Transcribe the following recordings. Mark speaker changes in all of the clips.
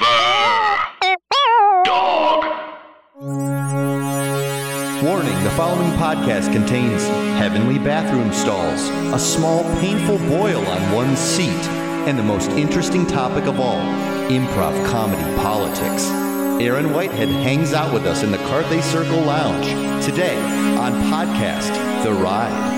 Speaker 1: Forever. Dog.
Speaker 2: Warning the following podcast contains heavenly bathroom stalls, a small painful boil on one seat, and the most interesting topic of all improv comedy politics. Aaron Whitehead hangs out with us in the Carthay Circle Lounge today on podcast The Ride.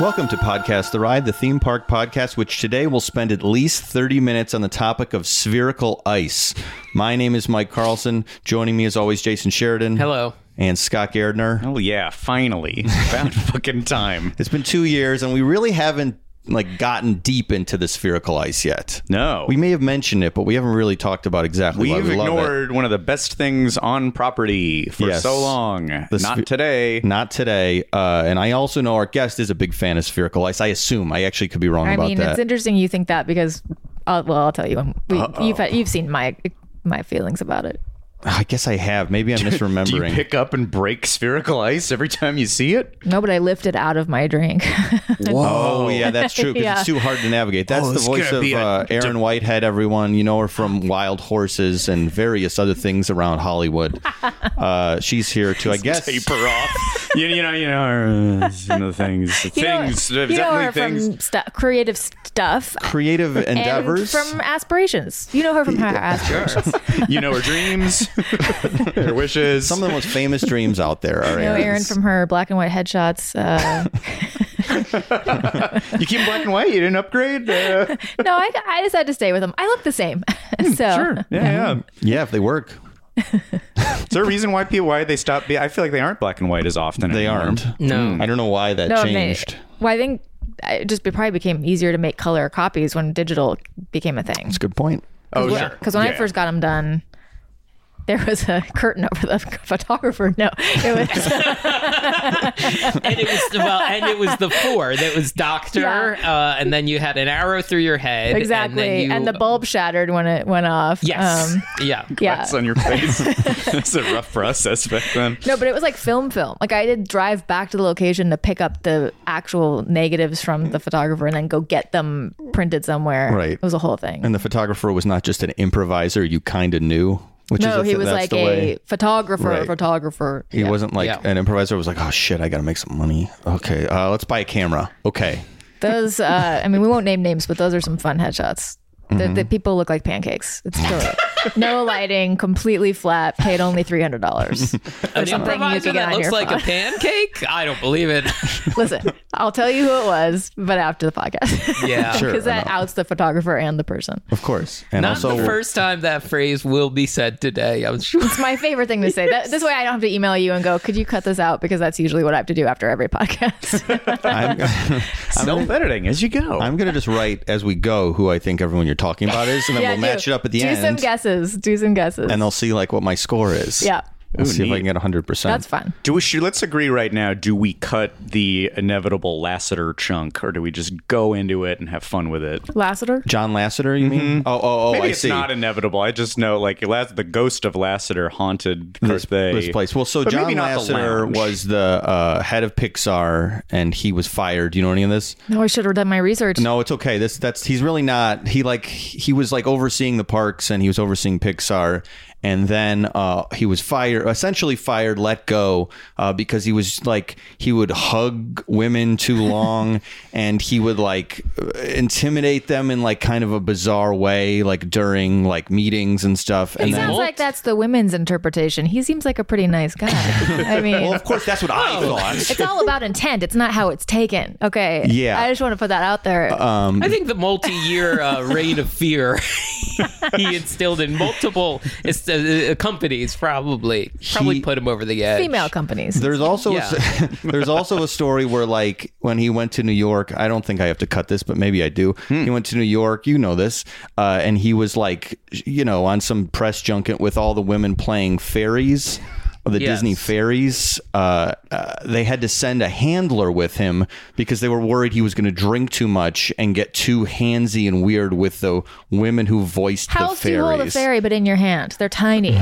Speaker 2: Welcome to Podcast The Ride, the theme park podcast, which today will spend at least 30 minutes on the topic of spherical ice. My name is Mike Carlson. Joining me, as always, Jason Sheridan.
Speaker 3: Hello.
Speaker 2: And Scott Gardner.
Speaker 4: Oh yeah, finally. About fucking time.
Speaker 2: It's been two years, and we really haven't like gotten deep into the spherical ice yet.
Speaker 4: No.
Speaker 2: we may have mentioned it, but we haven't really talked about exactly. why
Speaker 4: We've
Speaker 2: we love it.
Speaker 4: ignored one of the best things on property for
Speaker 2: Yes.
Speaker 4: so long. Not
Speaker 2: sphe-
Speaker 4: today.
Speaker 2: Not today. Uh, and I also know our guest is a big fan of spherical ice. I assume. I actually could be wrong
Speaker 5: I
Speaker 2: about
Speaker 5: mean,
Speaker 2: that.
Speaker 5: it's interesting you think that because, uh, well, I'll tell you. um, We, you've had, you've seen my my feelings about it.
Speaker 2: I guess I have. Maybe I'm
Speaker 4: Do you
Speaker 2: misremembering.
Speaker 4: pick up and break spherical ice every time you see it?
Speaker 5: No, but I lifted out of my drink.
Speaker 2: Oh yeah, that's true. 'cause
Speaker 5: Yeah.
Speaker 2: it's too hard to navigate. That's the
Speaker 4: Oh, it's gonna
Speaker 2: voice of
Speaker 4: be a-
Speaker 2: uh, Aaron Whitehead. Everyone, you know her from Wild Horses and various other things around Hollywood. Uh, she's here too, I guess.
Speaker 4: Taper off. you, you know, you know, uh, some of the things.
Speaker 5: you know,
Speaker 4: things. uh,
Speaker 5: you know
Speaker 4: definitely
Speaker 5: her
Speaker 4: things.
Speaker 5: from stu- creative stuff
Speaker 2: Creative endeavors.
Speaker 5: and from aspirations. You know her from her aspirations.
Speaker 4: you know her dreams, her wishes.
Speaker 2: Some of the most famous dreams out there are
Speaker 5: You know
Speaker 2: Aaron's.
Speaker 5: Aaron from her black and white headshots. Uh,
Speaker 4: you keep black and white. You didn't upgrade. Uh,
Speaker 5: no, I, I decided to stay with him. I look the same,
Speaker 2: Hmm,
Speaker 5: so
Speaker 4: sure. Mm-hmm. Yeah, yeah.
Speaker 2: Yeah, if they work,
Speaker 4: Is there a reason why people why they stop? Be- I feel like they aren't black and white as often.
Speaker 2: they
Speaker 4: anymore.
Speaker 2: aren't. Mm.
Speaker 3: No.
Speaker 2: I don't know why that
Speaker 5: no, I mean,
Speaker 2: changed.
Speaker 5: well, I think it just it probably became easier to make color copies when digital became a thing.
Speaker 2: Good point.
Speaker 4: Oh
Speaker 5: Because
Speaker 4: sure.
Speaker 5: when I
Speaker 4: Yeah.
Speaker 5: first got them done, there was a curtain over the photographer. No, it was
Speaker 3: and it was well, and it was the four that was doctor, uh, and then you had an arrow through your head,
Speaker 5: exactly,
Speaker 3: and, then
Speaker 5: and,
Speaker 3: you-
Speaker 5: the bulb shattered when it went off.
Speaker 3: Yes,
Speaker 5: Um,
Speaker 3: yeah,
Speaker 5: yeah.
Speaker 4: That's on your face. That's a rough process back then.
Speaker 5: No, but it was like film, film. Like I did drive back to the location to pick up the actual negatives from the photographer, and then go get them printed somewhere.
Speaker 2: Right.
Speaker 5: It was a whole thing.
Speaker 2: And the photographer was not just an improviser you kind of knew, which is
Speaker 5: no,
Speaker 2: the
Speaker 5: he
Speaker 2: th-
Speaker 5: was
Speaker 2: that's
Speaker 5: like
Speaker 2: the way.
Speaker 5: a photographer.
Speaker 2: Right.
Speaker 5: Photographer.
Speaker 2: He wasn't like
Speaker 3: Yeah.
Speaker 2: an improviser. Was like, oh shit, I gotta make some money. Okay, uh, let's buy a camera. Okay,
Speaker 5: Those. Uh, I mean, we won't name names, but those are some fun headshots. The,
Speaker 2: Mm-hmm.
Speaker 5: the people look like pancakes. It's brilliant. no lighting, completely flat. Paid only three hundred dollars.
Speaker 3: an
Speaker 5: something you
Speaker 3: improviser
Speaker 5: could get
Speaker 3: that
Speaker 5: on
Speaker 3: looks
Speaker 5: your
Speaker 3: like a
Speaker 5: phone.
Speaker 3: pancake. I don't believe it.
Speaker 5: Listen, I'll tell you who it was, but after the podcast.
Speaker 3: Yeah,
Speaker 2: Sure.
Speaker 5: Because that
Speaker 2: I
Speaker 5: outs the photographer and the person.
Speaker 2: of course. And
Speaker 3: Not
Speaker 2: also,
Speaker 3: the first time that phrase will be said today. I'm sure.
Speaker 5: It's my favorite thing to say. That, this way I don't have to email you and go, could you cut this out? Because that's usually what I have to do after every podcast.
Speaker 2: I'm,
Speaker 4: Self editing as you go.
Speaker 2: I'm gonna just write as we go who I think everyone you're talking about is, and then
Speaker 5: Yeah,
Speaker 2: we'll
Speaker 5: do-
Speaker 2: match it up at the
Speaker 5: do some
Speaker 2: end,
Speaker 5: guesses. Do some guesses.
Speaker 2: and they'll see like what my score is.
Speaker 5: yeah.
Speaker 2: We'll see if I
Speaker 4: neat.
Speaker 2: can get 100. percent
Speaker 5: That's fun.
Speaker 4: do we, should, let's agree right now. Do we cut the inevitable Lassiter chunk, or do we just go into it and have fun with it?
Speaker 5: Lassiter?
Speaker 2: John Lasseter, you
Speaker 3: Mm-hmm.
Speaker 2: mean? Oh, oh, oh,
Speaker 4: Maybe
Speaker 2: I
Speaker 4: it's
Speaker 2: see.
Speaker 4: not inevitable. I just know, like, Las- the ghost of Lassiter haunted
Speaker 2: this,
Speaker 4: Carthay.
Speaker 2: this place. Well, so
Speaker 4: But
Speaker 2: John
Speaker 4: maybe not the
Speaker 2: Lasseter
Speaker 4: lounge.
Speaker 2: was the uh, head of Pixar, and he was fired. Do you know any of this?
Speaker 5: No, I should have done my research.
Speaker 2: No, it's okay. This that's he's really not. He like he was like overseeing the parks and he was overseeing Pixar, and then uh, he was fired, essentially fired, let go uh, because he was like he would hug women too long, and he would like uh, intimidate them in like kind of a bizarre way, like during like meetings and stuff. and
Speaker 5: It sounds like that's the women's interpretation. He seems like a pretty nice guy. I mean,
Speaker 2: well, of course, that's what I
Speaker 5: Oh.
Speaker 2: thought.
Speaker 5: it's all about intent. It's not how it's taken. Okay.
Speaker 2: Yeah.
Speaker 5: I just want to put that out there.
Speaker 3: I think the multi-year uh, reign of fear he instilled in multiple uh, uh, companies probably probably
Speaker 2: He-
Speaker 3: put him over the edge.
Speaker 5: Female companies.
Speaker 2: There's also a
Speaker 3: Yeah.
Speaker 2: s there's also a story where like when he went to New York, I don't think I have to cut this, but maybe I do.
Speaker 3: Hmm.
Speaker 2: He went to New York, you know this, uh, and he was like, you know, on some press junket with all the women playing fairies. the
Speaker 3: Yes.
Speaker 2: Disney fairies, uh, uh, they had to send a handler with him because they were worried he was going to drink too much and get too handsy and weird with the women who voiced
Speaker 5: How
Speaker 2: the
Speaker 5: else do you
Speaker 2: fairies.
Speaker 5: hold a fairy but in your hand? They're tiny.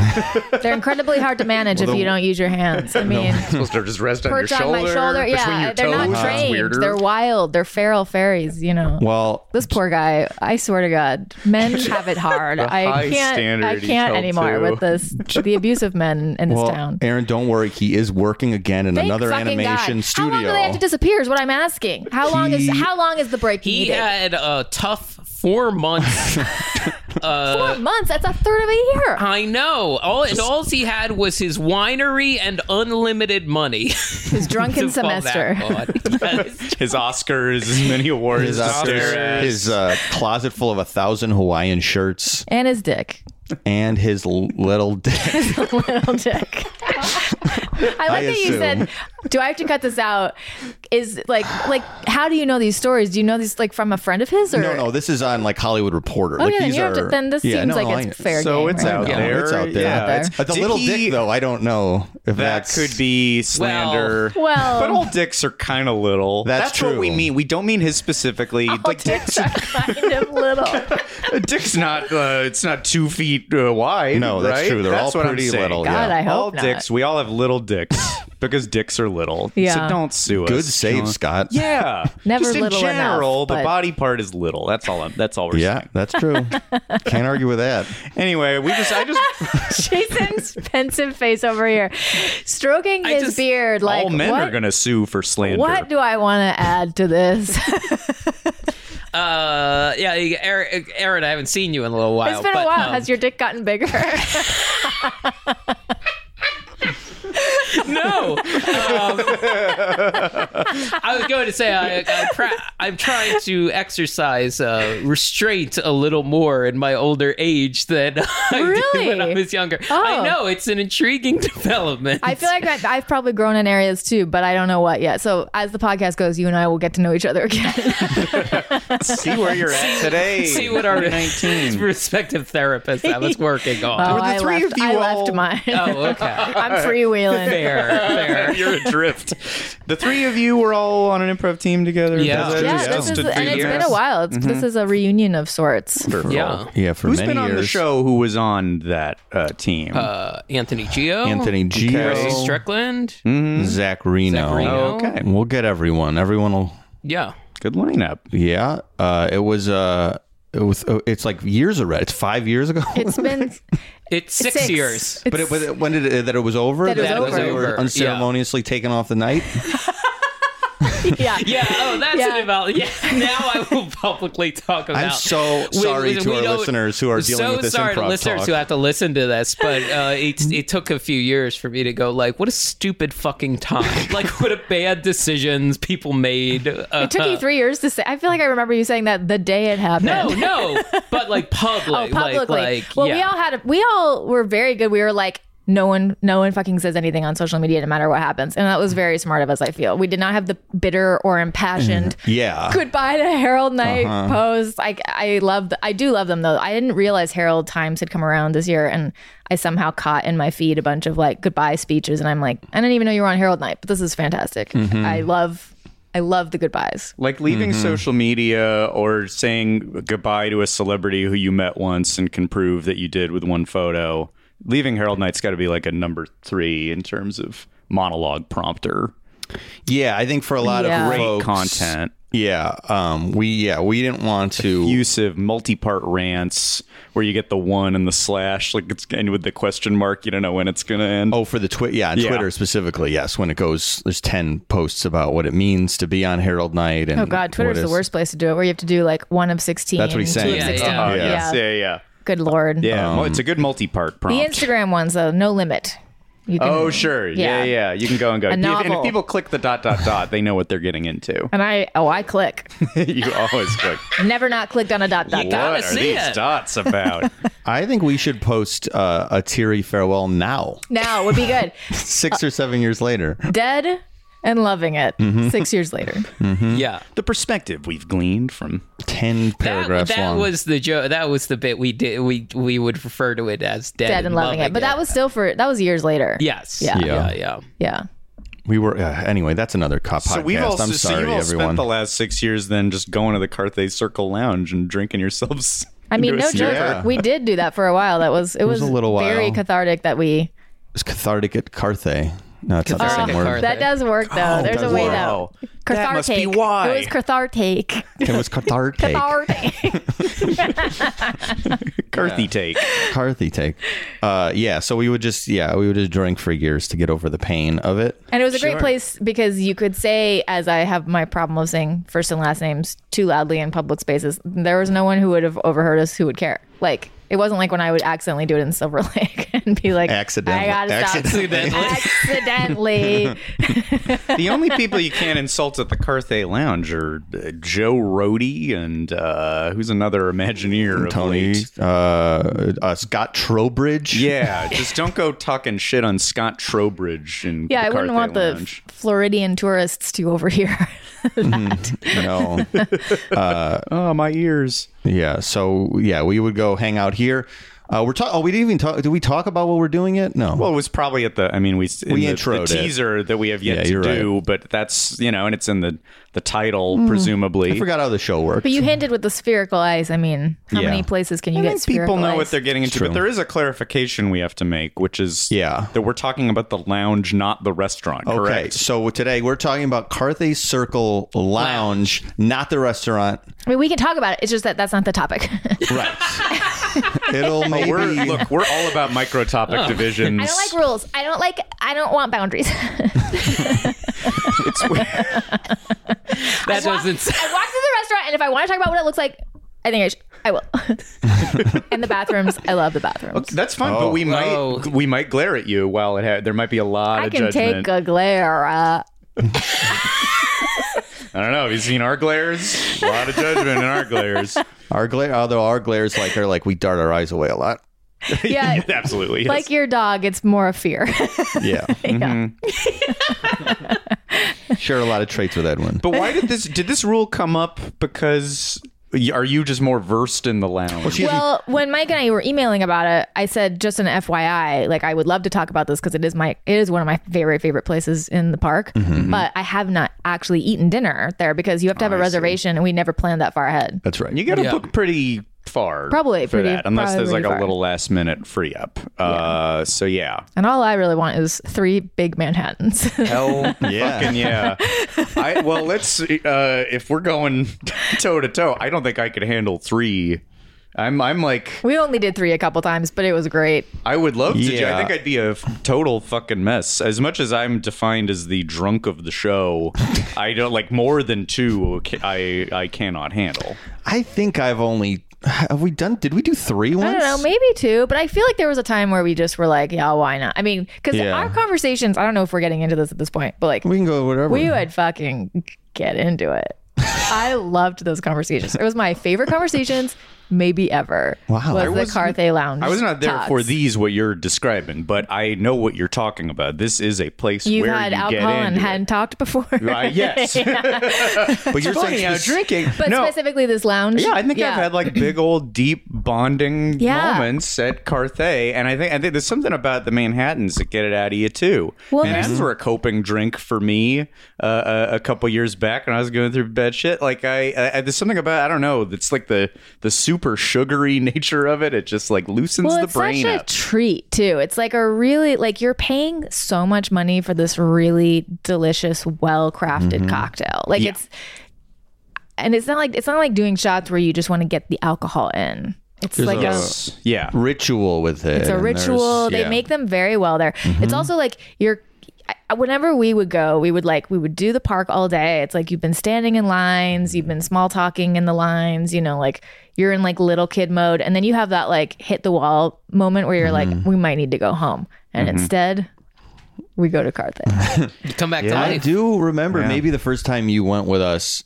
Speaker 5: They're incredibly hard to manage if you don't use your hands. I mean,
Speaker 4: supposed to just rest on
Speaker 5: perch on my shoulder. Yeah, they're not trained. They're wild. They're feral fairies, you know.
Speaker 2: well,
Speaker 5: this poor guy, I swear to God, men have it hard. I
Speaker 4: high
Speaker 5: can't,
Speaker 4: standard
Speaker 5: I
Speaker 4: he's
Speaker 5: can't
Speaker 4: held
Speaker 5: anymore
Speaker 4: to.
Speaker 5: with this, the abusive men in this
Speaker 2: well,
Speaker 5: town.
Speaker 2: Aaron, don't worry. He is working again in
Speaker 5: Thank
Speaker 2: another
Speaker 5: fucking
Speaker 2: animation
Speaker 5: God.
Speaker 2: studio.
Speaker 5: How long do they have to disappear? Is what I'm asking. How long is
Speaker 2: He-
Speaker 5: how long is the break
Speaker 3: He uh,
Speaker 5: needed?
Speaker 3: had a tough four months.
Speaker 5: Four months. That's a third of a year.
Speaker 3: I know. All and all he had was his winery and unlimited money.
Speaker 5: His
Speaker 3: to
Speaker 5: drunken
Speaker 3: fall back
Speaker 5: semester.
Speaker 3: on. Yes.
Speaker 4: His Oscars, his many awards,
Speaker 2: his, upstairs, his uh, closet full of a thousand Hawaiian shirts
Speaker 5: And his dick.
Speaker 2: and his l- little dick.
Speaker 5: little dick. I
Speaker 2: I
Speaker 5: like that you said,
Speaker 2: assume.
Speaker 5: "Do I have to cut this out?" Is like, like, how do you know these stories? Do you know these like from a friend of his or?
Speaker 2: No, no, this is on like Hollywood Reporter. like
Speaker 5: Oh, yeah, then
Speaker 2: these
Speaker 5: you
Speaker 2: are.
Speaker 5: have to- then this seems like it's
Speaker 2: I-
Speaker 5: fair
Speaker 4: So
Speaker 5: game,
Speaker 4: it's
Speaker 5: right?
Speaker 4: out
Speaker 2: Yeah,
Speaker 4: there.
Speaker 2: it's out there.
Speaker 4: Yeah,
Speaker 5: Out there.
Speaker 4: it's-
Speaker 2: But the
Speaker 4: Did
Speaker 2: little
Speaker 4: he-
Speaker 2: dick, though, I don't know if
Speaker 4: That
Speaker 2: that's
Speaker 4: could be slander.
Speaker 5: Well-
Speaker 4: but all dicks are kind of little.
Speaker 2: That's
Speaker 4: what
Speaker 2: true.
Speaker 4: we mean. We don't mean his specifically. like dicks,
Speaker 5: kind of little.
Speaker 4: a dick's not. Uh, it's not two feet uh, wide.
Speaker 2: No, that's
Speaker 4: right?
Speaker 2: true. They're
Speaker 4: That's
Speaker 2: all
Speaker 4: what I'm
Speaker 2: pretty
Speaker 4: saying.
Speaker 2: little, yeah.
Speaker 5: God, I hope
Speaker 4: all
Speaker 5: not.
Speaker 4: dicks. We all have little dicks because dicks are little. So
Speaker 5: Yeah.
Speaker 4: don't sue us.
Speaker 2: Good save,
Speaker 4: John.
Speaker 2: Scott.
Speaker 4: Yeah.
Speaker 5: Never
Speaker 4: Just in
Speaker 5: little enough,
Speaker 4: general, the
Speaker 5: but-
Speaker 4: body part is little. That's all. I'm, that's all we're
Speaker 2: Yeah,
Speaker 4: saying.
Speaker 2: that's true. Can't argue with that.
Speaker 4: Anyway, we just. I just.
Speaker 5: Jason's pensive face over here, stroking
Speaker 3: I
Speaker 5: his
Speaker 3: just-
Speaker 5: beard. Like
Speaker 4: all men
Speaker 5: what?
Speaker 4: are gonna sue for slander.
Speaker 5: what do I want to add to this?
Speaker 3: Uh, yeah, Aaron, Aaron, I haven't seen you in a little while.
Speaker 5: it's been a
Speaker 3: but,
Speaker 5: while.
Speaker 3: um,
Speaker 5: Has your dick gotten bigger?
Speaker 3: No. Um, I was going to say I, I pra- I'm trying to exercise uh, restraint a little more in my older age than I did when I
Speaker 5: Really?
Speaker 3: was younger.
Speaker 5: Oh.
Speaker 3: I know it's an intriguing development.
Speaker 5: I feel like I've, I've probably grown in areas too, but I don't know what yet. So as the podcast goes, you and I will get to know each other again.
Speaker 4: See where you're at today.
Speaker 3: see what our
Speaker 4: 19.
Speaker 3: respective therapist I was working on.
Speaker 5: Oh, I
Speaker 4: three
Speaker 5: left,
Speaker 4: of you
Speaker 5: I
Speaker 4: all-
Speaker 5: left mine.
Speaker 3: oh, okay.
Speaker 5: I'm freewheeling.
Speaker 3: Fair, fair.
Speaker 4: You're adrift. The three of you were all on an improv team together.
Speaker 3: Yeah.
Speaker 4: Is that-
Speaker 5: Yeah,
Speaker 2: Yeah.
Speaker 5: this is,
Speaker 2: Just
Speaker 5: and
Speaker 4: a few
Speaker 5: it's been
Speaker 4: years.
Speaker 5: a while. It's, This is a reunion of sorts.
Speaker 3: Yeah.
Speaker 2: Yeah, for
Speaker 4: Who's
Speaker 2: many
Speaker 4: been on
Speaker 2: years.
Speaker 4: the show? Who was on that uh, team?
Speaker 3: Uh, Anthony Gio.
Speaker 2: Anthony Gio, Hmm?
Speaker 3: Percy Strickland.
Speaker 2: Zach Reno.
Speaker 3: Zach Reno.
Speaker 4: okay,
Speaker 2: We'll get everyone. Everyone will.
Speaker 3: Yeah.
Speaker 4: good lineup.
Speaker 2: Yeah. Uh, it was. Uh, it was. uh, It's like years already. It's five years ago.
Speaker 5: It's been
Speaker 3: It's six,
Speaker 5: six
Speaker 3: years.
Speaker 5: It's-
Speaker 2: But it, but it- when did it, that it was over?
Speaker 5: That it was over.
Speaker 2: they were
Speaker 3: Yeah.
Speaker 2: unceremoniously taken off the night.
Speaker 5: yeah.
Speaker 3: Yeah. Oh, that's
Speaker 5: Yeah.
Speaker 3: an about. Yeah. Now I will publicly talk about.
Speaker 2: I'm so
Speaker 3: We-
Speaker 2: sorry
Speaker 3: we-
Speaker 2: to
Speaker 3: we
Speaker 2: our
Speaker 3: don't-
Speaker 2: listeners who are dealing
Speaker 3: so
Speaker 2: with this
Speaker 3: sorry
Speaker 2: improv
Speaker 3: to listeners
Speaker 2: talk.
Speaker 3: who have to listen to this, but uh, it it took a few years for me to go like, what a stupid fucking time! like, what a bad decisions people made. Uh,
Speaker 5: It took you three years to say. I feel like I remember you saying that the day it happened.
Speaker 3: no, no, but like
Speaker 5: Oh,
Speaker 3: public,
Speaker 5: publicly.
Speaker 3: like, like
Speaker 5: well,
Speaker 3: yeah.
Speaker 5: we all had. A, we all were very good. We were like. No one, no one fucking says anything on social media, no matter what happens, and that was very smart of us. I feel we did not have the bitter or impassioned
Speaker 2: yeah.
Speaker 5: goodbye to Harold Knight post. I I love I do love them though. I didn't realize Harold Times had come around this year, and I somehow caught in my feed a bunch of like goodbye speeches, and I'm like, I didn't even know you were on Harold Night, but this is fantastic. I love I love the goodbyes.
Speaker 4: Like leaving
Speaker 3: mm-hmm.
Speaker 4: social media or saying goodbye to a celebrity who you met once and can prove that you did with one photo. Leaving Harold Knight's got to be like a number three in terms of monologue prompter.
Speaker 2: Yeah, I think for a lot
Speaker 5: Yeah.
Speaker 2: of
Speaker 5: Great
Speaker 2: folks,
Speaker 4: content.
Speaker 2: Yeah, um, we yeah we didn't want to.
Speaker 4: effusive multi-part rants where you get the one and the slash like it's and with the question mark you don't know when it's gonna end
Speaker 2: oh, for the Twitter, yeah, on
Speaker 4: Yeah.
Speaker 2: Twitter specifically, yes. When it goes, there's ten posts about what it means to be on Herald Night, and
Speaker 5: Oh God, Twitter's
Speaker 2: what
Speaker 5: the
Speaker 2: is-
Speaker 5: worst place to do it, where you have to do like one of sixteen.
Speaker 2: That's what he's saying.
Speaker 5: Two of
Speaker 3: Yeah,
Speaker 5: 16.
Speaker 3: yeah.
Speaker 5: Yeah,
Speaker 4: Oh, yes. yeah yeah
Speaker 5: Good lord.
Speaker 4: yeah Well, it's a good multi-part
Speaker 5: The
Speaker 4: prompt
Speaker 5: Instagram ones though, no limit. You can,
Speaker 4: oh sure yeah. yeah
Speaker 5: Yeah.
Speaker 4: you can go and go and if
Speaker 5: novel.
Speaker 4: people click the dot dot dot they know what they're getting into
Speaker 5: And I oh I click.
Speaker 4: you always click
Speaker 5: Never not clicked on a dot dot
Speaker 4: what
Speaker 5: dot.
Speaker 3: gotta
Speaker 4: are
Speaker 3: see
Speaker 4: these
Speaker 3: it.
Speaker 4: dots about
Speaker 2: I think we should post uh, a teary farewell now,
Speaker 5: Now would be good.
Speaker 2: six or seven years later.
Speaker 5: Dead and loving it six years later.
Speaker 2: Hmm?
Speaker 3: Yeah.
Speaker 4: The perspective we've gleaned from
Speaker 2: Ten
Speaker 3: That,
Speaker 2: paragraphs
Speaker 3: that
Speaker 2: long.
Speaker 3: was the joke. That was the bit we did. We we would refer to it as dead,
Speaker 5: Dead and loving it. But that was still for, that was years later.
Speaker 3: yes.
Speaker 5: Yeah.
Speaker 3: Yeah.
Speaker 2: Yeah.
Speaker 3: Yeah.
Speaker 5: Yeah.
Speaker 2: we were uh, anyway. That's another cop podcast.
Speaker 4: So we've also
Speaker 2: I'm
Speaker 4: so
Speaker 2: sorry,
Speaker 4: you've all
Speaker 2: everyone.
Speaker 4: spent the last six years then just going to the Carthay Circle Lounge and drinking yourselves.
Speaker 5: I mean,
Speaker 4: into a
Speaker 5: no joke.
Speaker 4: snooker.
Speaker 2: Yeah.
Speaker 5: We did do that for a while. That was, it, was,
Speaker 2: was a little
Speaker 5: very
Speaker 2: while.
Speaker 5: cathartic that we,
Speaker 2: It's cathartic at Carthay. No, it's not the
Speaker 3: Cathartic
Speaker 2: same
Speaker 3: at
Speaker 2: word.
Speaker 3: Carthay.
Speaker 5: that does work though. There's a
Speaker 4: does
Speaker 5: way
Speaker 4: work.
Speaker 5: though. Cathartic.
Speaker 4: Oh, That must be why.
Speaker 5: It was cathartic.
Speaker 2: It was cathartic.
Speaker 5: Cathartic.
Speaker 4: Carthy take.
Speaker 2: Carthy take. Uh, yeah. So we would just yeah we would just drink for years to get over the pain of it.
Speaker 5: And it was a great place because you could say, as I have my problem of saying first and last names too loudly in public spaces, there was no one who would have overheard us who would care. Like, it wasn't like when I would accidentally do it in Silver Lake and be like,
Speaker 2: Accidentally.
Speaker 5: I gotta stop.
Speaker 2: Accidentally.
Speaker 5: Accidentally.
Speaker 4: the only people you can't insult at the Carthay Lounge are uh, Joe Rody and uh, who's another Imagineer of
Speaker 2: Tony,
Speaker 4: late.
Speaker 2: uh, uh, Scott Trowbridge.
Speaker 4: Yeah, just don't go talking shit on Scott Trowbridge and
Speaker 5: yeah,
Speaker 4: the
Speaker 5: I wouldn't
Speaker 4: Carthay
Speaker 5: want the
Speaker 4: Lounge.
Speaker 5: Floridian tourists to overhear.
Speaker 2: No.
Speaker 4: oh my ears.
Speaker 2: yeah. So yeah, we would go hang out here. Uh, we're talking. Oh, we didn't even talk. Did we talk about what we're doing it? No.
Speaker 4: Well, it was probably at the. I mean, we in
Speaker 2: We
Speaker 4: the, the
Speaker 2: intro'd it.
Speaker 4: teaser that we have
Speaker 2: Yeah,
Speaker 4: yet
Speaker 2: you're
Speaker 4: to do, but that's you know, and it's in the the title
Speaker 5: Mm.
Speaker 4: presumably.
Speaker 2: I forgot how the show worked.
Speaker 5: But you hinted with the spherical ice. I mean, how
Speaker 2: Yeah.
Speaker 5: many places can you
Speaker 4: I
Speaker 5: get
Speaker 4: think
Speaker 5: spherical
Speaker 4: people know
Speaker 5: ice?
Speaker 4: what they're getting into, but there is a clarification we have to make, which is
Speaker 2: Yeah.
Speaker 4: that we're talking about the lounge, not the restaurant.
Speaker 2: Okay,
Speaker 4: Correct.
Speaker 2: so today we're talking about Carthay Circle Lounge, not the restaurant.
Speaker 5: I mean, we can talk about it. It's just that that's not the topic.
Speaker 2: Right. It'll maybe.
Speaker 4: Oh, We're, look, we're all about micro topic divisions.
Speaker 5: I don't like rules. I don't like. I don't want boundaries.
Speaker 3: That doesn't. sound-
Speaker 5: I walk to the restaurant, and if I want to talk about what it looks like, I think I should. I will. and the bathrooms. I love the bathrooms.
Speaker 4: That's fine, but we
Speaker 3: Whoa.
Speaker 4: might we might glare at you while it ha- there might be a lot
Speaker 5: I
Speaker 4: of
Speaker 5: can
Speaker 4: judgment.
Speaker 5: take a glare. Uh,
Speaker 4: I don't know. Have you seen our glares? A lot of judgment in our glares.
Speaker 2: Our glare, although our glares like are like we dart our eyes away a lot.
Speaker 5: yeah,
Speaker 4: Absolutely. yes.
Speaker 5: like your dog, it's more a fear.
Speaker 2: Yeah.
Speaker 4: Mm-hmm.
Speaker 2: Share a lot of traits with Edwin.
Speaker 4: But why did this did this rule come up because y- are you just more versed in the lounge?
Speaker 5: well, when Mike and I were emailing about it, I said just an FYI, like I would love to talk about this because it is my it is one of my very favorite places in the park.
Speaker 4: Mm-hmm,
Speaker 5: But I have not actually eaten dinner there because you have to
Speaker 4: Oh,
Speaker 5: have a reservation, and we never planned that far ahead.
Speaker 2: That's right.
Speaker 4: you got to
Speaker 3: Yeah.
Speaker 4: book pretty far.
Speaker 5: Probably
Speaker 4: for
Speaker 5: pretty-
Speaker 4: that, unless
Speaker 5: probably
Speaker 4: there's like
Speaker 5: pretty
Speaker 4: a
Speaker 5: far.
Speaker 4: little last minute free up. Uh, so yeah,
Speaker 5: And all I really want is three big Manhattans.
Speaker 4: hell,
Speaker 2: Yeah.
Speaker 4: fucking yeah. I well, let's uh, if we're going toe to toe, I don't think I could handle three. I'm I'm like
Speaker 5: we only did three a couple times, but it was great.
Speaker 4: I would love to. do- I
Speaker 2: Yeah.
Speaker 4: think I'd be a f- total fucking mess. As much as I'm defined as the drunk of the show, I don't like more than two. ca- I I cannot handle.
Speaker 2: I think I've only have we done? Did we do three
Speaker 5: I
Speaker 2: once?
Speaker 5: don't know, maybe two, but I feel like there was a time where we just were like, yeah, why not? I mean, because
Speaker 2: Yeah.
Speaker 5: our conversations, I don't know if we're getting into this at this point, but like
Speaker 2: We can go whatever.
Speaker 5: we would fucking get into it. I loved those conversations. It was my favorite conversations, maybe ever.
Speaker 2: Wow. I
Speaker 5: Was the Carthay Lounge.
Speaker 4: I was not there
Speaker 5: talks.
Speaker 4: for these what you're describing, but I know what you're talking about. This is a place
Speaker 5: You've
Speaker 4: where
Speaker 5: had
Speaker 4: you
Speaker 5: alcohol
Speaker 4: get
Speaker 5: and
Speaker 4: into
Speaker 5: hadn't talked before.
Speaker 4: it. Right, yes,
Speaker 2: but you're
Speaker 4: funny
Speaker 2: saying
Speaker 4: how
Speaker 2: spec-
Speaker 4: drinking.
Speaker 5: But
Speaker 4: no,
Speaker 5: specifically this lounge.
Speaker 4: Yeah, I think I've had like big old deep bonding
Speaker 5: Yeah.
Speaker 4: moments at Carthay, and I think I think there's something about the Manhattans that get it out of you too.
Speaker 5: Well,
Speaker 4: and
Speaker 5: there's-
Speaker 4: as for a coping drink for me uh, a, a couple years back when I was going through bad shit, like I, I there's something about I don't know that's like the the super sugary nature of it. It just like loosens
Speaker 5: well,
Speaker 4: the
Speaker 5: it's
Speaker 4: brain
Speaker 5: such
Speaker 4: up.
Speaker 5: a treat too. It's like a really like you're paying so much money for this really delicious, well crafted
Speaker 4: Mm-hmm.
Speaker 5: cocktail. Like it's and it's not like it's not like doing shots where you just want to get the alcohol in. It's like a,
Speaker 4: yes, yeah.
Speaker 2: ritual with it.
Speaker 5: it's a ritual. They make them very well there. It's also like you're. I- Whenever we would go, we would like we would do the park all day. It's like you've been standing in lines, you've been small talking in the lines, you know, like you're in like little kid mode, and then you have that like hit the wall moment where you're like, we might need to go home, and instead, we go to Carthay.
Speaker 3: Come back to
Speaker 2: I
Speaker 3: life.
Speaker 2: do remember maybe the first time you went with us.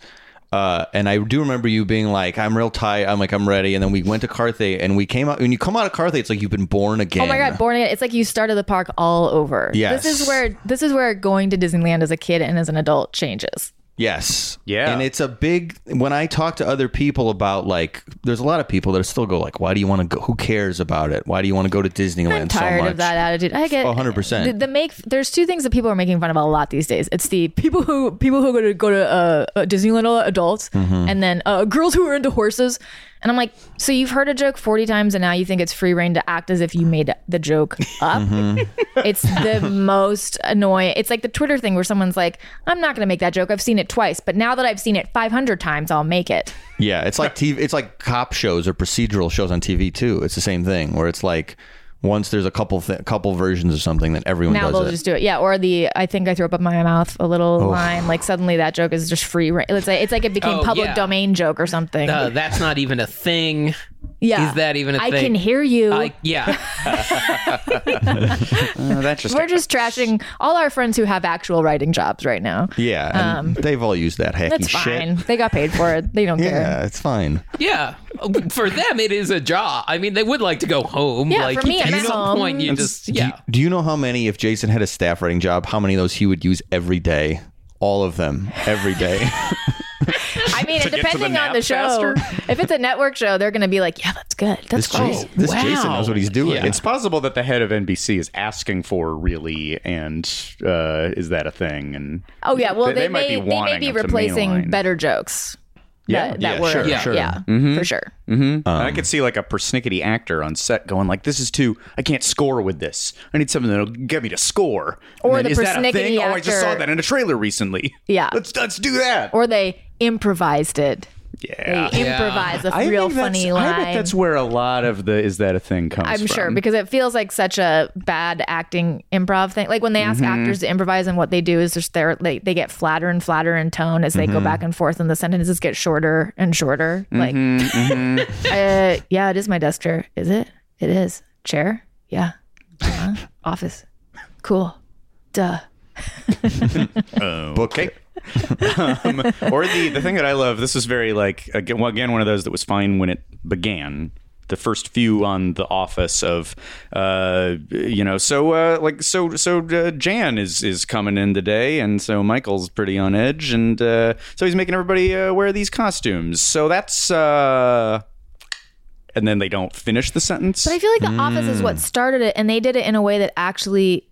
Speaker 2: Uh, and I do remember you being like, "I'm real tight." I'm like, "I'm ready." And then we went to Carthay, and we came out. When you come out of Carthay, it's like you've been born again.
Speaker 5: Oh my god, born again! It's like you started the park all over.
Speaker 2: Yes.
Speaker 5: This is where this is where going to Disneyland as a kid and as an adult changes.
Speaker 2: Yes.
Speaker 4: Yeah.
Speaker 2: And it's a big when I talk to other people about like there's a lot of people that still go like why do you want to go who cares about it? Why do you want to go to Disneyland
Speaker 5: I'm
Speaker 2: so
Speaker 5: tired
Speaker 2: much? Oh,
Speaker 5: of that attitude. I get
Speaker 2: 100%.
Speaker 5: The, the make there's two things that people are making fun of a lot these days. It's the people who people who go to go to uh, uh, Disneyland are adults,
Speaker 2: Mm-hmm.
Speaker 5: and then uh, girls who are into horses. And I'm like, so you've heard a joke 40 times, and now you think it's free reign to act as if you made the joke up.
Speaker 2: Mm-hmm.
Speaker 5: It's the most annoying. It's like the Twitter thing where someone's like, I'm not going to make that joke. I've seen it twice, but now that I've seen it 500 times, I'll make it.
Speaker 2: Yeah, it's like TV it's like cop shows or procedural shows on TV too. It's the same thing where it's like once there's a couple th- couple versions of something that everyone
Speaker 5: now
Speaker 2: does
Speaker 5: they'll
Speaker 2: it.
Speaker 5: just do it. Yeah, or the I think I threw up in my mouth a little line. Like suddenly that joke is just free. ra- It's like it's like it became
Speaker 3: Oh,
Speaker 5: public
Speaker 3: yeah.
Speaker 5: domain joke or something.
Speaker 3: Uh, that's not even a thing.
Speaker 5: yeah,
Speaker 3: is that even a
Speaker 5: I
Speaker 3: thing?
Speaker 5: can hear you.
Speaker 3: Like, yeah.
Speaker 4: Uh, that's just
Speaker 5: We're just trashing all our friends who have actual writing jobs right now.
Speaker 2: yeah, and they've all used that hacky
Speaker 5: Um, That's
Speaker 2: shit.
Speaker 5: fine. They got paid for it. They don't care.
Speaker 2: Yeah, it's fine.
Speaker 3: Yeah, for them it is a job. I mean, they would like to go home.
Speaker 5: Yeah,
Speaker 3: like,
Speaker 5: for me,
Speaker 3: at
Speaker 5: I'm at
Speaker 3: some
Speaker 5: home.
Speaker 3: point you just yeah.
Speaker 2: Do you know how many if Jason had a staff writing job, how many of those he would use every day? All of them every day.
Speaker 5: I mean,
Speaker 4: get to the
Speaker 5: depending on
Speaker 4: nap
Speaker 5: the
Speaker 4: faster?
Speaker 5: show, if it's a network show, they're going to be like, "Yeah, that's good.
Speaker 2: this
Speaker 5: That's cool."
Speaker 2: Jason, this
Speaker 3: wow.
Speaker 2: Jason knows what he's doing.
Speaker 3: Yeah.
Speaker 2: It's
Speaker 4: It's possible that the head of NBC is asking for really, and uh, is that a thing? And
Speaker 5: Oh yeah, well
Speaker 4: They-
Speaker 5: they,
Speaker 4: they might
Speaker 5: may
Speaker 4: be
Speaker 5: they may
Speaker 4: wanting
Speaker 5: be
Speaker 4: them to
Speaker 5: replacing
Speaker 4: mainline.
Speaker 5: better jokes.
Speaker 4: Yeah,
Speaker 5: that, that
Speaker 2: yeah,
Speaker 5: were
Speaker 2: sure,
Speaker 5: yeah,
Speaker 3: sure.
Speaker 4: Mm-hmm.
Speaker 5: for sure.
Speaker 4: I could see like a persnickety actor on set going like, "This is too. I can't score with this. I need something that'll get me to score."
Speaker 5: Or
Speaker 4: And
Speaker 5: the
Speaker 4: is that a
Speaker 5: persnickety
Speaker 4: thing? Oh, I just saw
Speaker 5: actor-
Speaker 4: that in a trailer recently.
Speaker 5: Yeah.
Speaker 4: let's let's do that.
Speaker 5: Or they improvised it.
Speaker 4: yeah,
Speaker 5: They
Speaker 3: Yeah.
Speaker 5: improvise a
Speaker 4: I
Speaker 5: real
Speaker 4: think that's-
Speaker 5: funny line.
Speaker 4: I bet that's where a lot of the is that a thing comes.
Speaker 5: I'm sure
Speaker 4: from.
Speaker 5: because it feels like such a bad acting improv thing. Like when they ask
Speaker 4: Mm-hmm.
Speaker 5: actors to improvise, and what they do is just they're they, they get flatter and flatter in tone as they
Speaker 4: Mm-hmm.
Speaker 5: go back and forth, and the sentences get shorter and shorter. Like,
Speaker 4: Mm-hmm.
Speaker 5: uh, yeah, it is my desk chair. Is it? It is chair. Yeah, Uh-huh. office. Cool. Duh.
Speaker 4: Okay. um, or the the thing that I love. This is very like again, well, again one of those that was fine when it began. The first few on the office of, uh, you know, so uh, like so so uh, Jan is is coming in today, and so Michael's pretty on edge, and uh, so he's making everybody uh, wear these costumes. So that's. Uh, and then they don't finish the sentence.
Speaker 5: But I feel like The Office is
Speaker 4: Hmm.
Speaker 5: what started it, and they did it in a way that actually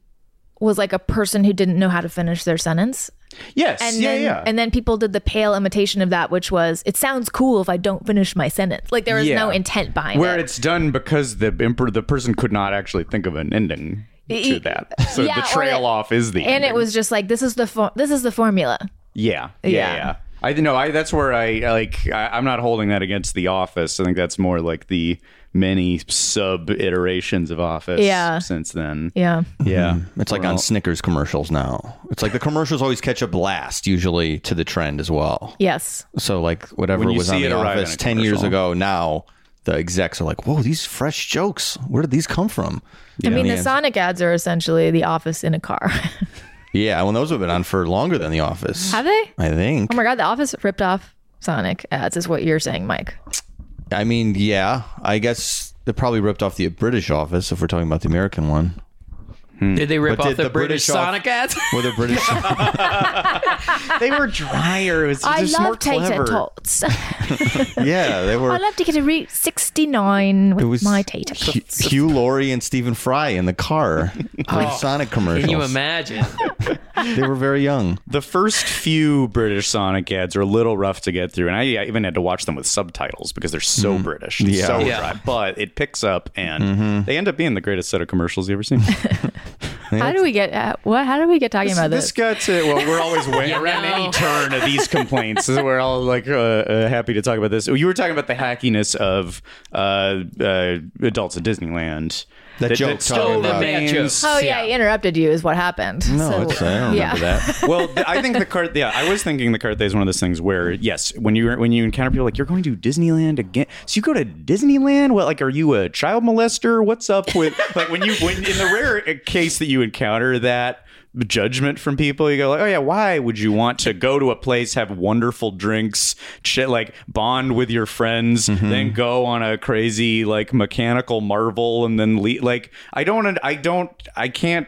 Speaker 5: was like a person who didn't know how to finish their sentence.
Speaker 4: yes,
Speaker 5: And
Speaker 4: yeah,
Speaker 5: then,
Speaker 4: yeah.
Speaker 5: And then people did the pale imitation of that, which was, it sounds cool if I don't finish my sentence. Like there was
Speaker 4: Yeah.
Speaker 5: no intent behind
Speaker 4: where
Speaker 5: it.
Speaker 4: it's done because the emperor, the person could not actually think of an ending to
Speaker 5: Y-
Speaker 4: that. So
Speaker 5: yeah,
Speaker 4: the
Speaker 5: or
Speaker 4: trail
Speaker 5: that-
Speaker 4: off is the
Speaker 5: and
Speaker 4: ending.
Speaker 5: it was just like this is the for- this is the formula.
Speaker 4: yeah yeah yeah.
Speaker 5: Yeah.
Speaker 4: I know I that's where I like I, I'm not holding that against the Office. I think that's more like the many sub iterations of Office.
Speaker 5: Yeah.
Speaker 4: since then.
Speaker 5: Yeah.
Speaker 4: Yeah,
Speaker 2: It's like on Snickers commercials now. It's like the commercials always catch up last, usually to the trend as well.
Speaker 5: Yes.
Speaker 2: So like whatever
Speaker 4: When you
Speaker 2: was on
Speaker 4: see
Speaker 2: the
Speaker 4: it arrive
Speaker 2: office
Speaker 4: in a
Speaker 2: ten years
Speaker 4: commercial.
Speaker 2: ago, now the execs are like, "Whoa, these fresh jokes! Where did these come from?"
Speaker 5: I mean, the
Speaker 2: Yeah.
Speaker 5: Sonic ads are essentially the office in a car.
Speaker 2: Yeah, well, those have been on for longer than the office.
Speaker 5: Have they?
Speaker 2: I think.
Speaker 5: Oh my god, the office ripped off Sonic ads is what you're saying, Mike.
Speaker 2: I mean, yeah, I guess they probably ripped off the British office if we're talking about the American one.
Speaker 3: Did they rip
Speaker 2: Mm. But
Speaker 3: off
Speaker 2: did
Speaker 3: the,
Speaker 2: the
Speaker 3: British,
Speaker 2: British off-
Speaker 3: Sonic ads?
Speaker 2: Well, the British.
Speaker 4: they were drier. It was
Speaker 5: I
Speaker 4: just more
Speaker 5: love tater
Speaker 4: clever.
Speaker 5: tots.
Speaker 2: yeah, they were.
Speaker 5: I love to get a route 69 with
Speaker 2: it was
Speaker 5: my tater
Speaker 2: Hugh,
Speaker 5: tots.
Speaker 2: Hugh Laurie and Stephen Fry in the car
Speaker 5: Oh.
Speaker 2: during Sonic commercials.
Speaker 3: Can you imagine?
Speaker 2: They were very young.
Speaker 4: The first few British Sonic ads are a little rough to get through, and I, I even had to watch them with subtitles because they're so British, and
Speaker 2: Yeah.
Speaker 4: so
Speaker 3: Yeah.
Speaker 4: dry. But it picks up, and they end up being the greatest set of commercials you ever seen.
Speaker 5: How do we get uh, what how do we get talking about
Speaker 4: this
Speaker 5: this?
Speaker 4: got to well, we're always way
Speaker 3: You
Speaker 4: we're at
Speaker 3: know.
Speaker 4: any turn of these complaints. so we're all like uh, uh, happy to talk about this. You were talking about the hackiness of uh, uh, adults at Disneyland.
Speaker 2: That joke
Speaker 4: still
Speaker 2: talking about-
Speaker 4: remains-
Speaker 3: That joke.
Speaker 5: Oh yeah, I interrupted you is what happened.
Speaker 2: No, it's, I don't remember
Speaker 5: yeah.
Speaker 2: that.
Speaker 4: well, th- I think the cart. Yeah, I was thinking the cart day is one of those things where yes, when you when you encounter people like you're going to Disneyland again, so you go to Disneyland. What like are you a e, child molester? What's up with like when you when in the rare case that you encounter that. judgment from people. You go like, oh yeah, why would you want to go to a place, have wonderful drinks, shit like bond with your friends, then go on a crazy like mechanical marvel, and then le- like I don't, I don't, I can't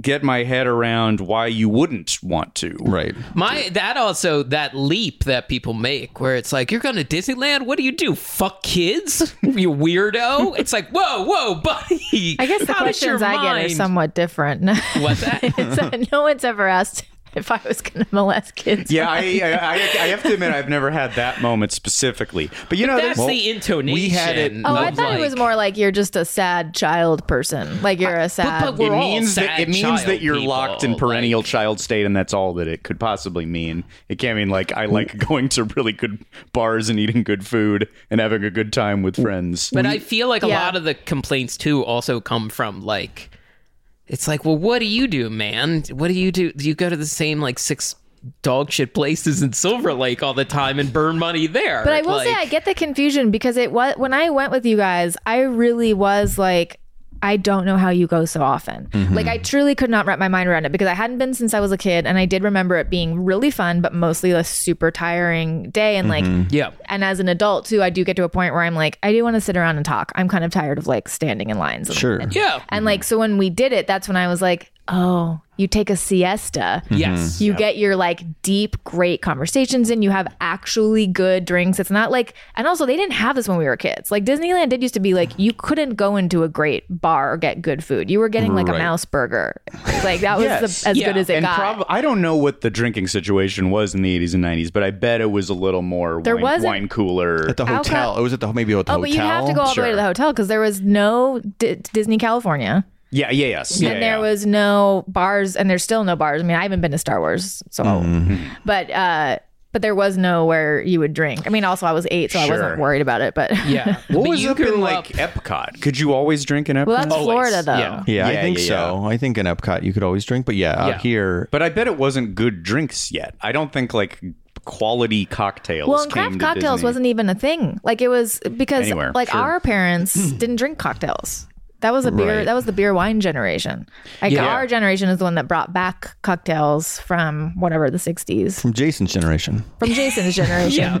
Speaker 4: get my head around why you wouldn't want to.
Speaker 2: Right.
Speaker 3: My that also that leap that people make where it's like you're going to Disneyland. What do you do? Fuck kids, you weirdo. It's like whoa, whoa, buddy.
Speaker 5: I guess the
Speaker 3: How is your
Speaker 5: questions I get are
Speaker 3: mind?
Speaker 5: somewhat different.
Speaker 3: What's that?
Speaker 5: It's- no one's ever asked if I was going to molest kids.
Speaker 4: Yeah, I, I, I, I have to admit I've never had that moment specifically, but you know,
Speaker 3: That's
Speaker 4: there's-
Speaker 3: the intonation.
Speaker 2: we had it-
Speaker 5: Oh, I
Speaker 3: of,
Speaker 5: thought it was
Speaker 3: like-
Speaker 5: more like you're just a sad child person. Like you're a sad.
Speaker 3: but we're
Speaker 4: it
Speaker 3: all
Speaker 4: means that
Speaker 3: sad
Speaker 4: it means
Speaker 3: child
Speaker 4: that you're
Speaker 3: people,
Speaker 4: locked in perennial
Speaker 3: like-
Speaker 4: child state, and that's all that it could possibly mean. It can't mean like I like going to really good bars and eating good food and having a good time with friends.
Speaker 3: But I feel like a
Speaker 5: Yeah.
Speaker 3: lot of the complaints too also come from like, it's like, well, what do you do, man? What do you do? Do you go to the same like six dog shit places in Silver Lake all the time and burn money there?
Speaker 5: But I will say
Speaker 3: Like,
Speaker 5: I get the confusion because it was when I went with you guys, I really was like I don't know how you go so often. Like I truly could not wrap my mind around it because I hadn't been since I was a kid and I did remember it being really fun but mostly a super tiring day and like
Speaker 3: yeah.
Speaker 5: and as an adult too, I do get to a point where I'm like I do want to sit around and talk. I'm kind of tired of like standing in lines. and-
Speaker 2: Sure.
Speaker 3: Yeah.
Speaker 5: And like so when we did it, that's when I was like, "Oh, you take a siesta."
Speaker 3: Yes.
Speaker 5: You
Speaker 4: Mm-hmm.
Speaker 5: get your like deep, great conversations in. You have actually good drinks. It's not like, and also they didn't have this when we were kids. Like Disneyland did used to be like, you couldn't go into a great bar or get good food. You were getting like
Speaker 2: Right.
Speaker 5: a mouse burger. Like that was
Speaker 4: Yes.
Speaker 5: the, as
Speaker 3: Yeah.
Speaker 5: good as it
Speaker 4: and
Speaker 5: got.
Speaker 4: prob- I don't know what the drinking situation was in the 80s and 90s, but I bet it was a little more
Speaker 5: There
Speaker 4: wine,
Speaker 5: wasn't-
Speaker 4: wine cooler.
Speaker 2: At the hotel. It was at the maybe at the
Speaker 5: oh,
Speaker 2: hotel.
Speaker 5: but you have to go all the way to the hotel because there was no D- Disney California.
Speaker 4: yeah, yeah, yes. Yeah,
Speaker 5: and there
Speaker 4: yeah.
Speaker 5: was no bars and there's still no bars i mean i haven't been to star wars so
Speaker 4: Mm-hmm.
Speaker 5: but uh but there was no where you would drink i mean also i was eight so i
Speaker 4: Sure.
Speaker 5: wasn't worried about it but
Speaker 3: Yeah.
Speaker 4: What
Speaker 3: But
Speaker 4: was
Speaker 3: you
Speaker 4: up in
Speaker 3: grew
Speaker 4: like Epcot? Could you always drink in Epcot?
Speaker 5: well that's
Speaker 3: Always.
Speaker 5: florida though
Speaker 3: Yeah.
Speaker 2: Yeah,
Speaker 4: Yeah,
Speaker 2: I think
Speaker 4: yeah,
Speaker 2: so. I think in Epcot you could always drink, but yeah,
Speaker 3: Yeah.
Speaker 2: out here
Speaker 4: but I bet it wasn't good drinks yet. I don't think like quality cocktails.
Speaker 5: well and
Speaker 4: came to
Speaker 5: craft cocktails
Speaker 4: Disney.
Speaker 5: wasn't even a thing like it was because
Speaker 4: Anywhere,
Speaker 5: like
Speaker 4: sure.
Speaker 5: our parents didn't drink cocktails that was a beer
Speaker 2: Right.
Speaker 5: that was the beer wine generation like
Speaker 3: Yeah.
Speaker 5: our generation is the one that brought back cocktails from whatever the 60s
Speaker 2: from Jason's generation.
Speaker 5: from jason's generation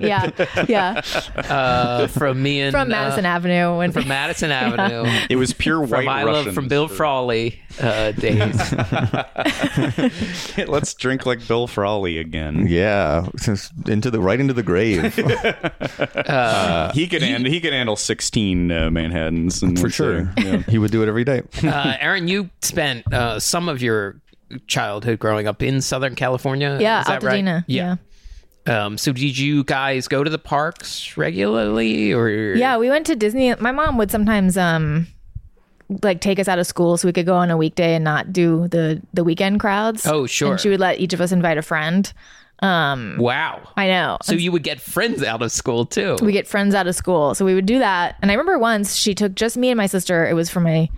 Speaker 5: yeah yeah,
Speaker 3: uh, from me and
Speaker 5: from
Speaker 3: uh,
Speaker 5: madison avenue when
Speaker 3: from Madison Avenue.
Speaker 4: It was pure white
Speaker 3: From I
Speaker 4: Russians.
Speaker 3: love from Bill Frawley uh, days.
Speaker 4: Let's drink like Bill Frawley again.
Speaker 2: Yeah, since- into the right into the grave
Speaker 4: Uh, he could hand, he could handle sixteen uh, Manhattan's and
Speaker 2: for sure. He would do it every day.
Speaker 3: uh, Aaron, you spent uh, some of your childhood growing up in Southern California.
Speaker 5: Yeah,
Speaker 3: is that right?
Speaker 5: Altadena.
Speaker 3: Yeah. Um, so did you guys go to the parks regularly or
Speaker 5: Yeah, we went to Disney. My mom would sometimes um like take us out of school so we could go on a weekday and not do the the weekend crowds.
Speaker 3: Oh, sure.
Speaker 5: And she would let each of us invite a friend.
Speaker 3: Wow.
Speaker 5: I know.
Speaker 3: so you would get friends out of school too.
Speaker 5: we get friends out of school. So we would do that. And I remember once she took just me and my sister. It was for my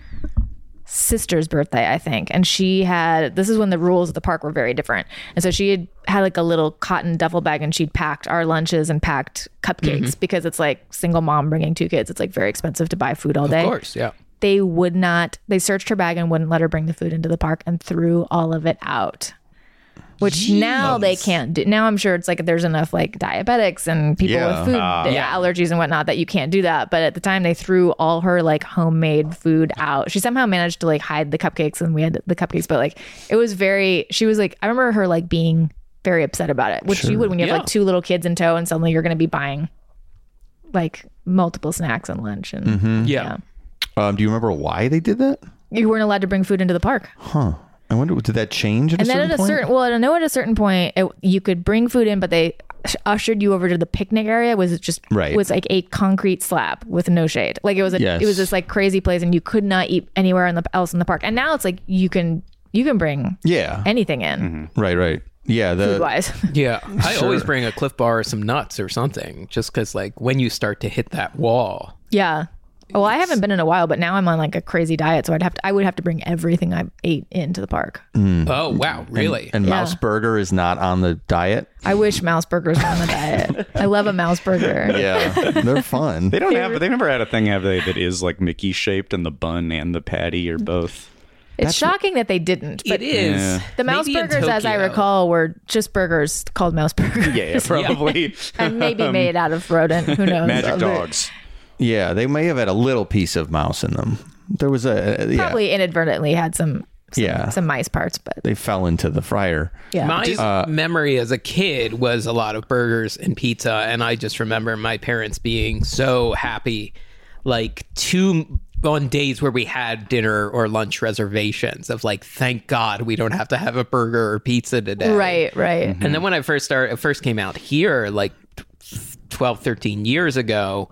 Speaker 5: sister's birthday, I think. And she had this is when the rules of the park were very different. And so she had had like a little cotton duffel bag and she'd packed our lunches and packed cupcakes because it's like single mom bringing two kids. It's like very expensive to buy food all day
Speaker 3: of course, yeah.
Speaker 5: they would not they searched her bag and wouldn't let her bring the food into the park and threw all of it out which now they can't do now i'm sure it's like there's enough like diabetics and people
Speaker 2: Yeah.
Speaker 5: with food allergies and whatnot that you can't do that but at the time they threw all her like homemade food out she somehow managed to like hide the cupcakes and we had the cupcakes but like it was very she was like i remember her like being very upset about it which you would when you have
Speaker 3: Yeah.
Speaker 5: like two little kids in tow and suddenly you're going to be buying like multiple snacks and lunch and
Speaker 2: Mm-hmm.
Speaker 3: yeah.
Speaker 2: Um, do you remember why they did that?
Speaker 5: you weren't allowed to bring food into the park
Speaker 2: I wonder did that change at a
Speaker 5: And then
Speaker 2: certain
Speaker 5: at a
Speaker 2: point?
Speaker 5: certain, well, I know at a certain point it, you could bring food in, but they ushered you over to the picnic area. Was just
Speaker 2: Right.
Speaker 5: Was like a concrete slab with no shade. Like it was a,
Speaker 2: Yes.
Speaker 5: it was this like crazy place, and you could not eat anywhere in the, else in the park. And now it's like you can you can bring
Speaker 2: yeah,
Speaker 5: anything in
Speaker 2: right, right. Yeah, the
Speaker 5: food wise.
Speaker 3: Yeah. I always bring a cliff bar or some nuts or something just cuz like when you start to hit that wall.
Speaker 5: yeah. Well, I haven't been in a while, but now I'm on like a crazy diet, so I'd have to I would have to bring everything I ate into the park.
Speaker 3: Oh, wow, really?
Speaker 2: Mm. and Mouse Burger is not on the diet.
Speaker 5: I wish mouse burgers were on the diet. I love a mouse burger.
Speaker 2: Yeah, they're fun.
Speaker 4: They don't have. They've never had a thing, have they? That is like Mickey shaped, and the bun and the patty are both.
Speaker 5: It's shocking that they didn't. But
Speaker 3: it is
Speaker 4: Yeah.
Speaker 5: the mouse
Speaker 3: Maybe in
Speaker 5: burgers, as I
Speaker 3: Tokyo.
Speaker 5: recall, were just burgers called mouse burgers.
Speaker 4: Yeah, yeah, probably.
Speaker 5: and maybe
Speaker 3: Um,
Speaker 5: made out of rodent. Who knows?
Speaker 4: Magic
Speaker 5: Uh,
Speaker 4: dogs.
Speaker 2: Yeah, they may have had a little piece of mouse in them. There was a yeah.
Speaker 5: Probably inadvertently had some, some
Speaker 2: Yeah.
Speaker 5: some mice parts, but
Speaker 2: They fell into the fryer.
Speaker 5: yeah.
Speaker 3: My memory as a kid was a lot of burgers and pizza, and I just remember my parents being so happy, like two on days where we had dinner or lunch reservations of like, thank God we don't have to have a burger or pizza today.
Speaker 5: right, right.
Speaker 3: And then when I first started, first came out here, like 12, 13 years ago,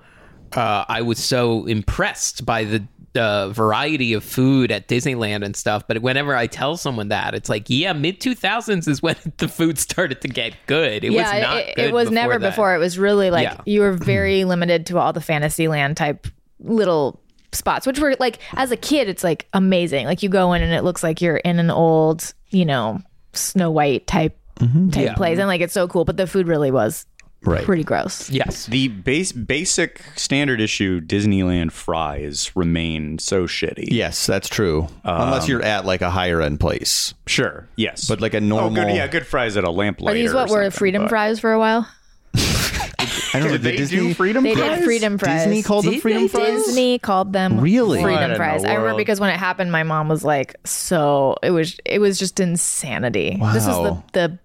Speaker 3: uh, I was so impressed by the uh, variety of food at Disneyland and stuff. But whenever I tell someone that, it's like, yeah, mid 2000s is when the food started to get good. It was
Speaker 5: yeah,
Speaker 3: not
Speaker 5: it- it,
Speaker 3: good
Speaker 5: it was
Speaker 3: before
Speaker 5: never
Speaker 3: that.
Speaker 5: before. It was really like
Speaker 3: Yeah. Mm-hmm.
Speaker 5: you were very limited to all the Fantasyland type little spots, which were like as a kid, it's like amazing. Like you go in and it looks like you're in an old, you know, Snow White type type
Speaker 3: Mm-hmm. Yeah.
Speaker 5: place, and like it's so cool. But the food really was
Speaker 2: Right.
Speaker 5: pretty gross.
Speaker 3: Yes.
Speaker 4: The base basic standard issue Disneyland fries remain so shitty.
Speaker 2: Yes, that's true. Unless
Speaker 4: Um,
Speaker 2: you're at like a higher end place,
Speaker 4: Sure. Yes.
Speaker 2: but like a
Speaker 4: oh,
Speaker 2: normal.
Speaker 4: good. Yeah, good fries at a lamplighter.
Speaker 5: Are these
Speaker 4: or
Speaker 5: what were
Speaker 4: something,
Speaker 5: freedom
Speaker 4: but-
Speaker 5: fries for a while?
Speaker 2: I don't know.
Speaker 4: Did
Speaker 2: the
Speaker 4: they
Speaker 2: Disney
Speaker 4: do freedom
Speaker 5: They
Speaker 4: fries?
Speaker 5: did freedom fries.
Speaker 2: Disney called them
Speaker 3: Did
Speaker 2: freedom
Speaker 3: they?
Speaker 2: fries.
Speaker 5: Disney called them
Speaker 2: Really?
Speaker 4: What in
Speaker 5: freedom
Speaker 4: the
Speaker 5: fries. I remember
Speaker 4: world?
Speaker 5: because when it happened, my mom was like, "So it was it was just insanity." This was
Speaker 2: Wow.
Speaker 5: the the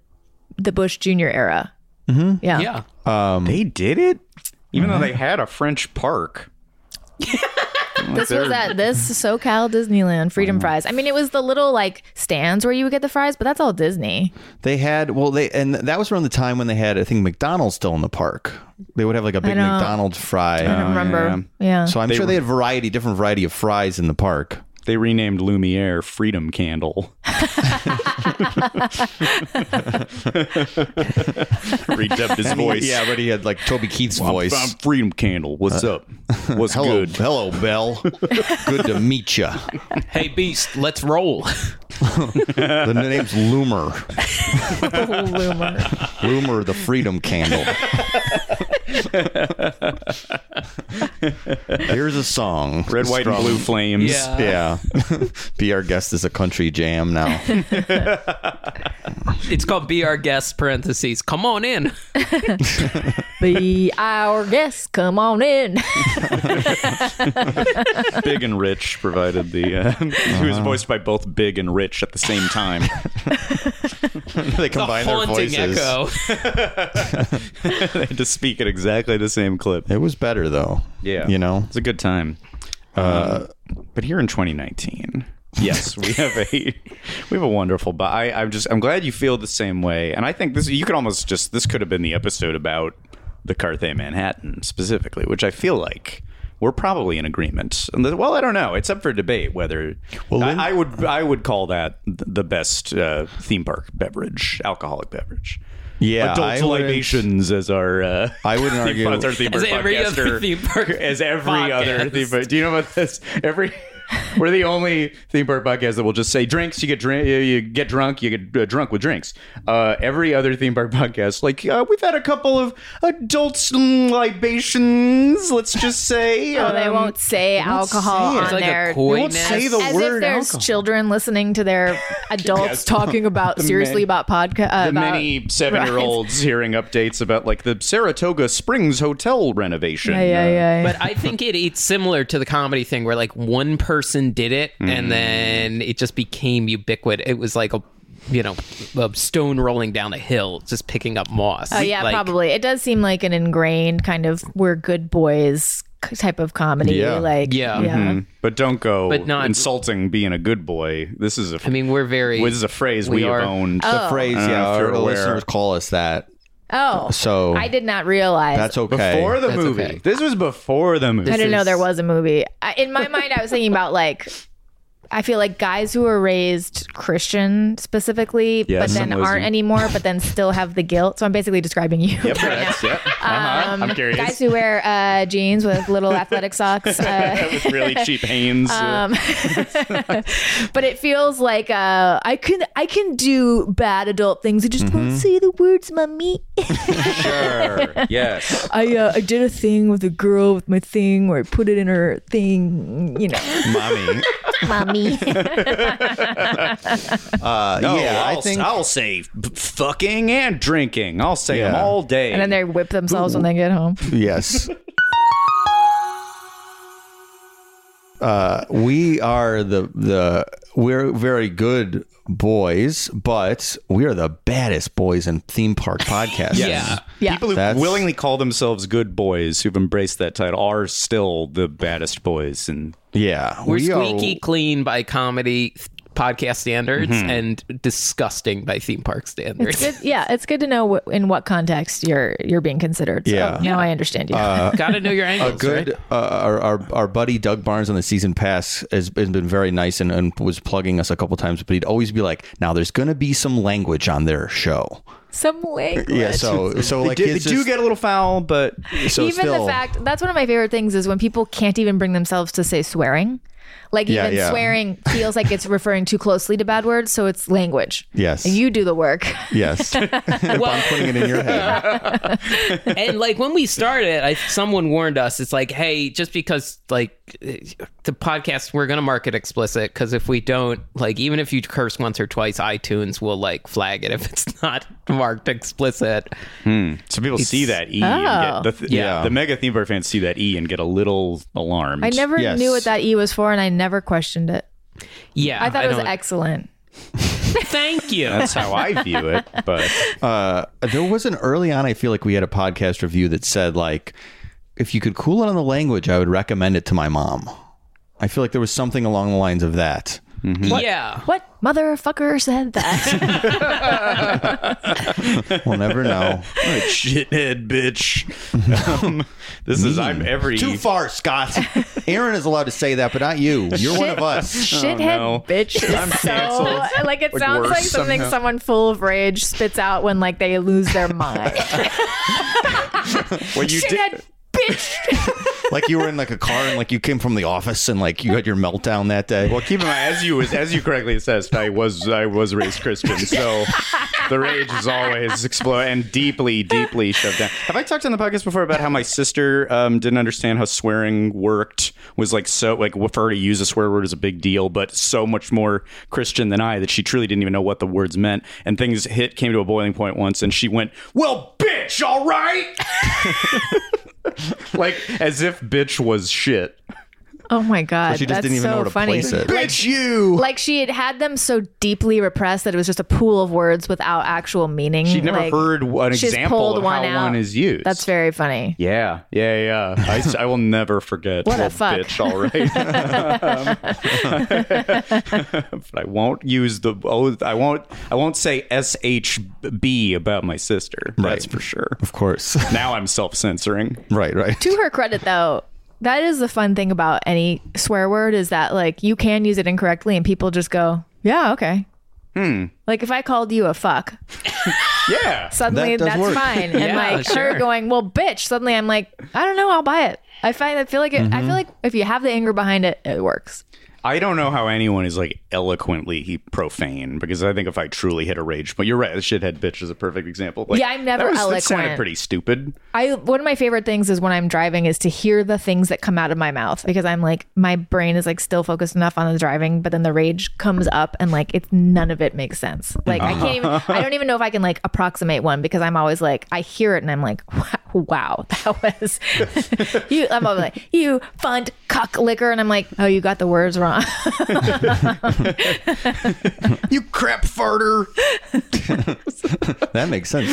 Speaker 5: the Bush Junior era. Mm-hmm. Yeah.
Speaker 3: Yeah.
Speaker 4: They did it? Mm-hmm. Even though they had a French park.
Speaker 5: This was at this SoCal Disneyland Freedom Fries. I mean, it was the little like stands where you would get the fries, but that's all Disney.
Speaker 2: They had well, they and that was around the time when they had I think McDonald's still in the park. They would have like a big
Speaker 5: don't-
Speaker 2: McDonald's fry.
Speaker 5: I
Speaker 4: Oh,
Speaker 5: don't remember. Yeah.
Speaker 2: So I'm sure they had variety, different variety of fries in the park.
Speaker 4: They renamed Lumiere Freedom Candle. Redubbed his voice.
Speaker 2: Yeah, but he had like Toby Keith's voice.
Speaker 4: I'm Freedom Candle. What's up? What's
Speaker 2: hello,
Speaker 4: good?
Speaker 2: hello, Bell. Good to meet you.
Speaker 3: Hey, Beast, let's roll.
Speaker 2: The name's Loomer. Loomer, the freedom candle. Here's a song.
Speaker 4: Red, white, and
Speaker 2: Strung-
Speaker 4: blue flames.
Speaker 2: Yeah.
Speaker 3: Yeah.
Speaker 2: Be our guest is a country jam now.
Speaker 3: it's called Be Our Guest, parentheses. Come on in.
Speaker 5: Be our guest. Come on in.
Speaker 4: Big and Rich provided the. Uh, He was voiced by both Big and Rich at the same time.
Speaker 2: they combine their
Speaker 3: Haunting
Speaker 2: voices.
Speaker 3: echo.
Speaker 4: they had to speak at exactly the same clip.
Speaker 2: It was better though.
Speaker 4: Yeah.
Speaker 2: You know?
Speaker 4: It's a good time. Uh, but here in 2019, yes, we have a we have a wonderful. But I, I'm just I'm glad you feel the same way. And I think this you could almost just this could have been the episode about the Carthay Manhattan specifically, which I feel like we're probably in agreement. And the- well, I don't know. It's up for debate whether well,
Speaker 2: Lin-
Speaker 4: I, I would I would call that th- the best uh, theme park beverage, alcoholic beverage.
Speaker 2: Yeah.
Speaker 4: Adult
Speaker 2: I wouldn't-
Speaker 4: libations as our uh,
Speaker 2: I wouldn't
Speaker 4: theme-
Speaker 2: argue-
Speaker 4: that's our theme
Speaker 3: As
Speaker 4: park
Speaker 3: every
Speaker 4: podcast,
Speaker 3: other
Speaker 4: or-
Speaker 3: theme park
Speaker 4: as every other
Speaker 3: podcast.
Speaker 4: theme park. Do you know about this? Every we're the only theme park podcast that will just say drinks. You get drink, you- you get drunk, you get uh, drunk with drinks. Uh, every other theme park podcast, like uh, we've had a couple of adult mm, libations. Let's just say
Speaker 5: Oh, they
Speaker 4: um,
Speaker 5: won't say alcohol
Speaker 4: say it.
Speaker 5: on
Speaker 4: It's
Speaker 3: like a
Speaker 5: their.
Speaker 3: coy-
Speaker 4: won't say
Speaker 3: As-
Speaker 4: the
Speaker 5: as if
Speaker 4: word
Speaker 5: there's
Speaker 4: alcohol.
Speaker 5: children listening to their adults
Speaker 4: Yes.
Speaker 5: talking about seriously
Speaker 4: many-
Speaker 5: about podcast. Uh,
Speaker 4: the
Speaker 5: about,
Speaker 4: many seven-year-olds hearing updates about like the Saratoga Springs hotel renovation.
Speaker 5: Yeah, yeah, yeah.
Speaker 4: uh,
Speaker 3: But I think it, it's similar to the comedy thing where like one person did it
Speaker 2: Mm.
Speaker 3: and then it just became ubiquitous. It was like a you know a stone rolling down a hill, just picking up moss.
Speaker 5: Oh yeah,
Speaker 3: Like,
Speaker 5: probably. It does seem like an ingrained kind of we're good boys c- type of comedy.
Speaker 2: Yeah.
Speaker 5: Like
Speaker 3: Yeah.
Speaker 5: Mm-hmm.
Speaker 4: But don't go
Speaker 3: But not-
Speaker 4: insulting being a good boy. This is a
Speaker 3: I mean, we're very.
Speaker 4: this is a phrase we,
Speaker 3: we are-
Speaker 4: have owned.
Speaker 2: The phrase,
Speaker 4: I don't know
Speaker 2: yeah,
Speaker 4: Uh, if you're
Speaker 2: or the
Speaker 4: aware.
Speaker 2: listeners call us that.
Speaker 5: Oh,
Speaker 2: So
Speaker 5: I did not realize.
Speaker 2: that's okay.
Speaker 4: Before the
Speaker 3: That's
Speaker 4: movie.
Speaker 3: okay.
Speaker 4: This was before the movie.
Speaker 5: I didn't know
Speaker 3: is-
Speaker 5: there was a movie. I, in my mind, I was thinking about like. I feel like guys who are raised Christian specifically,
Speaker 4: Yes,
Speaker 5: but then
Speaker 4: I'm losing.
Speaker 5: aren't anymore, but then still have the guilt. So I'm basically describing you.
Speaker 4: Yep, correct. Yep. Uh-huh. I'm curious.
Speaker 5: Um, Guys who wear uh, jeans with little athletic socks. Uh,
Speaker 4: that was really cheap Hanes.
Speaker 5: Um,
Speaker 4: uh,
Speaker 5: but it feels like uh, I can I can do bad adult things. I just won't say the words, mommy.
Speaker 4: sure. Yes.
Speaker 5: I uh, I did a thing with a girl with my thing, or I put it in her thing. You know,
Speaker 2: mommy.
Speaker 5: mommy.
Speaker 2: Uh,
Speaker 4: No,
Speaker 2: yeah,
Speaker 4: I'll,
Speaker 2: I think
Speaker 4: I'll say b- fucking and drinking. I'll say them
Speaker 2: Yeah.
Speaker 4: all day.
Speaker 5: and then they whip themselves when they get home.
Speaker 2: yes. Uh, we are the the we're very good boys, but we are the baddest boys in theme park podcasts.
Speaker 3: Yeah.
Speaker 5: Yeah.
Speaker 4: People who
Speaker 2: That's-
Speaker 4: willingly call themselves good boys who've embraced that title are still the baddest boys. And
Speaker 2: yeah,
Speaker 3: We're
Speaker 2: we are-
Speaker 3: squeaky clean by comedy th- podcast standards
Speaker 2: Mm-hmm.
Speaker 3: and disgusting by theme park standards.
Speaker 5: It's good. Yeah, it's good to know what, in what context you're you're being considered. So
Speaker 2: Yeah.
Speaker 5: now I understand you.
Speaker 3: Gotta know your angles.
Speaker 2: a good
Speaker 3: right?
Speaker 2: uh, our, our our buddy Doug Barnes on the season pass has, has been very nice and, and was plugging us a couple times, but he'd always be like, "Now there's going to be some language on their show."
Speaker 5: Some language.
Speaker 2: Yeah, so so like
Speaker 4: they do,
Speaker 2: it's
Speaker 4: they do
Speaker 2: just-
Speaker 4: get a little foul, but
Speaker 2: so
Speaker 5: even
Speaker 2: still-
Speaker 5: the fact that's one of my favorite things is when people can't even bring themselves to say swearing. Like
Speaker 2: Yeah,
Speaker 5: even
Speaker 2: yeah.
Speaker 5: swearing feels like it's referring too closely to bad words, so it's language.
Speaker 2: Yes.
Speaker 5: And you do the work.
Speaker 2: yes, I'm putting it in your head.
Speaker 3: and like when we started, I, someone warned us. It's like, hey, just because like the podcast, we're gonna mark it explicit because if we don't, like, even if you curse once or twice, iTunes will like flag it if it's not marked explicit.
Speaker 4: some people see that E.
Speaker 5: Oh.
Speaker 4: and get, the th-
Speaker 3: Yeah.
Speaker 4: the mega theme park fans see that E and get a little alarmed.
Speaker 5: I never
Speaker 2: Yes.
Speaker 5: knew what that E was for and I never questioned it.
Speaker 3: Yeah,
Speaker 5: I thought it was
Speaker 3: don't-
Speaker 5: excellent.
Speaker 3: Thank you.
Speaker 4: That's how I view it, but
Speaker 2: Uh, there was an early on. I feel like we had a podcast review that said like, "If you could cool it on the language, I would recommend it to my mom." I feel like there was something along the lines of that.
Speaker 3: Yeah.
Speaker 5: What motherfucker said that?
Speaker 2: We'll never know.
Speaker 4: shithead bitch. Um, this is I'm every
Speaker 2: Too far, Scott. Aaron is allowed to say that, but not you. You're one of us.
Speaker 5: Shithead
Speaker 4: no.
Speaker 5: bitch. is
Speaker 4: I'm canceled.
Speaker 5: so like it
Speaker 4: Like,
Speaker 5: sounds
Speaker 4: worse
Speaker 5: like something
Speaker 4: somehow.
Speaker 5: someone full of rage spits out when like they lose their mind.
Speaker 4: Well, you did.
Speaker 5: Shithead bitch.
Speaker 2: like you were in like a car and like you came from the office and like you had your meltdown that day.
Speaker 4: Well, keep in mind, as you was as you correctly assessed, I was I was raised Christian, so the rage is always explode and deeply, deeply shoved down. Have I talked on the podcast before about how my sister um, didn't understand how swearing worked? Was like so like for her to use a swear word is a big deal, but so much more Christian than I that she truly didn't even know what the words meant. And things hit came to a boiling point once, and she went, "Well, bitch, all right," like as if bitch was shit.
Speaker 5: Oh my god,
Speaker 2: she just
Speaker 5: that's
Speaker 2: didn't even
Speaker 5: so
Speaker 2: know where to
Speaker 5: funny.
Speaker 2: place it.
Speaker 4: Bitch, you.
Speaker 5: Like she had had them so deeply repressed that it was just a pool of words without actual meaning.
Speaker 4: She'd never
Speaker 5: Like,
Speaker 4: heard an
Speaker 5: she's
Speaker 4: example
Speaker 5: pulled
Speaker 4: of
Speaker 5: one
Speaker 4: how
Speaker 5: out.
Speaker 4: one is used.
Speaker 5: That's very funny.
Speaker 4: Yeah, yeah, yeah. I, s- I will never forget.
Speaker 5: What a
Speaker 4: Well,
Speaker 5: fuck.
Speaker 4: bitch! All right, but I won't use the. Oh, I won't. I won't say shb about my sister. That's
Speaker 2: Right.
Speaker 4: for sure.
Speaker 2: Of course.
Speaker 4: Now I'm self censoring.
Speaker 2: right, right.
Speaker 5: To her credit, though, that is the fun thing about any swear word is that like you can use it incorrectly and people just go, yeah, okay.
Speaker 4: Hmm.
Speaker 5: Like if I called you a fuck,
Speaker 4: Yeah.
Speaker 5: suddenly
Speaker 2: That does
Speaker 5: that's
Speaker 2: work.
Speaker 5: fine. And
Speaker 3: Yeah,
Speaker 5: like
Speaker 3: sure.
Speaker 5: her going, well, bitch. Suddenly I'm like, I don't know, I'll buy it. I find I feel like it, I
Speaker 4: Mm-hmm.
Speaker 5: feel like if you have the anger behind it, it works.
Speaker 4: I don't know how anyone is like eloquently profane because I think if I truly hit a rage, but you're right, the shithead bitch is a perfect example. Like,
Speaker 5: Yeah, I'm never
Speaker 4: that was, That sounded
Speaker 5: eloquent.
Speaker 4: pretty stupid.
Speaker 5: I one of my favorite things is when I'm driving is to hear the things that come out of my mouth because I'm like my brain is like still focused enough on the driving, but then the rage comes up and like it's none of it makes sense. Like I can't even I don't even know if I can like approximate one because I'm always like I hear it and I'm like wow, wow that was you I'm always like you fund cuck liquor and I'm like oh you got the words wrong.
Speaker 4: You crap farter.
Speaker 2: That makes sense.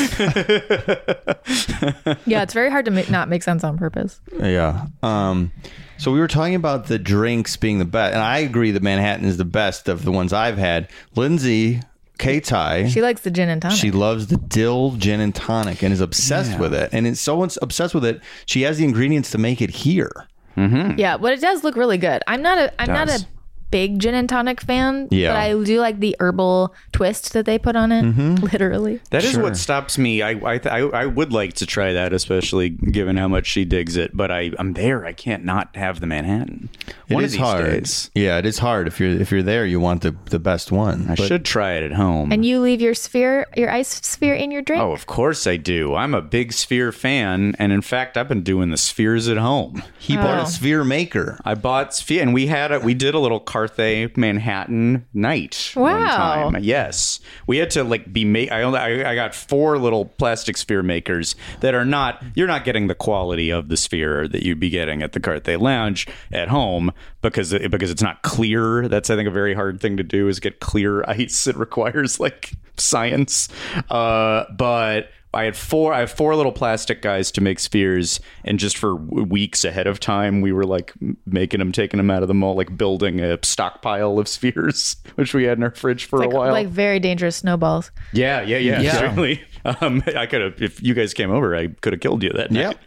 Speaker 5: yeah, it's very hard to ma- not make sense on purpose.
Speaker 2: Yeah. Um, so we were talking about the drinks being the best, and I agree that Manhattan is the best of the ones I've had. Lindsay K. Tie.
Speaker 5: She likes the gin and tonic.
Speaker 2: She loves the dill gin and tonic and is obsessed with it. And it's so obsessed with it, she has the ingredients to make it here.
Speaker 5: Yeah, but it does look really good. I'm not a I'm not
Speaker 4: does.
Speaker 5: a big gin and tonic fan,
Speaker 2: Yeah.
Speaker 5: but I do like the herbal twist that they put on it.
Speaker 4: Mm-hmm.
Speaker 5: Literally.
Speaker 4: That is what stops me. I I, th- I I would like to try that, especially given how much she digs it. But I I'm there. I can't not have the Manhattan. One
Speaker 2: It
Speaker 4: of
Speaker 2: is
Speaker 4: these
Speaker 2: hard.
Speaker 4: days.
Speaker 2: Yeah, it is hard. If you're if you're there, you want the, the best one.
Speaker 4: I should try it at home.
Speaker 5: And you leave your sphere, your ice sphere in your drink.
Speaker 4: oh, of course I do. I'm a big Sphere fan, and in fact, I've been doing the Spheres at home.
Speaker 5: Oh.
Speaker 2: He bought a sphere maker.
Speaker 4: I bought Sphere, and we had a, we did a little Carthay, Manhattan night. One
Speaker 5: Wow.
Speaker 4: time. Yes, we had to like be made. I only I, I got four little plastic sphere makers that are not. You're not getting the quality of the sphere that you'd be getting at the Carthay Lounge at home because it, because it's not clear. That's I think a very hard thing to do is get clear ice. It requires like science. Uh, but I had four. I have four little plastic guys to make spheres, and just for w- weeks ahead of time, we were like m- making them, taking them out of the mold, like building a stockpile of spheres, which we had in our fridge for
Speaker 5: like,
Speaker 4: a while.
Speaker 5: like very dangerous snowballs.
Speaker 4: yeah, yeah, yeah,
Speaker 3: Yeah.
Speaker 4: certainly. Um, I could have, if you guys came over, I could have killed you that night.
Speaker 2: Yep.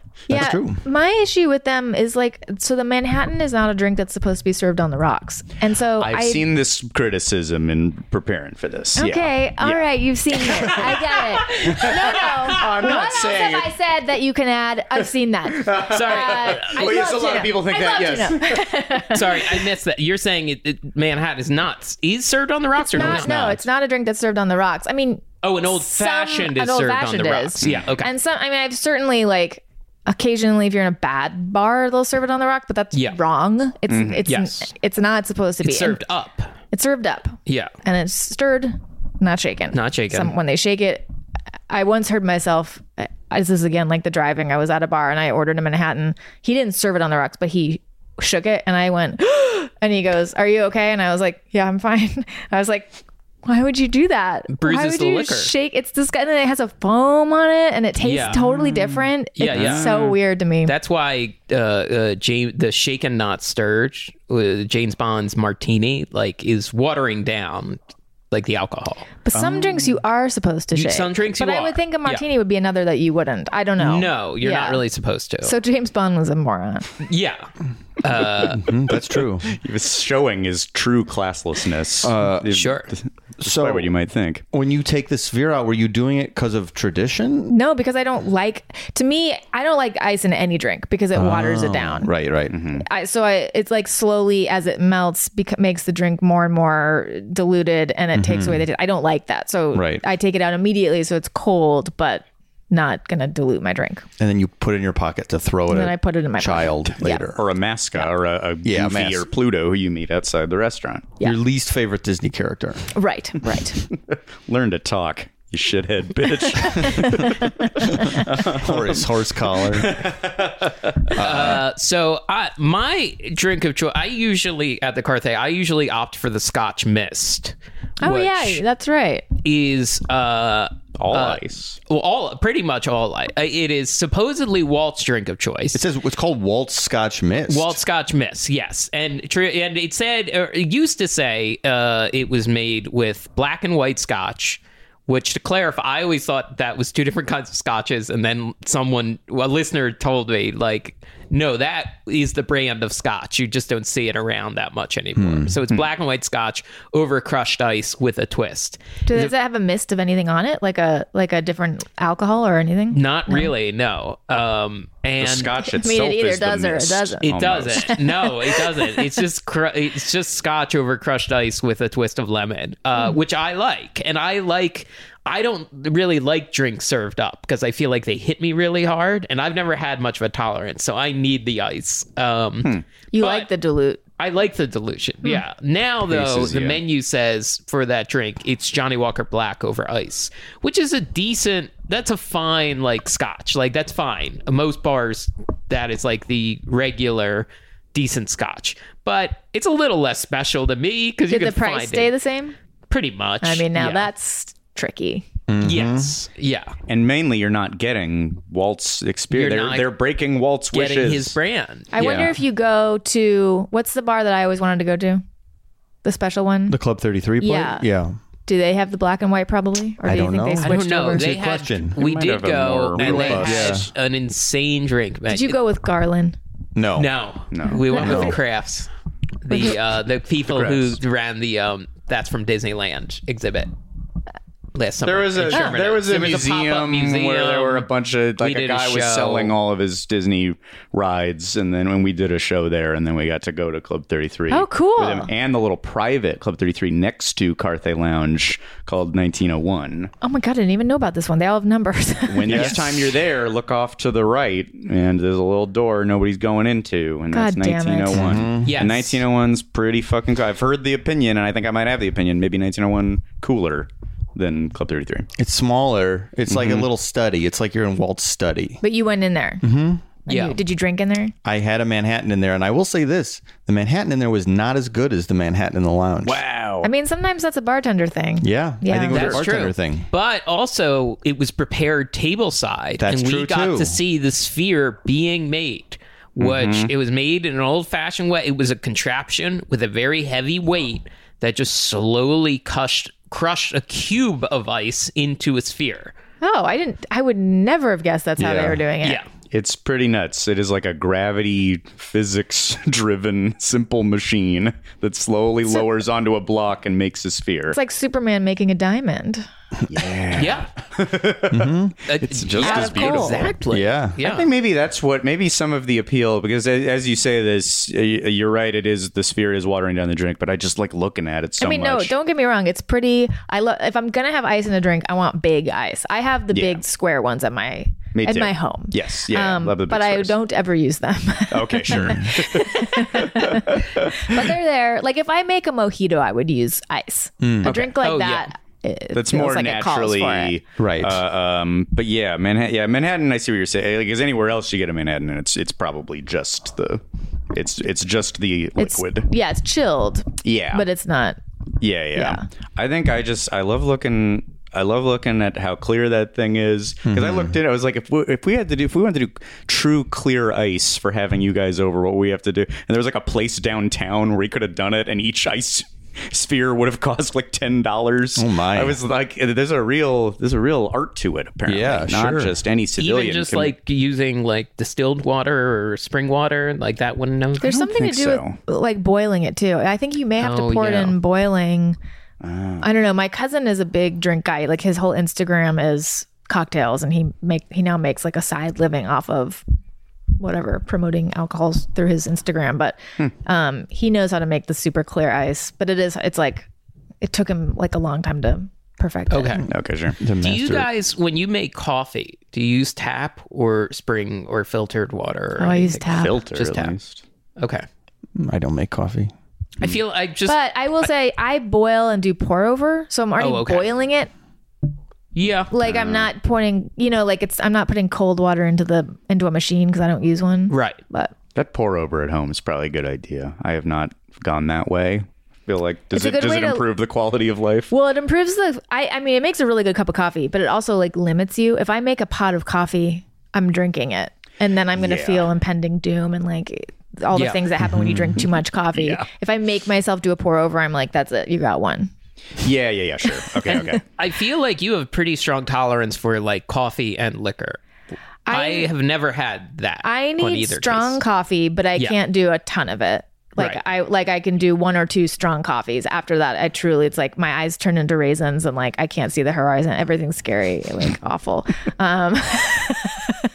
Speaker 2: That's true.
Speaker 5: My issue with them is like, so the Manhattan is not a drink that's supposed to be served on the rocks, and so
Speaker 4: I've
Speaker 5: I,
Speaker 4: seen this criticism in preparing for this. Yeah.
Speaker 5: Okay, all
Speaker 4: Yeah. Oh,
Speaker 5: right, you've seen it. I get it. No, no.
Speaker 4: I'm
Speaker 5: what
Speaker 4: not
Speaker 5: else
Speaker 4: saying
Speaker 5: have
Speaker 4: it.
Speaker 5: I said that you can add? I've seen that.
Speaker 3: Sorry,
Speaker 5: Uh, I'd
Speaker 4: Well, yes,
Speaker 5: love
Speaker 4: a lot of
Speaker 5: to know.
Speaker 4: people think
Speaker 5: I'd
Speaker 4: that,
Speaker 5: love to
Speaker 4: yes.
Speaker 5: know.
Speaker 3: sorry, I missed that. You're saying it, it, Manhattan is not is served on the rocks or
Speaker 5: Not- no, it's not a drink that's served on the rocks. I mean,
Speaker 3: Oh, an old
Speaker 5: some-
Speaker 3: fashioned
Speaker 5: an
Speaker 3: is served on
Speaker 5: old-fashioned
Speaker 3: the
Speaker 5: is.
Speaker 3: rocks. Yeah, okay.
Speaker 5: And some, I mean, I've certainly like occasionally, if you're in a bad bar, they'll serve it on the rock, but that's
Speaker 3: Yeah. Mm-hmm.
Speaker 5: wrong. It's it's
Speaker 3: Yes.
Speaker 5: it's not supposed to be
Speaker 3: it's served up.
Speaker 5: And It's served up.
Speaker 3: Yeah.
Speaker 5: and it's stirred, not shaken.
Speaker 3: Not shaken.
Speaker 5: Some, when they shake it, I once heard myself. I- This is again like the driving. I was at a bar and I ordered a Manhattan. He didn't serve it on the rocks, but he shook it, and I went, and he goes, "Are you okay?" And I was like, "Yeah, I'm fine." I was like. Why would you do that? Why
Speaker 3: Bruises
Speaker 5: would
Speaker 3: the
Speaker 5: you
Speaker 3: liquor.
Speaker 5: shake? It's disgusting. It has a foam on it, and it tastes
Speaker 3: Yeah.
Speaker 5: totally different.
Speaker 3: Yeah,
Speaker 5: it's
Speaker 3: yeah.
Speaker 5: so weird to me.
Speaker 3: That's why uh, uh, James, the shaken not stirred, uh, James Bond's martini, like is watering down like the alcohol.
Speaker 5: but some drinks you are supposed to shake.
Speaker 3: some drinks
Speaker 5: but
Speaker 3: you
Speaker 5: I
Speaker 3: are.
Speaker 5: would think
Speaker 3: Yeah.
Speaker 5: a martini would be another that you wouldn't. I don't know.
Speaker 3: No, you're
Speaker 5: Yeah.
Speaker 3: not really supposed to.
Speaker 5: So James Bond was a moron.
Speaker 3: yeah,
Speaker 2: Mm, that's true.
Speaker 4: He was showing his true classlessness. Uh,
Speaker 3: sure.
Speaker 2: so
Speaker 4: what you might think.
Speaker 2: when you take the sphere out, were you doing it because of tradition?
Speaker 5: No, because I don't like. To me, I don't like ice in any drink because it waters
Speaker 3: Oh,
Speaker 5: it down.
Speaker 2: Right, right.
Speaker 4: Mm-hmm.
Speaker 5: I, so I, it's like slowly as it melts, bec- makes the drink more and more diluted, and it
Speaker 3: Mm-hmm.
Speaker 5: takes away the. I don't like that, so
Speaker 2: Right.
Speaker 5: I take it out immediately, so it's cold, but not gonna dilute my drink.
Speaker 2: And then you put it in your pocket to throw it.
Speaker 5: And
Speaker 2: at
Speaker 5: then I put it in my
Speaker 2: child
Speaker 5: pocket. Yeah.
Speaker 2: later.
Speaker 4: Or a mascot, or a, a
Speaker 2: Yeah, a
Speaker 4: goofy,
Speaker 2: mas-
Speaker 4: or Pluto who you meet outside the restaurant.
Speaker 5: Yeah.
Speaker 2: Your least favorite Disney character.
Speaker 5: Right, right.
Speaker 4: Learn to talk, you shithead bitch.
Speaker 5: Uh,
Speaker 2: Horace, horse collar.
Speaker 3: Uh, so I, my drink of choice, I usually at the Carthay, I usually opt for the Scotch Mist.
Speaker 5: Oh
Speaker 3: which
Speaker 5: yeah, that's right.
Speaker 3: is uh
Speaker 4: All ice.
Speaker 3: well, all pretty much all I, it is supposedly Walt's drink of choice.
Speaker 2: It says it's called Waltz Scotch Mist.
Speaker 3: Walt Scotch Miss, yes, and tr- and it said or it used to say uh, it was made with black and white Scotch. Which to clarify, I always thought that was two different kinds of scotches, and then someone, a listener, told me like, no, that is the brand of scotch. You just don't see it around that much anymore. So it's black and white scotch over crushed ice with a twist.
Speaker 5: Do- Does it have a mist of anything on it, like a like a different alcohol or anything?
Speaker 3: Not really, no. Um, and
Speaker 4: Scotch
Speaker 5: I mean,
Speaker 4: itself
Speaker 5: it either
Speaker 4: is the
Speaker 5: does or it
Speaker 4: mist, Oh
Speaker 5: doesn't.
Speaker 3: It
Speaker 4: almost.
Speaker 3: doesn't. No, it doesn't. It's just cr- it's just scotch over crushed ice with a twist of lemon, uh, which I like. And I like. I don't really like drinks served up because I feel like they hit me really hard, and I've never had much of a tolerance, so I need the ice. Um,
Speaker 5: You
Speaker 3: But-
Speaker 5: like the dilute?
Speaker 3: I like the dilution. Yeah. Now though,
Speaker 4: Paces,
Speaker 3: the
Speaker 4: Hmm. yeah.
Speaker 3: menu says for that drink, it's Johnny Walker Black over ice, which is a decent. That's a fine like Scotch. Like that's fine. Most bars, that is like the regular, decent Scotch. But it's a little less special to me because you
Speaker 5: Did
Speaker 3: can
Speaker 5: the price
Speaker 3: find
Speaker 5: stay
Speaker 3: it
Speaker 5: the same?
Speaker 3: pretty much.
Speaker 5: I mean, now
Speaker 3: Yeah.
Speaker 5: that's tricky.
Speaker 3: yes,
Speaker 4: Mm-hmm.
Speaker 3: yeah,
Speaker 4: And mainly, you're not getting Walt's experience.
Speaker 3: You're
Speaker 4: They're,
Speaker 3: not
Speaker 4: they're breaking Walt's
Speaker 3: getting
Speaker 4: wishes.
Speaker 3: his brand.
Speaker 5: I wonder if you go to what's the bar that I always wanted to go to? The special one.
Speaker 2: the Club 33 plate?
Speaker 5: Yeah.
Speaker 2: Yeah.
Speaker 5: do they have the black and white probably? Or do
Speaker 2: don't
Speaker 5: you think
Speaker 2: know.
Speaker 5: they
Speaker 2: I
Speaker 3: I don't
Speaker 5: switched
Speaker 3: know.
Speaker 5: over?
Speaker 3: They
Speaker 2: good
Speaker 3: had,
Speaker 2: question.
Speaker 3: We
Speaker 4: might
Speaker 3: did
Speaker 4: have a
Speaker 3: go,
Speaker 4: more
Speaker 3: and they
Speaker 4: robust-
Speaker 3: had
Speaker 2: Yeah.
Speaker 3: an insane drink.
Speaker 5: Did you go with Garland?
Speaker 2: No.
Speaker 3: No, no, we went with the crafts. The uh, the people who ran the um, that's from Disneyland exhibit. last summer.
Speaker 4: There was a
Speaker 3: in Sherman
Speaker 4: there was
Speaker 3: Oaks.
Speaker 4: a,
Speaker 3: There pop-up
Speaker 4: museum, where there were a bunch of
Speaker 3: We
Speaker 4: like a
Speaker 3: did a
Speaker 4: guy was
Speaker 3: show.
Speaker 4: selling all of his Disney rides, and then when we did a show there, and then we got to go to Club Thirty Three.
Speaker 5: Oh, cool.
Speaker 4: With him, and the little private Club Thirty Three next to Carthay Lounge called Nineteen Oh One.
Speaker 5: Oh my god, I didn't even know about this one. They all have numbers.
Speaker 4: When next time you're there, look off to the right, and there's a little door nobody's going into, and
Speaker 5: God
Speaker 4: that's
Speaker 5: damn it.
Speaker 4: 1901.
Speaker 3: Yes.
Speaker 4: And 1901's pretty fucking. Cool. I've heard the opinion, and I think I might have the opinion. Maybe 1901 cooler than Club Thirty Three.
Speaker 2: It's smaller. It's like
Speaker 4: Mm-hmm.
Speaker 2: a little study. It's like you're in Walt's study.
Speaker 5: but you went in there. Mm-hmm.
Speaker 3: Yeah.
Speaker 5: did you drink in there?
Speaker 2: I had a Manhattan in there, and I will say this: the Manhattan in there was not as good as the Manhattan in the lounge.
Speaker 4: Wow.
Speaker 5: I mean, sometimes that's a bartender thing.
Speaker 2: Yeah, I
Speaker 5: Yeah.
Speaker 2: think it was
Speaker 3: That's
Speaker 2: a bartender
Speaker 3: true.
Speaker 2: thing.
Speaker 3: But also, it was prepared tableside,
Speaker 2: That's
Speaker 3: and we
Speaker 2: true,
Speaker 3: got
Speaker 2: too.
Speaker 3: to see the sphere being made. Which it was made in an old-fashioned way. It was a contraption with a very heavy weight that just slowly crushed crushed a cube of ice into a sphere.
Speaker 5: Oh, I didn't. I would never have guessed that's how they
Speaker 2: Yeah.
Speaker 5: were doing it.
Speaker 3: Yeah,
Speaker 4: It's pretty nuts. It is like a gravity physics driven simple machine that slowly lowers onto a block and makes a sphere.
Speaker 5: It's like Superman making a diamond.
Speaker 3: yeah. Mm-hmm. it's
Speaker 4: just as
Speaker 5: beautiful.
Speaker 3: Exactly.
Speaker 2: Yeah.
Speaker 3: yeah.
Speaker 4: I think maybe that's what maybe some of the appeal because a- as you say this, uh, you're right. It is the sphere is watering down the drink, but I just like looking at it so
Speaker 5: I mean,
Speaker 4: much.
Speaker 5: no, don't get me wrong. It's pretty. I love. If I'm gonna have ice in a drink, I want big ice. I have the big square ones at my
Speaker 4: Me
Speaker 5: at
Speaker 4: too.
Speaker 5: my home. Um,
Speaker 4: Yes, yeah, love the big
Speaker 5: but I
Speaker 4: squares. Oh.
Speaker 5: don't ever use them.
Speaker 4: Okay, sure.
Speaker 5: but they're there. Like if I make a mojito, I would use ice. A
Speaker 4: Mm.
Speaker 5: drink like
Speaker 3: Oh, yeah.
Speaker 5: that. it
Speaker 4: That's
Speaker 5: feels
Speaker 4: more
Speaker 5: like it calls for
Speaker 4: naturally
Speaker 5: it.
Speaker 2: Right.
Speaker 4: Uh, um, but yeah, Manhattan. Yeah, Manhattan. I see what you're saying. Like, is anywhere else you get a Manhattan, and it's it's probably just the, it's it's just the
Speaker 5: It's-
Speaker 4: liquid.
Speaker 5: Yeah, it's chilled,
Speaker 4: yeah,
Speaker 5: but it's not.
Speaker 4: Yeah, yeah. I think I just I love looking. I love looking at how clear that thing is because I looked at it. I was like, if we, if we had to do if we wanted to do true clear ice for having you guys over, what we have to do. And there was like a place downtown where we could have done it, and each ice sphere would have cost like ten dollars. Oh
Speaker 2: my.
Speaker 4: I was like, there's a real there's a real art to it apparently.
Speaker 2: Yeah,
Speaker 4: not
Speaker 2: sure.
Speaker 4: just any civilian.
Speaker 3: Even just
Speaker 4: can-
Speaker 3: like using like distilled water or spring water, like that wouldn't know.
Speaker 5: There's something to
Speaker 4: think
Speaker 5: do
Speaker 4: so.
Speaker 5: with like boiling it too. I think you may have
Speaker 3: Oh,
Speaker 5: to pour
Speaker 3: yeah.
Speaker 5: it in boiling.
Speaker 4: Ah.
Speaker 5: I don't know. My cousin is a big drink guy. Like his whole Instagram is cocktails, and he make he now makes like a side living off of whatever promoting alcohols through his Instagram. But
Speaker 4: Hmm.
Speaker 5: um, he knows how to make the super clear ice. But it is it's like it took him like a long time to perfect. it.
Speaker 3: Okay.
Speaker 4: okay, sure.
Speaker 3: Do you guys, when you make coffee, do you use tap or spring or filtered water? Or
Speaker 5: Oh, I use
Speaker 3: anything?
Speaker 5: tap.
Speaker 4: Filter
Speaker 3: Just
Speaker 4: at
Speaker 3: tap.
Speaker 4: least.
Speaker 3: Okay.
Speaker 2: I don't make coffee.
Speaker 3: I feel I just
Speaker 5: But I will say I boil and do pour over, so I'm already
Speaker 3: Oh, okay.
Speaker 5: boiling it
Speaker 3: yeah.
Speaker 5: like I'm not pouring, you know, like it's I'm not putting cold water into the into a machine because I don't use one.
Speaker 3: Right.
Speaker 5: But
Speaker 4: That pour over at home is probably a good idea. I have not gone that way. Feel like does
Speaker 5: It's a
Speaker 4: it
Speaker 5: good
Speaker 4: does
Speaker 5: way
Speaker 4: it
Speaker 5: to-
Speaker 4: improve the quality of life?
Speaker 5: well, it improves the. I I mean, it makes a really good cup of coffee, but it also like limits you. If I make a pot of coffee, I'm drinking it, and then I'm gonna
Speaker 4: Yeah.
Speaker 5: feel impending doom and like all the
Speaker 3: Yeah.
Speaker 5: things that happen when you drink too much coffee. If I make myself do a pour over, I'm like, that's it, you got one.
Speaker 4: Yeah, yeah, yeah, sure. Okay, okay.
Speaker 3: I feel like you have pretty strong tolerance for like coffee and liquor. I, have never had that.
Speaker 5: I
Speaker 3: on
Speaker 5: need
Speaker 3: either
Speaker 5: strong
Speaker 3: case.
Speaker 5: coffee, but I
Speaker 3: Yeah.
Speaker 5: can't do a ton of it. Like
Speaker 3: Right.
Speaker 5: I like I can do one or two strong coffees. After that, I truly it's like my eyes turn into raisins and like I can't see the horizon. Everything's scary, like awful. Um,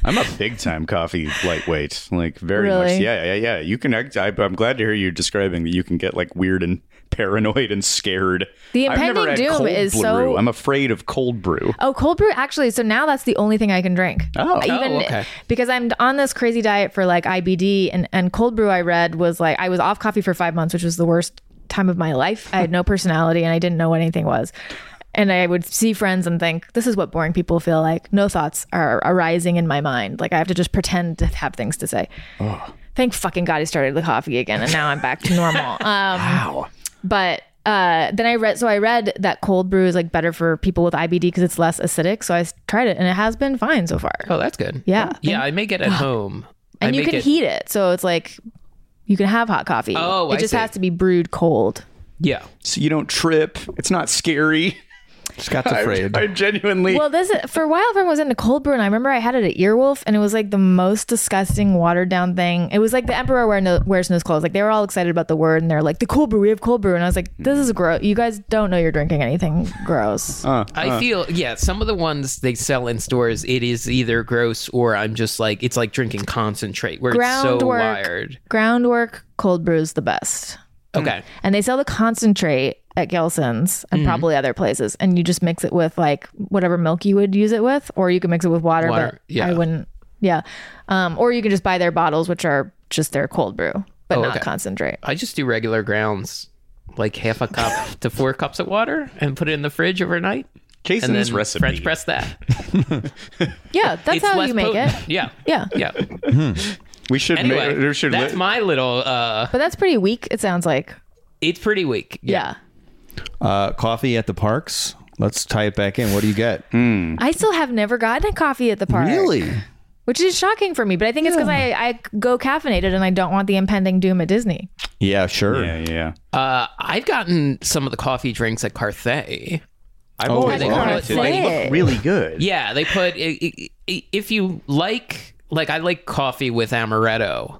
Speaker 4: I'm a big time coffee lightweight. Like very much.
Speaker 5: Really?
Speaker 4: Yeah, yeah, yeah. You can. act- I, I'm glad to hear you describing that you can get like weird and paranoid and scared.
Speaker 5: The
Speaker 4: I've never
Speaker 5: impending
Speaker 4: had
Speaker 5: doom
Speaker 4: cold
Speaker 5: is
Speaker 4: brew.
Speaker 5: so-
Speaker 4: I'm afraid of cold brew.
Speaker 5: oh, cold brew actually. So now that's the only thing I can drink.
Speaker 4: Oh.
Speaker 5: Even-
Speaker 3: Oh, okay.
Speaker 5: because I'm on this crazy diet for like IBD and and cold brew. I read was like I was off coffee for five months, which was the worst time of my life. I had no personality and I didn't know what anything was. And I would see friends and think, this is what boring people feel like. No thoughts are arising in my mind. Like I have to just pretend to have things to say. Thank fucking God I started the coffee again, and now I'm back to normal. Um, wow. But uh, then I read, so I read that cold brew is like better for people with IBD because it's less acidic. So I s- tried it, and it has been fine so far.
Speaker 3: Oh, that's good.
Speaker 5: Yeah.
Speaker 3: Yeah, I make it at home. I
Speaker 5: and you
Speaker 3: make
Speaker 5: can
Speaker 3: it,
Speaker 5: heat it, so it's like you can have hot coffee.
Speaker 3: Oh,
Speaker 5: it
Speaker 3: I
Speaker 5: just
Speaker 3: see.
Speaker 5: has to be brewed cold.
Speaker 3: Yeah.
Speaker 4: So you don't trip. It's not scary.
Speaker 2: Scott's afraid.
Speaker 4: I genuinely.
Speaker 5: Well, this for a while everyone was into cold brew, and I remember I had it at Earwolf, and it was like the most disgusting, watered down thing. It was like the emperor wear no, wears no clothes. Like they were all excited about the word, and they're like the cold brew. We have cold brew, and I was like, this is gross. You guys don't know you're drinking anything gross.
Speaker 3: I feel yeah, some of the ones they sell in stores, it is either gross or I'm just like it's like drinking concentrate where it's so
Speaker 5: Groundwork.
Speaker 3: wired.
Speaker 5: Groundwork cold brew's the best,
Speaker 3: Okay.
Speaker 5: and they sell the concentrate at Gelson's
Speaker 3: Mm-hmm.
Speaker 5: and probably other places, and you just mix it with like whatever milk you would use it with, or you can mix it with water.
Speaker 3: Water,
Speaker 5: but
Speaker 3: yeah.
Speaker 5: I wouldn't. Yeah, um, or you can just buy their bottles, which are just their cold brew, but not
Speaker 3: Oh, okay.
Speaker 5: concentrate.
Speaker 3: I just do regular grounds, like half a cup to four cups of water, and put it in the fridge overnight, and
Speaker 4: Jason's
Speaker 3: then
Speaker 4: recipe.
Speaker 3: French press that.
Speaker 5: Yeah, that's
Speaker 3: It's
Speaker 5: how
Speaker 3: less
Speaker 5: you make
Speaker 3: potent.
Speaker 5: it.
Speaker 3: Yeah,
Speaker 5: Yeah.
Speaker 3: yeah.
Speaker 4: We should.
Speaker 3: Anyway,
Speaker 4: make, we should
Speaker 3: that's
Speaker 4: li-
Speaker 3: my little. uh
Speaker 5: But that's pretty weak, it sounds like.
Speaker 3: It's pretty weak.
Speaker 5: Yeah.
Speaker 2: Uh, coffee at the parks. Let's tie it back in. What do you get?
Speaker 4: Mm-hmm.
Speaker 5: I still have never gotten a coffee at the park. Which is shocking for me, but I think it's because I, I go caffeinated and I don't want the impending doom at Disney.
Speaker 2: Yeah, sure.
Speaker 4: yeah, yeah.
Speaker 3: Uh, I've gotten some of the coffee drinks at Carthay.
Speaker 4: I've
Speaker 2: Oh,
Speaker 4: always
Speaker 2: they
Speaker 4: wanted
Speaker 2: call
Speaker 5: it
Speaker 4: to. They
Speaker 5: thick.
Speaker 4: look really good.
Speaker 3: Yeah, they put i- i- i- if you like like I like coffee with amaretto.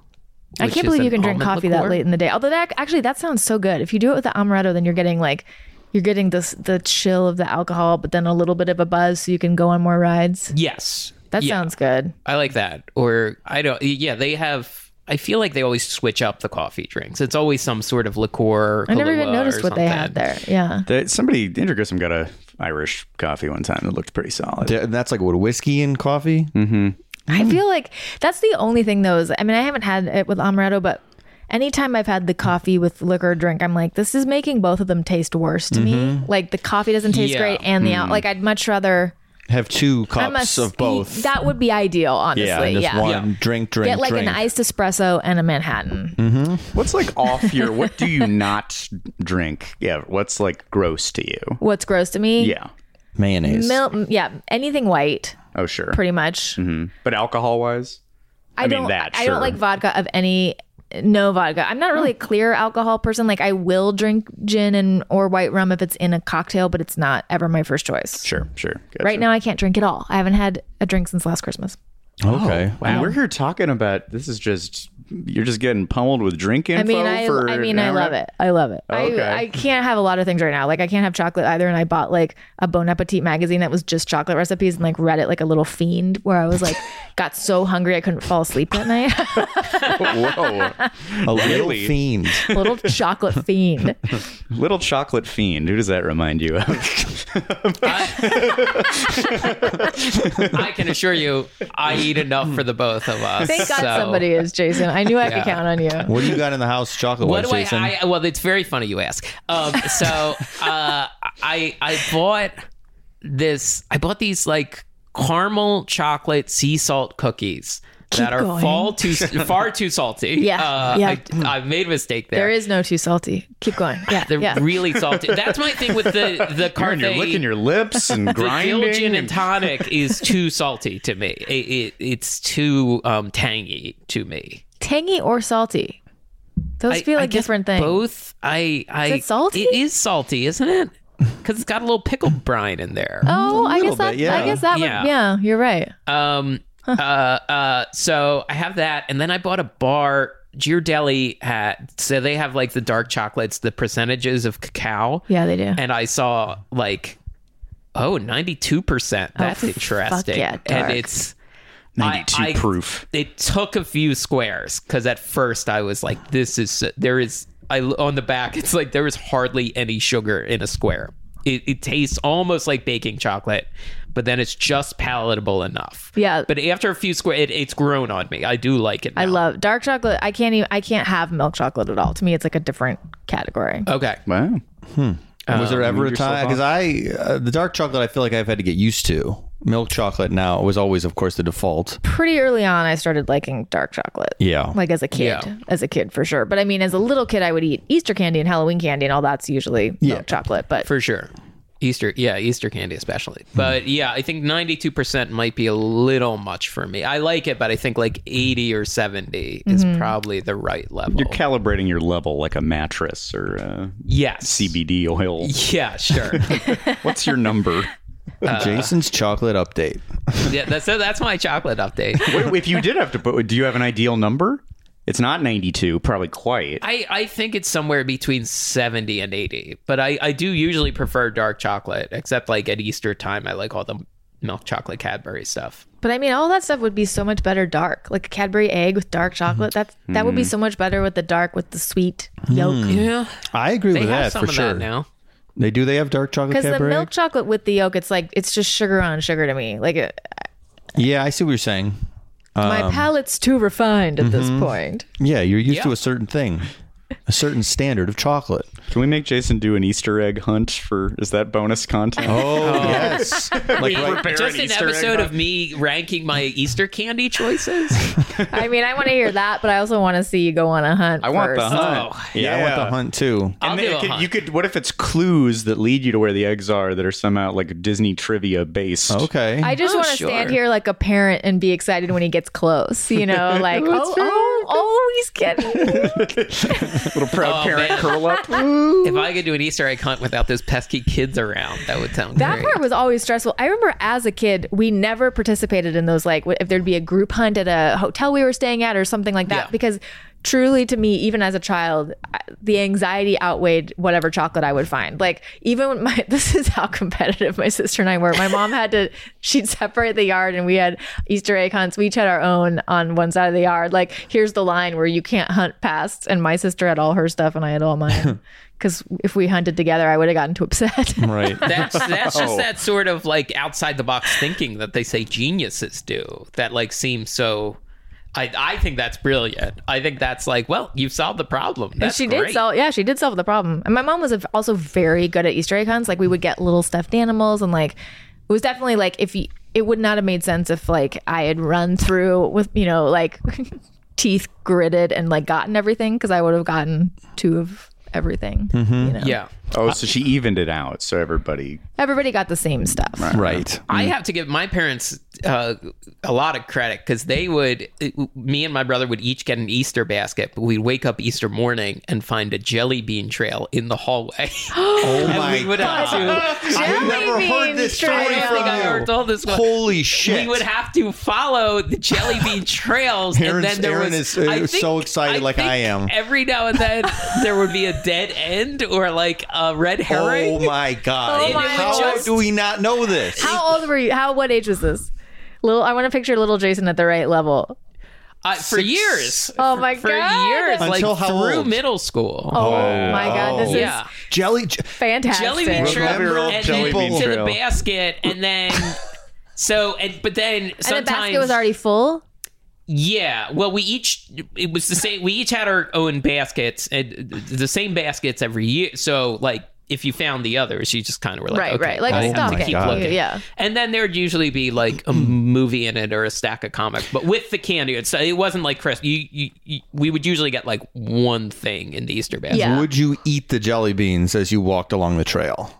Speaker 5: I
Speaker 3: which
Speaker 5: can't
Speaker 3: is
Speaker 5: believe you
Speaker 3: an
Speaker 5: can drink
Speaker 3: almond
Speaker 5: coffee that
Speaker 3: liqueur.
Speaker 5: late in the day. Although that actually that sounds so good. If you do it with the amaretto, then you're getting like you're getting this the chill of the alcohol, but then a little bit of a buzz so you can go on more rides.
Speaker 3: Yes,
Speaker 5: That
Speaker 3: Yeah.
Speaker 5: sounds good.
Speaker 3: I like that. Or I don't. Yeah, they have. I feel like they always switch up the coffee drinks. It's always some sort of liqueur.
Speaker 5: I never even
Speaker 3: Kahlua or
Speaker 5: noticed what they
Speaker 3: something.
Speaker 5: had there. Yeah.
Speaker 4: They- somebody, Andrew Grissom got a Irish coffee one time that looked pretty solid.
Speaker 2: Yeah, and that's like what whiskey and coffee.
Speaker 4: Mm.
Speaker 3: Mm.
Speaker 5: I feel like that's the only thing though is I mean I haven't had it with amaretto, but anytime I've had the coffee with liquor drink, I'm like, this is making both of them taste worse to me. Like the coffee doesn't taste
Speaker 3: Mm-hmm. Yeah. Mm.
Speaker 5: great and the out like I'd much rather
Speaker 2: Have two
Speaker 5: I
Speaker 2: cups
Speaker 5: must
Speaker 2: of both.
Speaker 5: That would be ideal, honestly.
Speaker 2: yeah, and
Speaker 5: Yeah.
Speaker 2: just one drink, drink,
Speaker 5: Get like
Speaker 2: drink.
Speaker 5: an iced espresso and a Manhattan.
Speaker 4: Mm-hmm. What's like off your? What do you not drink? Yeah. What's like gross to you?
Speaker 5: What's gross to me?
Speaker 4: Yeah.
Speaker 2: Mayonnaise.
Speaker 5: Mil- yeah, anything white,
Speaker 4: Oh sure.
Speaker 5: pretty much.
Speaker 4: But alcohol wise,
Speaker 5: I,
Speaker 4: Mm-hmm. mean,
Speaker 5: don't.
Speaker 4: that,
Speaker 5: I
Speaker 4: sure. Mm.
Speaker 5: don't like vodka of any. No vodka. I'm not really a clear alcohol person. Like I will drink gin and or white rum if it's in a cocktail, but it's not ever my first choice.
Speaker 4: sure, sure. Gotcha.
Speaker 5: Right now, I can't drink at all. I haven't had a drink since last Christmas.
Speaker 2: okay.
Speaker 4: Wow. We're here talking about this is just you're just getting pummeled with drink info.
Speaker 5: I mean, I,
Speaker 4: for
Speaker 5: I mean,
Speaker 4: an
Speaker 5: I
Speaker 4: hour.
Speaker 5: love it. I love it.
Speaker 4: Okay.
Speaker 5: I, I can't have a lot of things right now. Like I can't have chocolate either. And I bought like a Bon Appetit magazine that was just chocolate recipes and like read it like a little fiend where I was like, got so hungry I couldn't fall asleep that night.
Speaker 2: A
Speaker 4: Whoa,
Speaker 2: little
Speaker 4: Oh, Really?
Speaker 2: fiend.
Speaker 5: little chocolate fiend.
Speaker 4: little chocolate fiend. Who does that remind you of?
Speaker 3: I can assure you, I eat enough for the both of us.
Speaker 5: Thank God
Speaker 3: so-
Speaker 5: somebody is, Jason. I knew I could count on you.
Speaker 2: What do you got in the house chocolate
Speaker 3: What
Speaker 2: wise,
Speaker 3: do I,
Speaker 2: Jason?
Speaker 3: I? Well, it's very funny you ask. Um, so uh, I I bought this. I bought these like caramel chocolate sea salt cookies that are
Speaker 5: going.
Speaker 3: fall too far too salty.
Speaker 5: Yeah,
Speaker 3: uh,
Speaker 5: yeah.
Speaker 3: I, I made a mistake there.
Speaker 5: There is no too salty. Keep going. Yeah.
Speaker 3: They're
Speaker 5: yeah.
Speaker 3: really salty. That's my thing with the the
Speaker 4: Karen, you're
Speaker 3: Carthay-
Speaker 4: licking your lips and
Speaker 3: the Dill
Speaker 4: grinding.
Speaker 3: gin and tonic is too salty to me. It, it, it's too um, tangy to me.
Speaker 5: Tangy or salty? Those feel like
Speaker 3: guess
Speaker 5: different things.
Speaker 3: Both. I. I
Speaker 5: it salty?
Speaker 3: It is salty, isn't it? Because it's got a little pickle brine in there.
Speaker 5: Oh, I guess
Speaker 2: little
Speaker 5: that.
Speaker 2: bit, yeah.
Speaker 5: I guess that
Speaker 3: Yeah.
Speaker 5: would. Yeah, you're right.
Speaker 3: Um. Uh. Uh. So I have that, and then I bought a bar. Ghirardelli hat. So they have like the dark chocolates, the percentages of cacao.
Speaker 5: Yeah, they do.
Speaker 3: and I saw like oh 92%. That's
Speaker 5: Oh, fuck
Speaker 3: interesting.
Speaker 5: yeah, dark.
Speaker 3: and it's I-
Speaker 4: 92
Speaker 3: I-
Speaker 4: proof.
Speaker 3: It took a few squares cuz at first I was like this is there is I on the back it's like there is hardly any sugar in a square. It, it tastes almost like baking chocolate, but then it's just palatable enough.
Speaker 5: Yeah.
Speaker 3: But after a few squares, it, it's grown on me. I do like it.
Speaker 5: I
Speaker 3: now.
Speaker 5: love dark chocolate. I can't even. I can't have milk chocolate at all. To me, it's like a different category.
Speaker 3: Okay.
Speaker 4: Wow.
Speaker 2: was there ever a
Speaker 4: yourself
Speaker 2: time? Because I, uh, the dark chocolate, I feel like I've had to get used to. Milk chocolate now was always, of course, the default.
Speaker 5: Pretty early on, I started liking dark chocolate.
Speaker 2: Yeah.
Speaker 5: Like as a kid,
Speaker 3: Yeah.
Speaker 5: as a kid for sure. But I mean, as a little kid, I would eat Easter candy and Halloween candy, and all that's usually milk chocolate. But
Speaker 3: For sure. Easter, yeah, Easter candy especially.
Speaker 5: Hmm.
Speaker 3: But yeah, I think 92% might be a little much for me. I like it, but I think like 80 or 70 is
Speaker 5: Mm-hmm.
Speaker 3: probably the right level.
Speaker 4: You're calibrating your level like a mattress or uh,
Speaker 3: yes.
Speaker 4: CBD oil.
Speaker 3: Yeah, sure.
Speaker 4: What's your number?
Speaker 2: Jason's chocolate update.
Speaker 3: yeah, that's so that's my chocolate update.
Speaker 4: Wait, if you did have to put, do you have an ideal number? It's not 92, probably quite.
Speaker 3: I, I think it's somewhere between 70 and 80, but I, I do usually prefer dark chocolate, except like at Easter time, I like all the milk chocolate Cadbury stuff.
Speaker 5: But I mean, all that stuff would be so much better dark, like a Cadbury egg with dark chocolate. That's that would be so much better with the dark with the sweet yolk.
Speaker 3: Yeah.
Speaker 2: I agree
Speaker 3: They
Speaker 2: with
Speaker 3: have
Speaker 2: that
Speaker 3: some
Speaker 2: for
Speaker 3: of
Speaker 2: sure.
Speaker 3: that now.
Speaker 2: They do. They have dark chocolate
Speaker 5: Because the
Speaker 2: Cadbury?
Speaker 5: milk chocolate with the yolk, it's like it's just sugar on sugar to me. Like it,
Speaker 2: Yeah, I see what you're saying.
Speaker 5: my palate's too refined at this point.
Speaker 2: Yeah, you're used to
Speaker 3: Yeah.
Speaker 2: a certain thing, a certain standard of chocolate.
Speaker 4: Can we make Jason do an Easter egg hunt for? Is that bonus content?
Speaker 2: Oh, yes. Like, right-
Speaker 4: prepare
Speaker 3: Just
Speaker 4: an
Speaker 3: an
Speaker 4: Easter egg
Speaker 3: episode
Speaker 4: hunt.
Speaker 3: of me ranking my Easter candy choices.
Speaker 5: I mean, I want to hear that, but I also want to see you go on a hunt.
Speaker 4: I want the
Speaker 5: first.
Speaker 4: hunt.
Speaker 3: Oh,
Speaker 2: yeah, I want the hunt too.
Speaker 3: I'll
Speaker 4: And
Speaker 3: do
Speaker 4: then
Speaker 3: a
Speaker 4: it could,
Speaker 3: hunt.
Speaker 4: you could. What if it's clues that lead you to where the eggs are that are somehow like Disney trivia based?
Speaker 2: Okay.
Speaker 5: I just
Speaker 3: Oh,
Speaker 5: want to
Speaker 3: sure.
Speaker 5: stand here like a parent and be excited when he gets close. You know, like oh, oh, oh, he's getting.
Speaker 4: Little proud
Speaker 3: Oh,
Speaker 4: parent
Speaker 3: man.
Speaker 4: curl up.
Speaker 3: If I could do an Easter egg hunt without those pesky kids around, that would sound
Speaker 5: That
Speaker 3: great.
Speaker 5: part was always stressful. I remember as a kid, we never participated in those like if there'd be a group hunt at a hotel we were staying at or something like that
Speaker 3: Yeah.
Speaker 5: because truly to me even as a child I- the anxiety outweighed whatever chocolate I would find. Like even when my this is how competitive my sister and I were. My mom had to she'd separate the yard and we had Easter egg hunts. We each had our own on one side of the yard. Like here's the line where you can't hunt past and my sister had all her stuff and I had all mine. Cuz if we hunted together I would have gotten too upset.
Speaker 2: right.
Speaker 3: That's that's
Speaker 2: Oh.
Speaker 3: just that sort of like outside the box thinking that they say geniuses do. That like seems so. I I think that's brilliant. I think that's like, well, you've solved the problem.
Speaker 5: And
Speaker 3: That's
Speaker 5: she did
Speaker 3: great.
Speaker 5: solve, yeah, she did solve the problem. And my mom was a- also very good at Easter egg hunts. Like we would get little stuffed animals, and like it was definitely like if you, it would not have made sense if like I had run through with you know like teeth gritted and like gotten everything because I would have gotten two of everything. You know,
Speaker 3: Yeah.
Speaker 2: Mm-hmm.
Speaker 4: Oh, so she evened it out, so everybody.
Speaker 5: everybody got the same stuff.
Speaker 2: Right.
Speaker 3: I have to give my parents uh, a lot of credit because they would, uh, me and my brother would each get an Easter basket, but we'd wake up Easter morning and find a jelly bean trail in the hallway.
Speaker 2: Oh
Speaker 3: and
Speaker 2: my
Speaker 3: we would have to.
Speaker 5: Jelly
Speaker 2: never heard
Speaker 5: bean
Speaker 2: this story
Speaker 5: trail.
Speaker 3: I think I
Speaker 2: Wow.
Speaker 3: ever told this one.
Speaker 2: Holy shit.
Speaker 3: We would have to follow the jelly bean trails, and
Speaker 2: Aaron's-
Speaker 3: then there
Speaker 2: Aaron
Speaker 3: was.
Speaker 2: is, uh,
Speaker 3: I think-
Speaker 2: so excited like I
Speaker 3: think
Speaker 2: am.
Speaker 3: Every now and then, there would be a dead end or like a red herring.
Speaker 2: Oh my god!
Speaker 5: Oh my
Speaker 2: How
Speaker 5: God.
Speaker 2: do we not know this?
Speaker 5: How old were you? How what age was this? Little, I want to picture little Jason at the right level.
Speaker 3: Uh, for years,
Speaker 5: Oh my
Speaker 3: for
Speaker 5: god!
Speaker 3: years,
Speaker 5: Oh,
Speaker 3: like
Speaker 2: Until how
Speaker 3: through
Speaker 2: old?
Speaker 3: middle school.
Speaker 2: Oh
Speaker 5: my god! This is
Speaker 3: yeah.
Speaker 2: Jelly. j-
Speaker 5: fantastic.
Speaker 3: jelly bean
Speaker 2: Remember
Speaker 3: trail
Speaker 2: old
Speaker 3: and
Speaker 2: jelly
Speaker 3: then
Speaker 2: bean
Speaker 3: to
Speaker 4: trail.
Speaker 3: the basket and then so and but then
Speaker 5: And the
Speaker 3: sometimes
Speaker 5: basket was already full.
Speaker 3: yeah well we each it was the same we each had our own baskets and the same baskets every year so like if you found the others you just kind of were like
Speaker 5: right,
Speaker 3: okay,
Speaker 5: right. Like
Speaker 3: I
Speaker 5: a
Speaker 3: have to
Speaker 5: stocking.
Speaker 3: keep
Speaker 2: God.
Speaker 3: looking.
Speaker 5: Yeah. Hmm.
Speaker 3: and then there'd usually be like a movie in it or a stack of comics but with the candy so it wasn't like Chris you, you, you we would usually get like one thing in the Easter basket
Speaker 5: Yeah.
Speaker 2: Would you eat the jelly beans as you walked along the trail?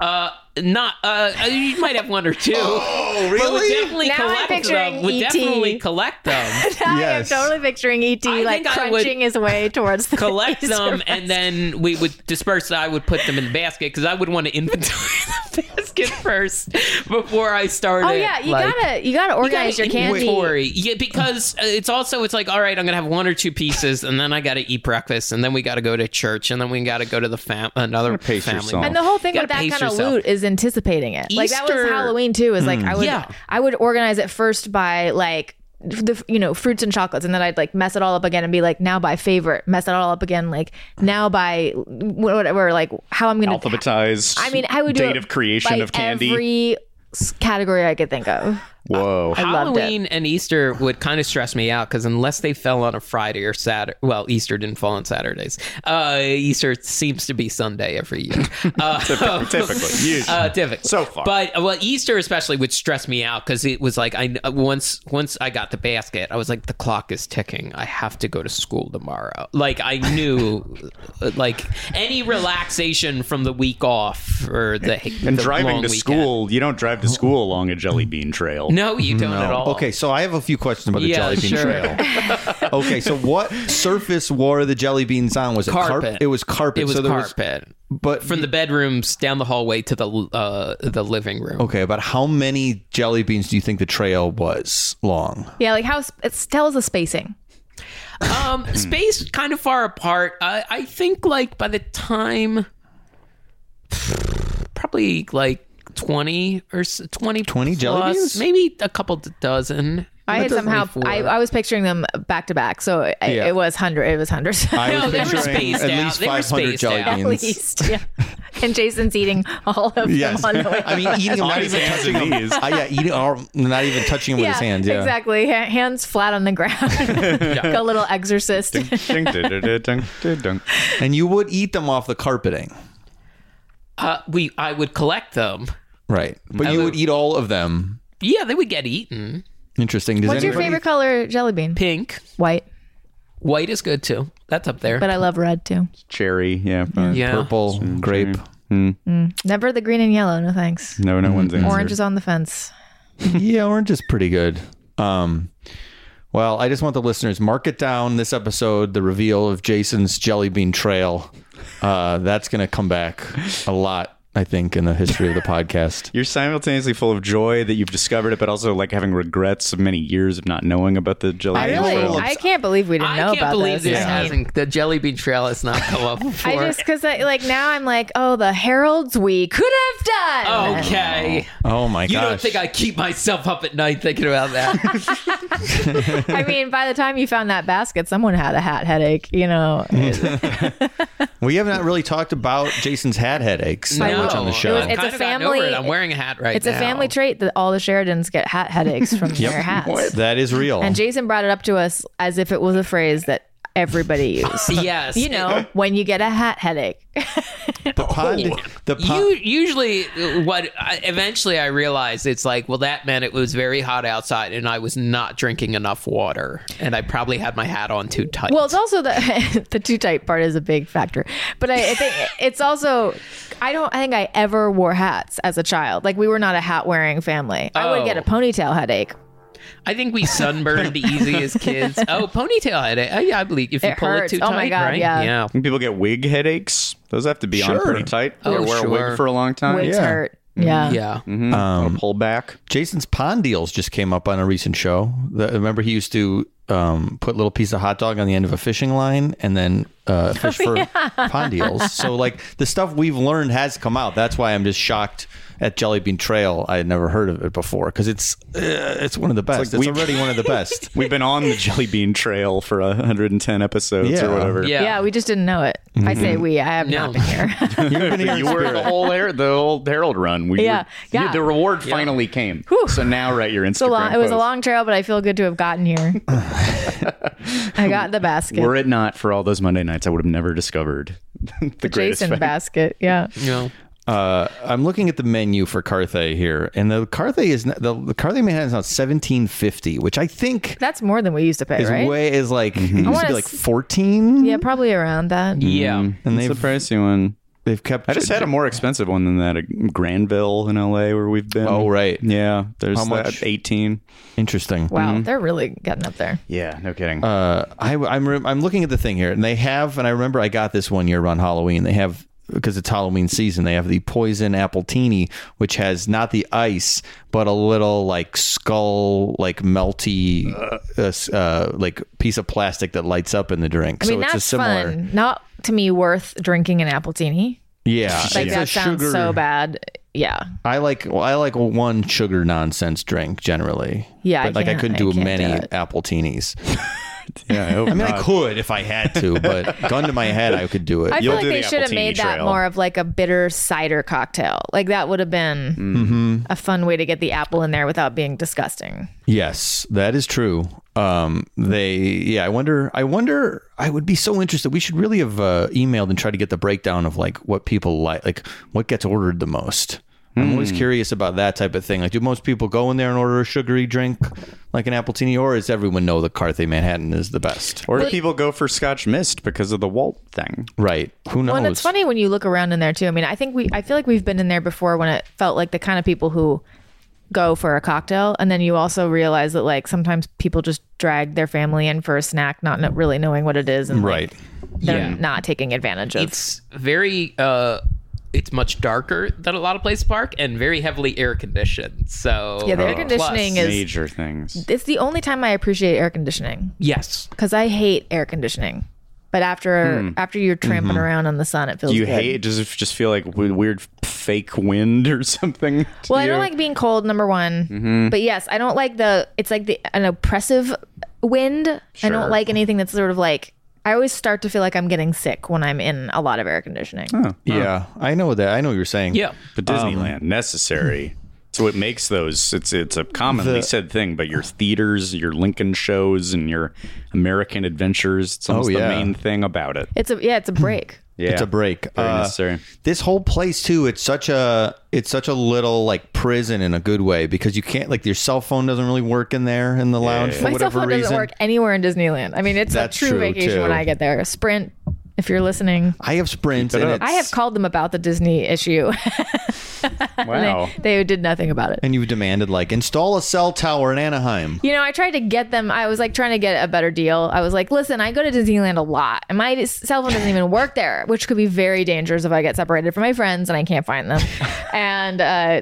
Speaker 3: Uh, not uh, you might have one or two. oh, But
Speaker 2: really?
Speaker 3: would definitely
Speaker 5: Now I'm
Speaker 3: collect
Speaker 5: picturing E
Speaker 3: them. Would
Speaker 5: ET.
Speaker 3: definitely collect them.
Speaker 2: Yes.
Speaker 5: I am totally picturing ET
Speaker 3: I
Speaker 5: like
Speaker 3: think I would
Speaker 5: crunching his way towards the
Speaker 3: collect
Speaker 5: Easter
Speaker 3: them,
Speaker 5: basket.
Speaker 3: and then we would disperse. I would put them in the basket because I would want to inventory the basket first before I started.
Speaker 5: Oh yeah, you
Speaker 3: like,
Speaker 5: gotta you gotta organize
Speaker 3: you gotta
Speaker 5: your candy.
Speaker 3: inventory. Yeah, because uh, it's also it's like all right, I'm gonna have one or two pieces, and then I gotta eat breakfast, and then we gotta go to church, and then we gotta go to the fam another
Speaker 4: pace
Speaker 3: family.
Speaker 4: yourself.
Speaker 5: And the whole thing
Speaker 3: You
Speaker 5: with that
Speaker 3: gotta
Speaker 5: kind
Speaker 3: pace
Speaker 5: of
Speaker 3: yourself.
Speaker 5: loot is anticipating it. Like that was
Speaker 3: Easter- Hmm.
Speaker 5: Halloween too. Is like I would
Speaker 3: Yeah.
Speaker 5: I would organize it first by like the you know fruits and chocolates, and then I'd like mess it all up again and be like now by favorite, mess it all up again like now by whatever like how I'm gonna
Speaker 4: Alphabetized.
Speaker 5: I mean, I would do
Speaker 4: date
Speaker 5: it
Speaker 4: of creation
Speaker 5: by
Speaker 4: of candy.
Speaker 5: Every s- category I could think of.
Speaker 4: Whoa.
Speaker 5: I loved it.
Speaker 3: Halloween and Easter would kind of stress me out because unless they fell on a Friday or Saturday, well, Easter didn't fall on Saturdays. Uh, Easter seems to be Sunday every year. Uh,
Speaker 4: Typically, usually.
Speaker 3: Uh, typically.
Speaker 4: So far.
Speaker 3: But uh, well, Easter especially would stress me out because it was like I uh, once once I got the basket, I was like the clock is ticking. I have to go to school tomorrow. Like I knew, uh, like any relaxation from the week off or the
Speaker 4: and
Speaker 3: the
Speaker 4: driving
Speaker 3: long
Speaker 4: to
Speaker 3: weekend.
Speaker 4: school, you don't drive to school along a jelly bean trail.
Speaker 3: No, you don't at all.
Speaker 2: Okay, so I have a few questions about the
Speaker 3: Yeah,
Speaker 2: jelly bean
Speaker 3: sure.
Speaker 2: trail. okay, so what surface were the jelly beans on? Was it carpet?
Speaker 3: Carpet.
Speaker 2: it was carpet.
Speaker 3: It was
Speaker 2: so there
Speaker 3: carpet.
Speaker 2: but
Speaker 3: from the bedrooms down the hallway to the uh, the living room.
Speaker 2: okay, about how many jelly beans do you think the trail was long?
Speaker 5: Yeah, like how sp- it tells the spacing.
Speaker 3: Um, space kind of far apart. I, I think like by the time, probably like twenty or s- twenty,
Speaker 2: 20 jelly
Speaker 3: plus,
Speaker 2: beans?
Speaker 3: maybe a couple dozen.
Speaker 5: I had somehow I, I was picturing them back to back, so it,
Speaker 2: Yeah.
Speaker 5: it was hundred. It was hundreds.
Speaker 2: I
Speaker 3: No,
Speaker 2: was
Speaker 3: they were
Speaker 2: picturing
Speaker 3: spaced
Speaker 2: at
Speaker 3: out.
Speaker 2: least
Speaker 3: They were
Speaker 2: 500
Speaker 3: spaced
Speaker 2: jelly
Speaker 3: out.
Speaker 5: At
Speaker 2: beans.
Speaker 5: least, yeah. And Jason's eating all of them
Speaker 2: Yes,
Speaker 5: on the way.
Speaker 2: I mean eating them,
Speaker 4: On
Speaker 2: not
Speaker 4: his
Speaker 2: even
Speaker 4: hands
Speaker 2: touching
Speaker 4: and
Speaker 2: them.
Speaker 4: knees.
Speaker 2: Uh, yeah, eating, or not even touching them with his hands. Yeah,
Speaker 5: exactly. Ha- hands flat on the ground, like a little exorcist.
Speaker 4: Ding, ding, ding, ding, ding, ding, ding.
Speaker 2: And you would eat them off the carpeting,
Speaker 3: Uh, we I would collect them.
Speaker 2: right? But you would eat all of them.
Speaker 3: Yeah, they would get eaten.
Speaker 2: Interesting. Does
Speaker 5: What's your
Speaker 2: anybody-
Speaker 5: favorite color jelly bean?
Speaker 3: Pink,
Speaker 5: White,
Speaker 3: white is good too. That's up there.
Speaker 5: but I love red too.
Speaker 4: Cherry, yeah. uh,
Speaker 3: yeah,
Speaker 2: Purple grape.
Speaker 5: Never the green and yellow. No thanks.
Speaker 4: No, no one's
Speaker 2: Mm.
Speaker 4: answered.
Speaker 5: Orange is on the fence.
Speaker 2: yeah, orange is pretty good. Um, well, I just want the listeners mark it down this episode, the reveal of Jason's jelly bean trail. Uh, that's gonna come back a lot, I think, in the history of the podcast.
Speaker 4: You're simultaneously full of joy that you've discovered it, but also like having regrets of many years of not knowing about the jelly
Speaker 5: I
Speaker 4: bean
Speaker 5: really,
Speaker 4: trail.
Speaker 5: I can't believe we didn't
Speaker 3: I
Speaker 5: know
Speaker 3: can't
Speaker 5: about
Speaker 3: believe this
Speaker 5: this. I mean,
Speaker 3: hasn't. The jelly bean trail has not come up before.
Speaker 5: I just because like now I'm like, oh, the heralds we could have done.
Speaker 3: okay.
Speaker 2: Oh my
Speaker 3: You
Speaker 2: gosh!
Speaker 3: don't think I keep myself up at night thinking about that?
Speaker 5: I mean, by the time you found that basket, someone had a hat headache. You know, It-
Speaker 2: we have not really talked about Jason's hat headaches that
Speaker 5: No.
Speaker 2: much on the
Speaker 5: It
Speaker 2: show.
Speaker 5: was- it's
Speaker 3: Kinda
Speaker 5: a
Speaker 3: gotten over
Speaker 5: family-
Speaker 3: it. I'm wearing a hat right
Speaker 5: it's
Speaker 3: now.
Speaker 5: a family trait that all the Sheridans get hat headaches from their hats.
Speaker 2: that is real.
Speaker 5: And Jason brought it up to us as if it was a phrase that everybody used.
Speaker 3: Yes,
Speaker 5: you know, when you get a hat headache.
Speaker 2: the pod, the
Speaker 3: It-
Speaker 2: pod,
Speaker 3: you usually uh, what I, eventually I realized it's like well that meant it was very hot outside and I was not drinking enough water and I probably had my hat on too tight.
Speaker 5: Well, it's also the the too tight part is a big factor, but I, I think it's also I don't I think I ever wore hats as a child. Like we were not a hat wearing family. I would
Speaker 3: Oh.
Speaker 5: get a ponytail headache.
Speaker 3: I think we sunburned easy as kids. Oh, ponytail headache. I, I believe if you
Speaker 5: It
Speaker 3: pull
Speaker 5: hurts.
Speaker 3: it too
Speaker 5: Oh
Speaker 3: tight,
Speaker 5: my God,
Speaker 3: right?
Speaker 5: yeah.
Speaker 4: Think people get wig headaches. Those have to be on
Speaker 2: Sure.
Speaker 4: pretty tight.
Speaker 3: Oh,
Speaker 4: or wear a
Speaker 3: sure.
Speaker 4: wig for a long time.
Speaker 5: Wigs
Speaker 2: Yeah.
Speaker 5: hurt. Yeah.
Speaker 3: yeah, yeah.
Speaker 4: Um, pull back.
Speaker 2: Jason's pond deals just came up on a recent show. The, remember, he used to um, put a little piece of hot dog on the end of a fishing line and then uh, fish for pond deals. So, like the stuff we've learned has come out. That's why I'm just shocked at Jelly Bean Trail. I had never heard of it before because it's uh, it's one of the best. It's,
Speaker 4: like we-
Speaker 2: already one of the best.
Speaker 4: We've been on the jelly bean trail for 110 episodes
Speaker 2: Yeah.
Speaker 4: or whatever.
Speaker 3: Yeah.
Speaker 5: Yeah, we just didn't know it. I say we. I have
Speaker 3: No.
Speaker 5: not been here.
Speaker 2: You've been here in
Speaker 4: You were
Speaker 2: spirit.
Speaker 4: the whole Her- the old Herald run. We
Speaker 5: Yeah,
Speaker 4: were- you-
Speaker 5: yeah.
Speaker 4: the reward finally came. So now write your Instagram.
Speaker 5: It's a long, it was a
Speaker 4: post.
Speaker 5: long trail, but I feel good to have gotten here. I got the basket,
Speaker 4: Were it not for all those Monday nights, I would have never discovered the,
Speaker 5: the
Speaker 4: greatest
Speaker 5: Jason
Speaker 4: fact.
Speaker 5: basket. Yeah.
Speaker 2: Uh, I'm looking at the menu for Carthay here, and the Carthay is not, the, the Carthay Manhattan is now 1750, which I think
Speaker 5: That's more than we used to pay,
Speaker 2: is
Speaker 5: right?
Speaker 2: way is like it used to
Speaker 5: wanna
Speaker 2: be like
Speaker 5: s-
Speaker 2: 14.
Speaker 5: yeah, probably around that.
Speaker 3: yeah.
Speaker 2: and
Speaker 4: It's
Speaker 2: they've
Speaker 4: a pricey one.
Speaker 2: They've kept.
Speaker 4: I just had a more expensive one than that at Granville in LA where we've been.
Speaker 2: Oh, right.
Speaker 4: Yeah. There's
Speaker 2: How
Speaker 4: that,
Speaker 2: much?
Speaker 4: 18.
Speaker 2: Interesting.
Speaker 5: Wow, they're really getting up there.
Speaker 4: Yeah, no kidding.
Speaker 2: Uh, I, I'm re- I'm looking at the thing here, and they have, and I remember I got this one year around Halloween. They have because it's Halloween season. They have the poison apple teeny, which has not the ice, but a little like skull, like melty, uh, s- uh, like piece of plastic that lights up in the drink.
Speaker 5: I mean,
Speaker 2: so it's
Speaker 5: that's
Speaker 2: a similar.
Speaker 5: fun. Not to me worth drinking an apple teeny.
Speaker 2: Yeah,
Speaker 5: Like
Speaker 2: it's a
Speaker 5: that sounds
Speaker 2: sugar-
Speaker 5: so bad. Yeah.
Speaker 2: I like well, I like one sugar nonsense drink generally.
Speaker 5: Yeah, I
Speaker 2: but like I
Speaker 5: can't-
Speaker 2: couldn't
Speaker 5: I
Speaker 2: do
Speaker 5: can't
Speaker 2: many
Speaker 5: do it.
Speaker 2: apple teenies.
Speaker 4: Yeah, I hope
Speaker 2: I mean, I
Speaker 4: not.
Speaker 2: could if I had to, but gun to my head, I could do it.
Speaker 5: I
Speaker 4: You'll
Speaker 5: feel like
Speaker 4: do
Speaker 5: they
Speaker 4: the
Speaker 5: should have
Speaker 4: Apple
Speaker 5: made
Speaker 4: TV
Speaker 5: that
Speaker 4: trail.
Speaker 5: more of like a bitter cider cocktail. Like that would have been a fun way to get the apple in there without being disgusting.
Speaker 2: Yes, that is true. Um, they, yeah, I wonder, I wonder, I would be so interested. We should really have uh, emailed and tried to get the breakdown of like what people like, like what gets ordered the most. I'm
Speaker 4: Hmm.
Speaker 2: always curious about that type of thing. Like, do most people go in there and order a sugary drink, like an appletini, or does everyone know that Carthay Manhattan is the best?
Speaker 4: Or do people go for Scotch Mist because of the Walt thing.
Speaker 2: Right? Who knows?
Speaker 5: Well, and it's funny when you look around in there too. I mean, I think we, I feel like we've been in there before when it felt like the kind of people who go for a cocktail, and then you also realize that like sometimes people just drag their family in for a snack, not kn- really knowing what it is, and like,
Speaker 2: right?
Speaker 5: they're
Speaker 3: Yeah.
Speaker 5: not taking advantage of.
Speaker 3: It's very uh it's much darker than a lot of places park and very heavily air conditioned. So
Speaker 5: yeah, the air
Speaker 3: Plus-
Speaker 5: conditioning is.
Speaker 4: Major things.
Speaker 5: It's the only time I appreciate air conditioning
Speaker 3: Yes.
Speaker 5: because I hate air conditioning. But after after you're tramping around in the sun, it feels
Speaker 4: Do you
Speaker 5: good.
Speaker 4: hate? Does it just feel like w- weird fake wind or something? to
Speaker 5: Well, I don't
Speaker 4: you?
Speaker 5: like being cold, number one.
Speaker 2: Mm-hmm.
Speaker 5: But yes, I don't like the. It's like the an oppressive wind. I
Speaker 4: Sure.
Speaker 5: don't like anything that's sort of like. I always start to feel like I'm getting sick when I'm in a lot of air conditioning.
Speaker 2: Oh. Yeah, I know that. I know what you're saying.
Speaker 3: Yeah.
Speaker 4: But Disneyland
Speaker 2: Um,
Speaker 4: necessary. So it makes those. It's it's a commonly said thing. But your theaters, your Lincoln shows, and your American adventures. It's almost
Speaker 2: Oh, yeah.
Speaker 4: the main thing about it.
Speaker 5: It's a yeah, it's a break.
Speaker 4: Yeah,
Speaker 2: It's a break.
Speaker 4: Very
Speaker 2: Uh,
Speaker 4: necessary.
Speaker 2: this whole place too it's such a it's such a little like prison in a good way because you can't like your cell phone doesn't really work in there in the lounge for
Speaker 5: My cell
Speaker 2: whatever
Speaker 5: phone doesn't
Speaker 2: reason
Speaker 5: work anywhere in Disneyland. I mean, it's
Speaker 2: That's
Speaker 5: a true,
Speaker 2: true,
Speaker 5: vacation when
Speaker 2: too.
Speaker 5: I get there. Sprint, if you're listening,
Speaker 2: i have sprint and
Speaker 4: up.
Speaker 2: it's,
Speaker 5: I have called them about the Disney issue.
Speaker 4: Wow.
Speaker 5: they did nothing about it.
Speaker 2: and you've demanded like install a cell tower in anaheim
Speaker 5: You know, I tried to get them. I was like trying to get a better deal. I was like, listen, I go to Disneyland a lot, and my cell phone doesn't even work there, which could be very dangerous if I get separated from my friends and I can't find them. and uh,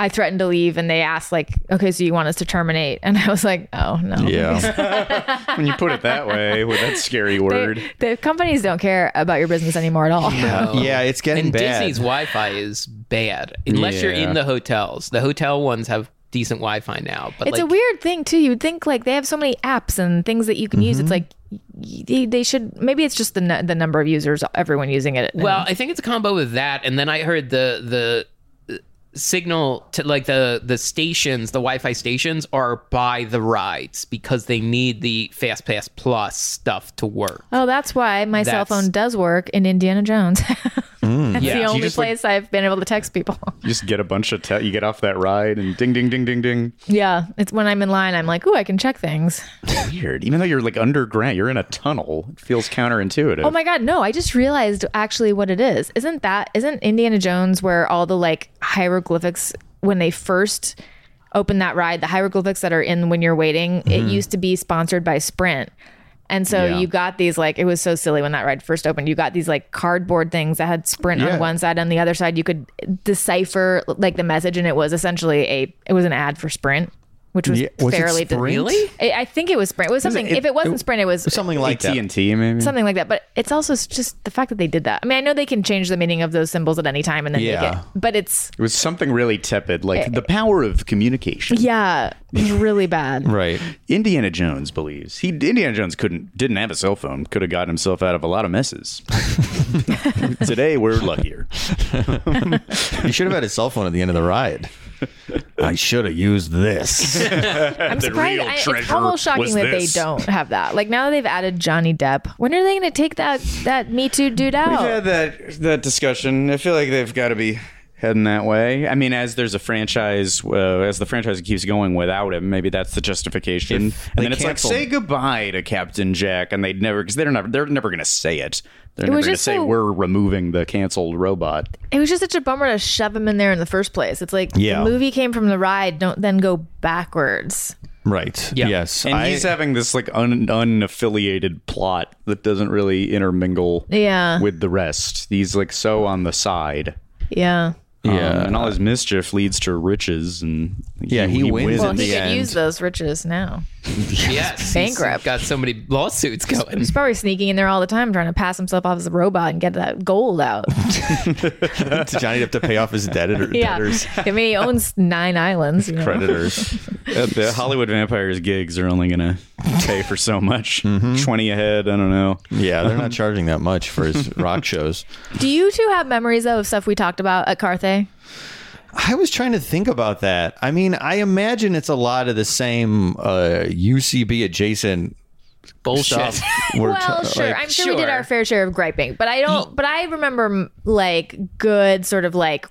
Speaker 5: I threatened to leave, and they asked like, okay, so you want us to terminate? And I was like, oh no.
Speaker 2: yeah
Speaker 4: when you put it that way, with that scary word.
Speaker 5: They- the companies don't care about your business anymore at all.
Speaker 2: yeah it's getting
Speaker 3: Um, And
Speaker 2: bad
Speaker 3: Disney's Wi-Fi is bad unless you're
Speaker 4: Yeah.
Speaker 3: in the hotels. The hotel ones have decent Wi-Fi now, but
Speaker 5: It's
Speaker 3: like,
Speaker 5: a weird thing too. You'd think like they have so many apps and things that you can
Speaker 2: Mm-hmm.
Speaker 5: use. It's like y- y- they should. Maybe it's just the nu- the number of users, everyone using it.
Speaker 3: Well, I think it's a combo with that, and then I heard the the uh, signal to like the the stations, the Wi-Fi stations are by the rides because they need the Fast Pass Plus stuff to work.
Speaker 5: Oh, that's why my
Speaker 3: That's-
Speaker 5: cell
Speaker 3: Mm.
Speaker 5: phone does work in Indiana Jones. that's
Speaker 3: Yeah.
Speaker 5: the
Speaker 3: You
Speaker 5: only
Speaker 4: just, like-
Speaker 5: place I've been able to text people.
Speaker 4: You just get a bunch of. Te- you get off that ride and ding, ding, ding, ding, ding.
Speaker 5: yeah, it's when I'm in line, I'm like, ooh, I can check things.
Speaker 4: Weird. Even though you're like underground, you're in a tunnel. It feels counterintuitive.
Speaker 5: Oh my god, no! I just realized actually what it is. Isn't that isn't Indiana Jones where all the like hieroglyphics when they first opened that ride, the hieroglyphics that are in when you're waiting,
Speaker 2: Mm-hmm.
Speaker 5: it used to be sponsored by Sprint. And so
Speaker 4: Yeah.
Speaker 5: you got these like it was so silly when that ride first opened. You got these like cardboard things that had Sprint
Speaker 2: Yeah.
Speaker 5: on one side, on the other side you could decipher like the message, and it was essentially a it was an ad for Sprint, which was
Speaker 2: Yeah, was it
Speaker 5: fairly
Speaker 2: Sprint?
Speaker 3: Really?
Speaker 5: I I think it was Sprint. It was something.
Speaker 2: it-
Speaker 5: if it wasn't
Speaker 2: it-
Speaker 5: Sprint, it was
Speaker 2: something like that
Speaker 4: TNT maybe.
Speaker 5: something like that. But it's also s- just the fact that they did that. I mean, I know they can change the meaning of those symbols at any time and then make
Speaker 2: Yeah.
Speaker 5: it, but it's
Speaker 4: It was something really tepid,
Speaker 5: Eh,
Speaker 4: like the power of communication.
Speaker 5: yeah, really bad.
Speaker 2: right
Speaker 4: Indiana Jones believes he Indiana Jones couldn't didn't have a cell phone could have gotten himself out of a lot of messes. Today we're luckier.
Speaker 2: you should have had a cell phone at the end of the ride i should have used this
Speaker 5: I'm surprised.
Speaker 4: real
Speaker 5: I, it's
Speaker 4: treasure
Speaker 5: almost
Speaker 4: was
Speaker 5: shocking that
Speaker 4: this.
Speaker 5: they don't have that. Like now that they've added Johnny Depp, when are they going to take that that Me Too dude out?
Speaker 4: that that discussion. I feel like they've got to be heading that way. I mean, as there's a franchise, uh, as the franchise keeps going without him, maybe that's the justification.
Speaker 2: they
Speaker 4: and then it's
Speaker 2: cancel-
Speaker 4: like say goodbye to Captain Jack, and they'd never because they're never they're never going to say it. They're never
Speaker 5: was
Speaker 4: going to
Speaker 5: just
Speaker 4: say
Speaker 5: so-
Speaker 4: we're removing the canceled robot.
Speaker 5: It was just such a bummer to shove him in there in the first place. It's like
Speaker 2: Yeah.
Speaker 5: the movie came from the ride, don't then go backwards.
Speaker 2: right
Speaker 3: Yeah.
Speaker 2: yes
Speaker 4: And
Speaker 2: I-
Speaker 4: he's having this like un- unaffiliated plot that doesn't really intermingle
Speaker 5: Yeah,
Speaker 4: with the rest. He's like so on the side.
Speaker 5: yeah.
Speaker 4: Um,
Speaker 2: Yeah.
Speaker 4: and all his mischief leads to riches and
Speaker 2: Yeah, he wins
Speaker 5: Well,
Speaker 2: in
Speaker 5: he
Speaker 2: the
Speaker 5: could
Speaker 2: end.
Speaker 5: use those riches now.
Speaker 3: Yes, he's
Speaker 5: Bankrupt.
Speaker 3: Got so many lawsuits going.
Speaker 5: He's probably sneaking in there all the time, trying to pass himself off as a robot and get that gold out.
Speaker 2: Johnny Depp to pay off his debtor,
Speaker 5: Yeah.
Speaker 2: debtors
Speaker 5: I mean, he owns nine islands. You know?
Speaker 2: creditors
Speaker 4: Uh, the Hollywood Vampires gigs are only gonna pay for so much.
Speaker 2: Mm-hmm.
Speaker 4: Twenty ahead. I don't know.
Speaker 2: Yeah, they're not charging that much for his rock shows.
Speaker 5: Do you two have memories though, of stuff we talked about at Carthay?
Speaker 2: I was trying to think about that. I mean, I imagine it's a lot of the same uh, UCB adjacent
Speaker 3: Bullshit.
Speaker 2: stuff. we're
Speaker 5: Well,
Speaker 2: t-
Speaker 5: sure.
Speaker 2: like-
Speaker 5: I'm sure, we did
Speaker 3: sure.
Speaker 5: our fair share of griping, but I don't. But I remember m- like good sort of like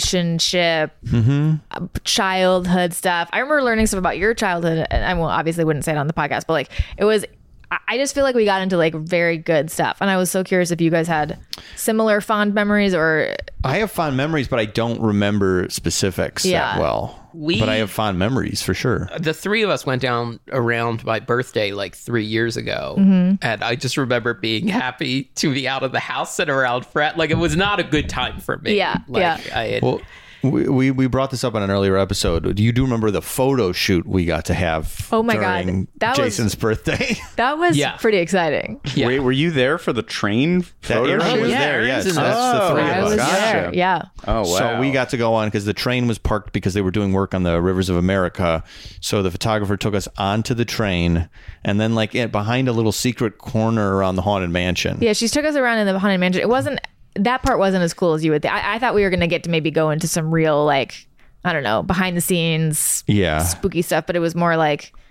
Speaker 5: relationship, uh, childhood stuff. I remember learning stuff about your childhood, and I will obviously wouldn't say it on the podcast, but like it was. I- I just feel like we got into like very good stuff, and I was so curious if you guys had similar fond memories or
Speaker 2: I have fond memories, but I don't remember specifics
Speaker 5: Yeah.
Speaker 2: that well.
Speaker 3: We-
Speaker 2: but I have fond memories for sure.
Speaker 3: the three of us went down around my birthday like three years ago,
Speaker 5: Mm-hmm.
Speaker 3: and I just remember being happy to be out of the house and around frat. Like it was not a good time for me.
Speaker 5: Yeah,
Speaker 3: like,
Speaker 5: yeah.
Speaker 3: I had,
Speaker 2: Well, we, we we brought this up on an earlier episode. Do you do remember the photo shoot we got to have?
Speaker 5: Oh my God.
Speaker 2: during
Speaker 5: That was-
Speaker 2: Jason's birthday.
Speaker 5: that was
Speaker 3: Yeah.
Speaker 5: pretty exciting.
Speaker 3: Yeah.
Speaker 4: Wait, were you there for the train photo
Speaker 2: Aaron
Speaker 4: shoot?
Speaker 2: was
Speaker 3: yeah,
Speaker 2: there.
Speaker 3: Aaron's
Speaker 2: Yes,
Speaker 3: in
Speaker 2: that's
Speaker 4: that.
Speaker 2: the three
Speaker 4: Oh,
Speaker 5: I
Speaker 2: of us.
Speaker 5: was
Speaker 4: Gotcha.
Speaker 5: there, yeah.
Speaker 4: Oh wow!
Speaker 2: So we got to go on because the train was parked because they were doing work on the Rivers of America. So the photographer took us onto the train and then like it, behind a little secret corner around the haunted mansion.
Speaker 5: Yeah, she took us around in the haunted mansion. It wasn't that part wasn't as cool as you would. think. I, I thought we were gonna get to maybe go into some real like I don't know behind the scenes
Speaker 2: Yeah.
Speaker 5: spooky stuff, but it was more like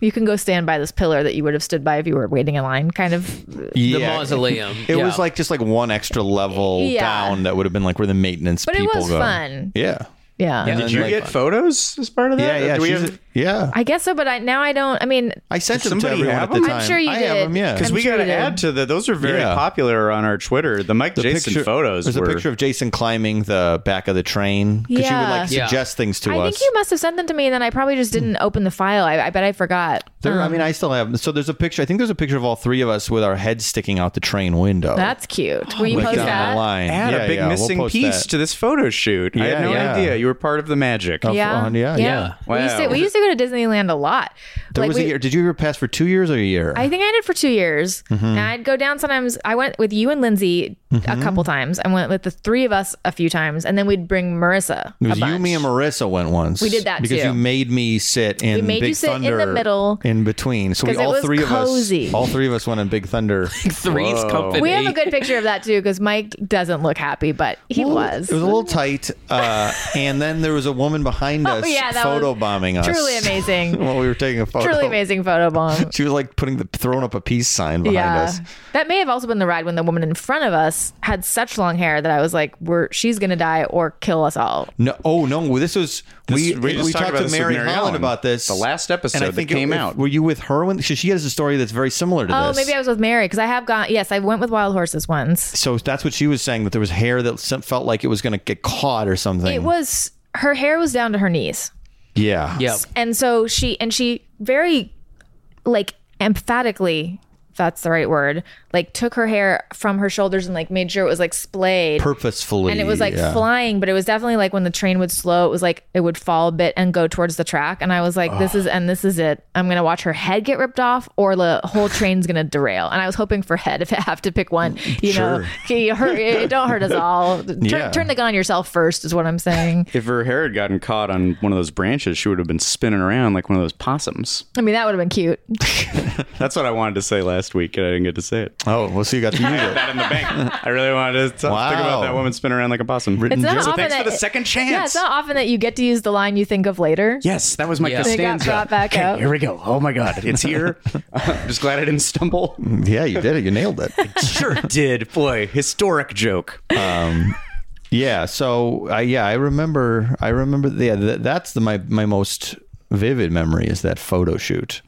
Speaker 5: you can go stand by this pillar that you would have stood by if you were waiting in line, kind of.
Speaker 3: the
Speaker 2: Yeah.
Speaker 3: mausoleum.
Speaker 2: It
Speaker 3: yeah.
Speaker 2: was like just like one extra level
Speaker 5: Yeah.
Speaker 2: down that would have been like where the maintenance
Speaker 5: But it
Speaker 2: people
Speaker 5: was
Speaker 2: go.
Speaker 5: fun.
Speaker 2: Yeah.
Speaker 5: Yeah.
Speaker 3: Yeah.
Speaker 4: Did you
Speaker 2: like-
Speaker 4: get photos as part of
Speaker 2: Yeah,
Speaker 4: that?
Speaker 2: yeah.
Speaker 4: Do we
Speaker 2: she's-
Speaker 4: have?
Speaker 2: yeah.
Speaker 5: I guess so, but I now I don't. I mean,
Speaker 2: I sent
Speaker 4: Did
Speaker 2: them to
Speaker 4: somebody
Speaker 2: everyone
Speaker 4: have
Speaker 2: at the
Speaker 4: them?
Speaker 2: time.
Speaker 5: I'm sure you
Speaker 2: I have
Speaker 5: did.
Speaker 2: them, yeah.
Speaker 5: 'Cause
Speaker 4: Because
Speaker 5: I'm
Speaker 4: we
Speaker 5: sure
Speaker 4: got to
Speaker 5: we did.
Speaker 4: add to the. Those are very
Speaker 2: Yeah.
Speaker 4: popular on our Twitter. The Mike Jason photos
Speaker 2: There's
Speaker 4: were.
Speaker 2: a picture of Jason climbing the back of the train because you would
Speaker 5: Yeah.
Speaker 2: like
Speaker 3: Yeah.
Speaker 2: suggest things to us.
Speaker 5: I
Speaker 2: Hmm.
Speaker 5: think you must have sent them to me, and then I probably just didn't open the file. I, I bet I forgot.
Speaker 2: There, I
Speaker 5: Um,
Speaker 2: mean, I still have. So there's a picture. I think there's a picture of all three of us with our heads sticking out the train window.
Speaker 5: That's cute. Will you
Speaker 2: like
Speaker 5: post
Speaker 2: down
Speaker 5: that?
Speaker 2: the line.
Speaker 4: Add
Speaker 2: Yeah,
Speaker 4: a big
Speaker 2: yeah, we'll
Speaker 4: missing
Speaker 2: post
Speaker 4: piece
Speaker 2: that.
Speaker 4: to this photo shoot. I had
Speaker 2: Yeah,
Speaker 4: no
Speaker 2: yeah.
Speaker 4: idea. You were part of the magic.
Speaker 2: Of-
Speaker 5: Yeah.
Speaker 2: on- yeah, yeah.
Speaker 5: We used to
Speaker 4: Wow.
Speaker 5: we used to go to Disneyland a lot.
Speaker 2: There
Speaker 5: Like,
Speaker 2: was
Speaker 5: we-
Speaker 2: a year. Did you ever pass for two years or a year?
Speaker 5: I think I did for two years.
Speaker 2: Mm-hmm.
Speaker 5: And I'd go down sometimes. I went with you and Lindsay a couple times. I went with the three of us a few times. And then we'd bring Marissa.
Speaker 2: it was
Speaker 5: a
Speaker 2: you,
Speaker 5: bunch.
Speaker 2: me, and Marissa went once. We
Speaker 5: did that
Speaker 2: because
Speaker 5: too.
Speaker 2: you made me sit in
Speaker 5: made you
Speaker 2: Big
Speaker 5: sit in the
Speaker 2: Thunder
Speaker 5: middle.
Speaker 2: in between. So we
Speaker 5: 'Cause it
Speaker 2: all
Speaker 5: was
Speaker 2: three
Speaker 5: cozy.
Speaker 2: of us, all three of us went in Big Thunder.
Speaker 3: Three's Company.
Speaker 5: We have a good picture of that too because Mike doesn't look happy, but he was.
Speaker 2: It was a little tight, uh, and then there was a woman behind us
Speaker 5: Oh, yeah, that was
Speaker 2: photo bombing us.
Speaker 5: truly amazing.
Speaker 2: while we were taking a photo.
Speaker 5: Truly amazing photo bomb.
Speaker 2: She was like putting the throwing up a peace sign behind
Speaker 5: yeah.
Speaker 2: us.
Speaker 5: That may have also been the ride when the woman in front of us had such long hair that I was like, we're, she's going to die or kill us all.
Speaker 2: No, oh no, well, this was we
Speaker 4: This- we just
Speaker 2: we
Speaker 4: talked
Speaker 2: talked,
Speaker 4: about
Speaker 2: to
Speaker 4: this with
Speaker 2: Mary,
Speaker 4: Mary
Speaker 2: Holland
Speaker 4: Ellen,
Speaker 2: about this
Speaker 4: the last episode
Speaker 2: and I
Speaker 4: that
Speaker 2: think
Speaker 4: came
Speaker 2: it,
Speaker 4: out.
Speaker 2: Were you with her when she, she has a story that's very similar to
Speaker 5: Oh,
Speaker 2: this?
Speaker 5: maybe I was with Mary because I have gone. Yes, I went with Wild Horses once.
Speaker 2: so that's what she was saying that there was hair that se- felt like it was going to get caught or something.
Speaker 5: It was, her hair was down to her knees.
Speaker 2: yeah,
Speaker 3: Yeah.
Speaker 5: and so she and she very like emphatically if that's the right word like took her hair from her shoulders and like made sure it was like splayed
Speaker 2: purposefully,
Speaker 5: and it was like
Speaker 2: yeah.
Speaker 5: flying but it was definitely like when the train would slow it was like it would fall a bit and go towards the track and i was like this is and this is it i'm gonna watch her head get ripped off or the whole train's gonna derail and i was hoping for head if i have to pick one you know okay, you hurt, it don't hurt us all turn,
Speaker 2: Yeah.
Speaker 5: turn the gun on yourself first is what i'm saying
Speaker 4: If her hair had gotten caught on one of those branches, she would have been spinning around like one of those possums.
Speaker 5: i mean that would have been cute
Speaker 4: That's what I wanted to say last week, and I didn't get to say it.
Speaker 2: Oh, well, so you got to use it.
Speaker 4: That in the bank. I really wanted to t-
Speaker 2: Wow.
Speaker 4: think about that woman spinning around like a possum.
Speaker 2: Written
Speaker 5: It's not
Speaker 2: journal.
Speaker 5: often
Speaker 4: Thanks for
Speaker 5: that-
Speaker 4: the second chance.
Speaker 5: Yeah, it's not often that you get to use the line you think of later.
Speaker 4: Yes, that was my
Speaker 3: Yeah. They
Speaker 5: got
Speaker 4: Costanza.
Speaker 5: brought back
Speaker 4: okay,
Speaker 5: out.
Speaker 4: here we go. Oh my god, it's here. I'm just glad I didn't stumble.
Speaker 2: Yeah, you did it. You nailed it.
Speaker 4: Sure did. Boy, historic joke.
Speaker 2: Yeah. So I yeah I remember I remember yeah th- that's the my my most vivid memory is that photo shoot.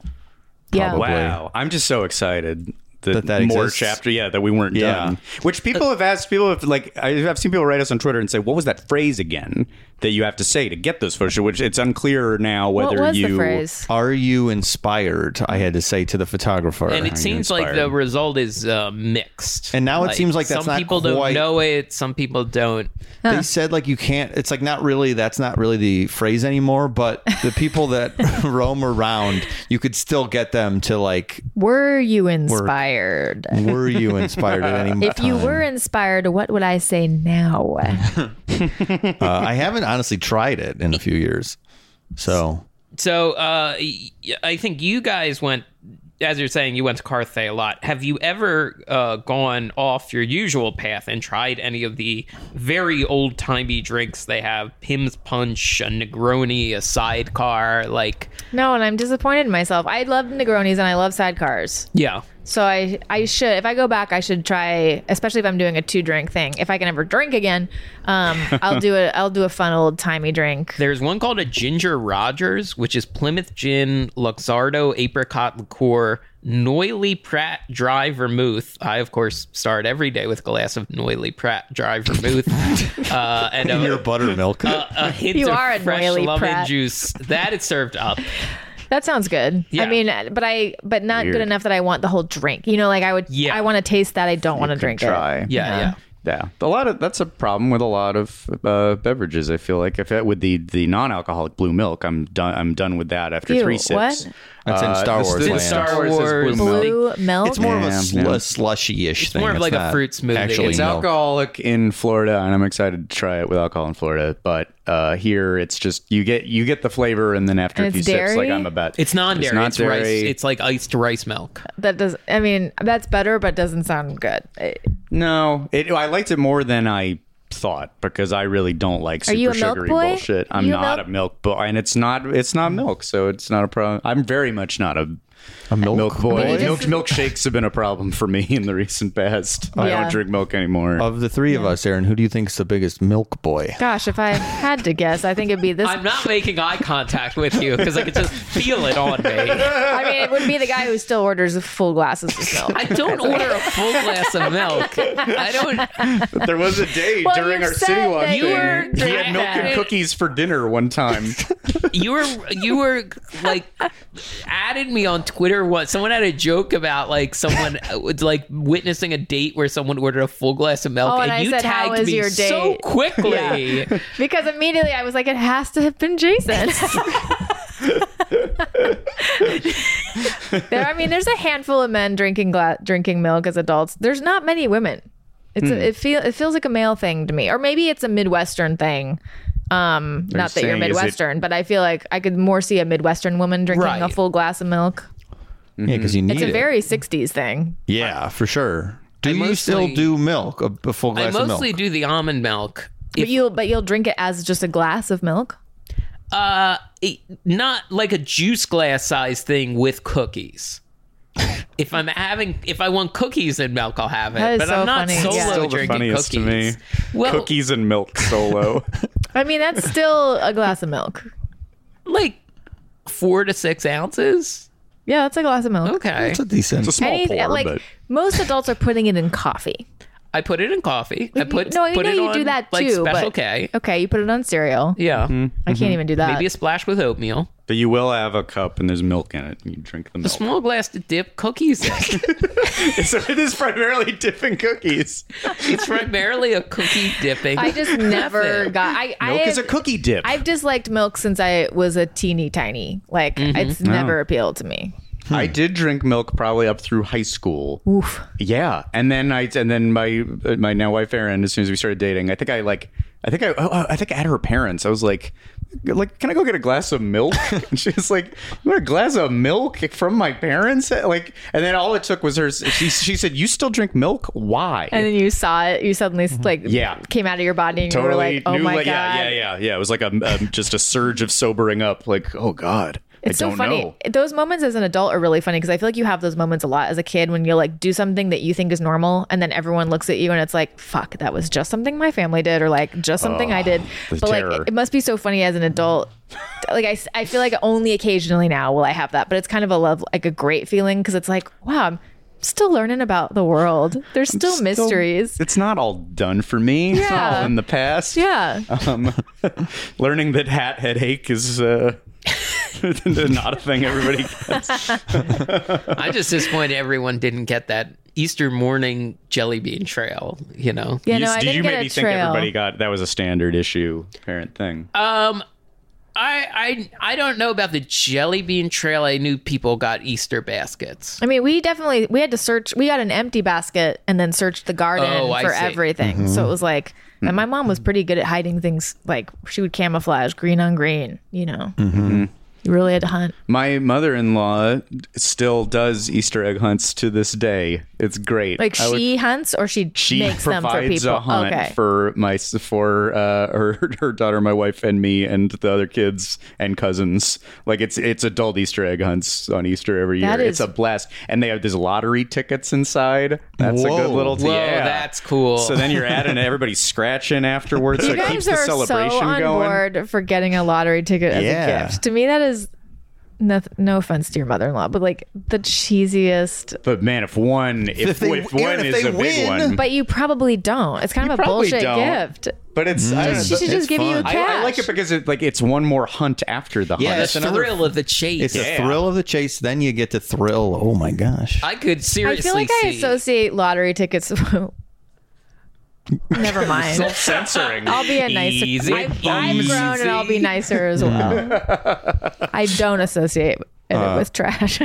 Speaker 5: Yeah.
Speaker 2: Probably.
Speaker 4: Wow. I'm just so excited that,
Speaker 2: That that
Speaker 4: more
Speaker 2: exists?
Speaker 4: chapter, yeah, that we weren't
Speaker 2: Yeah.
Speaker 4: done. Which people have asked, people have like, I- I've seen people write us on Twitter and say, what was that phrase again that you have to say to get those photos? Which it's unclear now
Speaker 5: What
Speaker 4: whether
Speaker 5: was
Speaker 4: you.
Speaker 5: the phrase?
Speaker 2: Are you inspired? I had to say to the photographer.
Speaker 3: and it seems like the
Speaker 4: inspired?
Speaker 3: result is uh, mixed.
Speaker 2: And now it seems like that's
Speaker 3: some
Speaker 2: not
Speaker 3: people
Speaker 2: quite-
Speaker 3: don't know it. Some people don't.
Speaker 2: they said like you can't it's like not really that's not really the phrase anymore but the people that roam around you could still get them to like
Speaker 5: Were you inspired?
Speaker 2: were you inspired at any
Speaker 5: If you
Speaker 4: Uh-huh.
Speaker 2: time?
Speaker 5: were inspired, what would I say now?
Speaker 2: uh, i haven't honestly tried it in a few years so
Speaker 3: So uh, y- I think you guys went, as you're saying, you went to Carthay a lot. Have you ever uh, gone off your usual path and tried any of the very old timey drinks they have? Pim's Punch, a Negroni, a sidecar, like
Speaker 5: No, and I'm disappointed in myself. I love Negronis and I love sidecars.
Speaker 3: yeah.
Speaker 5: So I I should if I go back I should try especially if I'm doing a two drink thing. If I can ever drink again, um, I'll do a I'll do a fun old timey drink.
Speaker 3: There's one called a Ginger Rogers, which is Plymouth Gin, Luxardo Apricot Liqueur, Noily Pratt Dry Vermouth. I, of course, start every day with a glass of Noily Pratt Dry Vermouth. uh, and a,
Speaker 2: Your buttermilk.
Speaker 3: a hint
Speaker 5: You
Speaker 3: of
Speaker 5: are a
Speaker 3: fresh
Speaker 5: Noily
Speaker 3: lemon
Speaker 5: Pratt.
Speaker 3: juice. That it's served up.
Speaker 5: That sounds good.
Speaker 3: Yeah.
Speaker 5: I mean, but I but not
Speaker 4: Weird.
Speaker 5: good enough that I want the whole drink. You know, like I would
Speaker 3: Yeah.
Speaker 5: I want to taste that. I don't want to drink it.
Speaker 4: try.
Speaker 3: Yeah, yeah.
Speaker 4: Yeah, a lot of that's a problem with a lot of uh, beverages. I feel like if it, with the the non-alcoholic blue milk, I'm done. I'm done with that after
Speaker 5: Ew,
Speaker 4: three sips. Uh,
Speaker 5: what?
Speaker 2: That's
Speaker 3: uh,
Speaker 2: in Star
Speaker 4: this-
Speaker 2: Wars
Speaker 4: this-
Speaker 2: land.
Speaker 4: Star Wars is blue milk.
Speaker 5: Blue milk.
Speaker 2: it's more of a
Speaker 4: Yeah,
Speaker 2: sl-
Speaker 4: yeah.
Speaker 2: slushy-ish thing.
Speaker 3: more of like
Speaker 2: not
Speaker 3: a fruit smoothie.
Speaker 2: Actually,
Speaker 4: It's
Speaker 2: milk.
Speaker 4: alcoholic in Florida, and I'm excited to try it with alcohol in Florida. But uh, here, it's just you get you get the flavor, and then after
Speaker 5: And
Speaker 4: a few
Speaker 5: it's
Speaker 4: sips, like
Speaker 5: dairy?
Speaker 4: I'm about
Speaker 3: It's non-dairy. It's,
Speaker 4: not
Speaker 3: rice.
Speaker 4: dairy.
Speaker 3: It's like iced rice milk.
Speaker 5: that does. I mean, that's better, but doesn't sound good. I-
Speaker 4: no. It, I liked it more than I thought because I really don't like super
Speaker 5: you a milk
Speaker 4: sugary
Speaker 5: boy?
Speaker 4: bullshit. I'm
Speaker 5: You a
Speaker 4: not
Speaker 5: milk-
Speaker 4: a milk boy, and it's not it's not milk, so it's not a problem. I'm very much not a. A milk,
Speaker 5: But
Speaker 4: boy.
Speaker 5: you
Speaker 4: Milk
Speaker 5: just-
Speaker 4: milkshakes have been a problem for me in the recent past. I
Speaker 5: Yeah.
Speaker 4: don't drink milk anymore.
Speaker 2: Of the three of us, Aaron, who do you think is the biggest milk boy?
Speaker 5: Gosh, if I had to guess, I think it'd be this.
Speaker 3: I'm not making eye contact with you because I could just feel it on me.
Speaker 5: I mean, it would be the guy who still orders full glasses of milk.
Speaker 3: I don't order a full glass of milk. I don't.
Speaker 4: But there was a day
Speaker 5: Well,
Speaker 4: during
Speaker 5: you
Speaker 4: our
Speaker 5: said
Speaker 4: city walk.
Speaker 5: that
Speaker 3: you
Speaker 4: thing.
Speaker 3: were
Speaker 4: we had milk
Speaker 3: that.
Speaker 4: and cookies for dinner one time.
Speaker 3: you were you were like added me on Twitter once. Someone had a joke about like someone was like witnessing a date where someone ordered a full glass of milk,
Speaker 5: Oh,
Speaker 3: and,
Speaker 5: and I
Speaker 3: you
Speaker 5: said, "How
Speaker 3: tagged
Speaker 5: was
Speaker 3: me
Speaker 5: your
Speaker 3: so
Speaker 5: date?"
Speaker 3: quickly.
Speaker 5: Because immediately I was like, it has to have been Jason. there, I mean, there's a handful of men drinking gla- drinking milk as adults. There's not many women. It's
Speaker 4: Hmm.
Speaker 5: a, it feel it feels like a male thing to me, or maybe it's a Midwestern thing. Um, not that you're
Speaker 4: saying, is it-
Speaker 5: Midwestern, but I feel like I could more see a Midwestern woman drinking a
Speaker 3: Right.
Speaker 5: full glass of milk.
Speaker 3: Mm-hmm.
Speaker 2: Yeah, because you need
Speaker 5: It's a
Speaker 2: it.
Speaker 5: very '60s thing.
Speaker 2: yeah, for sure. Do
Speaker 3: I
Speaker 2: you
Speaker 3: mostly-
Speaker 2: still do milk? A, a full
Speaker 3: I
Speaker 2: glass of milk?
Speaker 3: mostly do the almond milk.
Speaker 5: But you'll but you'll drink it as just a glass of milk.
Speaker 3: Uh, it- not like a juice glass size thing with cookies. If I'm having, if I want cookies and milk, I'll have it.
Speaker 5: That is
Speaker 3: But
Speaker 5: so
Speaker 3: I'm not
Speaker 5: funny.
Speaker 3: solo
Speaker 5: Yeah. Still
Speaker 4: the
Speaker 3: drinking
Speaker 4: funniest to me.
Speaker 3: cookies. Well,
Speaker 4: cookies and milk solo.
Speaker 5: I mean, that's still a glass of milk.
Speaker 3: like four to six ounces.
Speaker 5: Yeah, that's a glass of milk.
Speaker 3: Okay,
Speaker 2: It's a decent.
Speaker 4: it's a small
Speaker 5: Any-
Speaker 4: pour,
Speaker 5: like
Speaker 4: but
Speaker 5: most adults are putting it in coffee.
Speaker 3: I put it in coffee. I put
Speaker 5: no, I
Speaker 3: put
Speaker 5: know
Speaker 3: it
Speaker 5: you
Speaker 3: on,
Speaker 5: do that
Speaker 3: like,
Speaker 5: too.
Speaker 3: Special
Speaker 5: but,
Speaker 3: K.
Speaker 5: Okay, you put it on cereal.
Speaker 3: Yeah,
Speaker 4: Mm-hmm.
Speaker 5: I can't even do that.
Speaker 3: maybe a splash with oatmeal.
Speaker 4: but you will have a cup and there's milk in it, and you drink the
Speaker 3: A
Speaker 4: milk.
Speaker 3: small glass to dip cookies. in.
Speaker 4: so it is primarily dipping cookies.
Speaker 3: it's primarily a cookie dipping.
Speaker 5: I just never
Speaker 3: method.
Speaker 5: got. I, I
Speaker 4: Milk is a
Speaker 5: have,
Speaker 4: cookie dip.
Speaker 5: I've disliked milk since I was a teeny tiny. Like
Speaker 4: Mm-hmm.
Speaker 5: it's never appealed to me.
Speaker 4: I did drink milk probably up through high school.
Speaker 5: Oof.
Speaker 4: Yeah, and then I and then my my now wife Erin. As soon as we started dating, I think I like I think I oh, I think I had her parents. I was like, like, can I go get a glass of milk? and she was like, you want a glass of milk from my parents? Like, and then all it took was her. She she said, you still drink milk? Why?
Speaker 5: And then you saw it. You suddenly like
Speaker 4: Mm-hmm. Yeah.
Speaker 5: came out of your body and you were
Speaker 4: totally
Speaker 5: like, oh
Speaker 4: new.
Speaker 5: my
Speaker 4: like,
Speaker 5: god.
Speaker 4: Yeah, yeah, yeah, yeah. It was like a, um just a surge of sobering up. Like, oh god,
Speaker 5: It's
Speaker 4: I
Speaker 5: so
Speaker 4: don't
Speaker 5: funny.
Speaker 4: know.
Speaker 5: Those moments as an adult are really funny because I feel like you have those moments a lot as a kid when you like do something that you think is normal and then everyone looks at you and it's like, fuck, that was just something my family did or like just something I did.
Speaker 4: Ah, the
Speaker 5: But like,
Speaker 4: terror.
Speaker 5: it, it must be so funny as an adult. like, I, s- I feel like only occasionally now will I have that, but it's kind of a love, like a great feeling because it's like, wow, I'm still learning about the world. There's still,
Speaker 4: Still-
Speaker 5: mysteries.
Speaker 4: It's not all done for me. It's not
Speaker 5: Yeah.
Speaker 4: all in the past.
Speaker 5: Yeah.
Speaker 4: um, learning that hat headache is uh, not a thing everybody gets.
Speaker 3: I'm just disappointed everyone didn't get that Easter morning jelly bean trail. You know.
Speaker 5: Yeah, no,
Speaker 4: You-
Speaker 5: I
Speaker 4: did
Speaker 5: didn't
Speaker 4: you
Speaker 5: get
Speaker 4: maybe
Speaker 5: a
Speaker 4: think
Speaker 5: trail. Uh,
Speaker 4: everybody got that was a standard issue parent thing?
Speaker 3: Um, I I I don't know about the jelly bean trail. I knew people got Easter baskets.
Speaker 5: I mean, we definitely we had to search. We got an empty basket and then searched the garden
Speaker 3: Oh, I
Speaker 5: for
Speaker 3: see.
Speaker 5: everything. So it was like, and my mom was pretty good at hiding things. Like she would camouflage green on green. You know, You really had to hunt.
Speaker 4: My mother-in-law still does Easter egg hunts to this day. It's great.
Speaker 5: Like
Speaker 4: I would-
Speaker 5: she hunts or she,
Speaker 4: she
Speaker 5: makes them for
Speaker 4: provides
Speaker 5: people.
Speaker 4: a hunt
Speaker 5: okay.
Speaker 4: for my for uh, her her daughter, my wife, and me, and the other kids and cousins. Like it's it's adult Easter egg hunts on Easter every year.
Speaker 5: That
Speaker 4: it's
Speaker 5: is-
Speaker 4: a blast, and they have there's lottery tickets inside. That's a
Speaker 2: Whoa.
Speaker 4: good little
Speaker 3: Whoa,
Speaker 4: yeah.
Speaker 3: that's cool.
Speaker 4: So then you're at it, and everybody's scratching afterwards. so
Speaker 5: you
Speaker 4: it keeps
Speaker 5: guys
Speaker 4: the
Speaker 5: are so
Speaker 4: celebration
Speaker 5: on
Speaker 4: going.
Speaker 5: board for getting a lottery ticket as
Speaker 2: Yeah.
Speaker 5: a gift. To me, that is no, no offense to your mother-in-law, but like the cheesiest.
Speaker 4: But man, if one if,
Speaker 2: If they-
Speaker 4: if
Speaker 2: even
Speaker 4: one
Speaker 2: if
Speaker 4: is
Speaker 2: they
Speaker 4: a big
Speaker 2: win-
Speaker 4: one,
Speaker 5: But you probably don't. It's kind of a
Speaker 4: probably
Speaker 5: bullshit
Speaker 4: don't.
Speaker 5: gift.
Speaker 4: but it's I don't know,
Speaker 5: She should
Speaker 4: it's
Speaker 5: just give you
Speaker 2: fun.
Speaker 5: cash.
Speaker 4: I, I like it because it like it's one more hunt after the hunt.
Speaker 3: yeah,
Speaker 2: that's
Speaker 3: the
Speaker 2: another-
Speaker 3: thrill of the chase.
Speaker 2: It's
Speaker 3: Yeah.
Speaker 2: a thrill of the chase. Then you get to thrill. Oh my gosh.
Speaker 3: I could
Speaker 5: I
Speaker 3: seriously
Speaker 5: feel like I
Speaker 3: see.
Speaker 5: associate lottery tickets. Never mind.
Speaker 4: censoring.
Speaker 5: I'll be a nicer.
Speaker 3: Easy.
Speaker 5: I've, I've grown and I'll be nicer as well. I don't associate it
Speaker 4: Uh,
Speaker 5: with trash.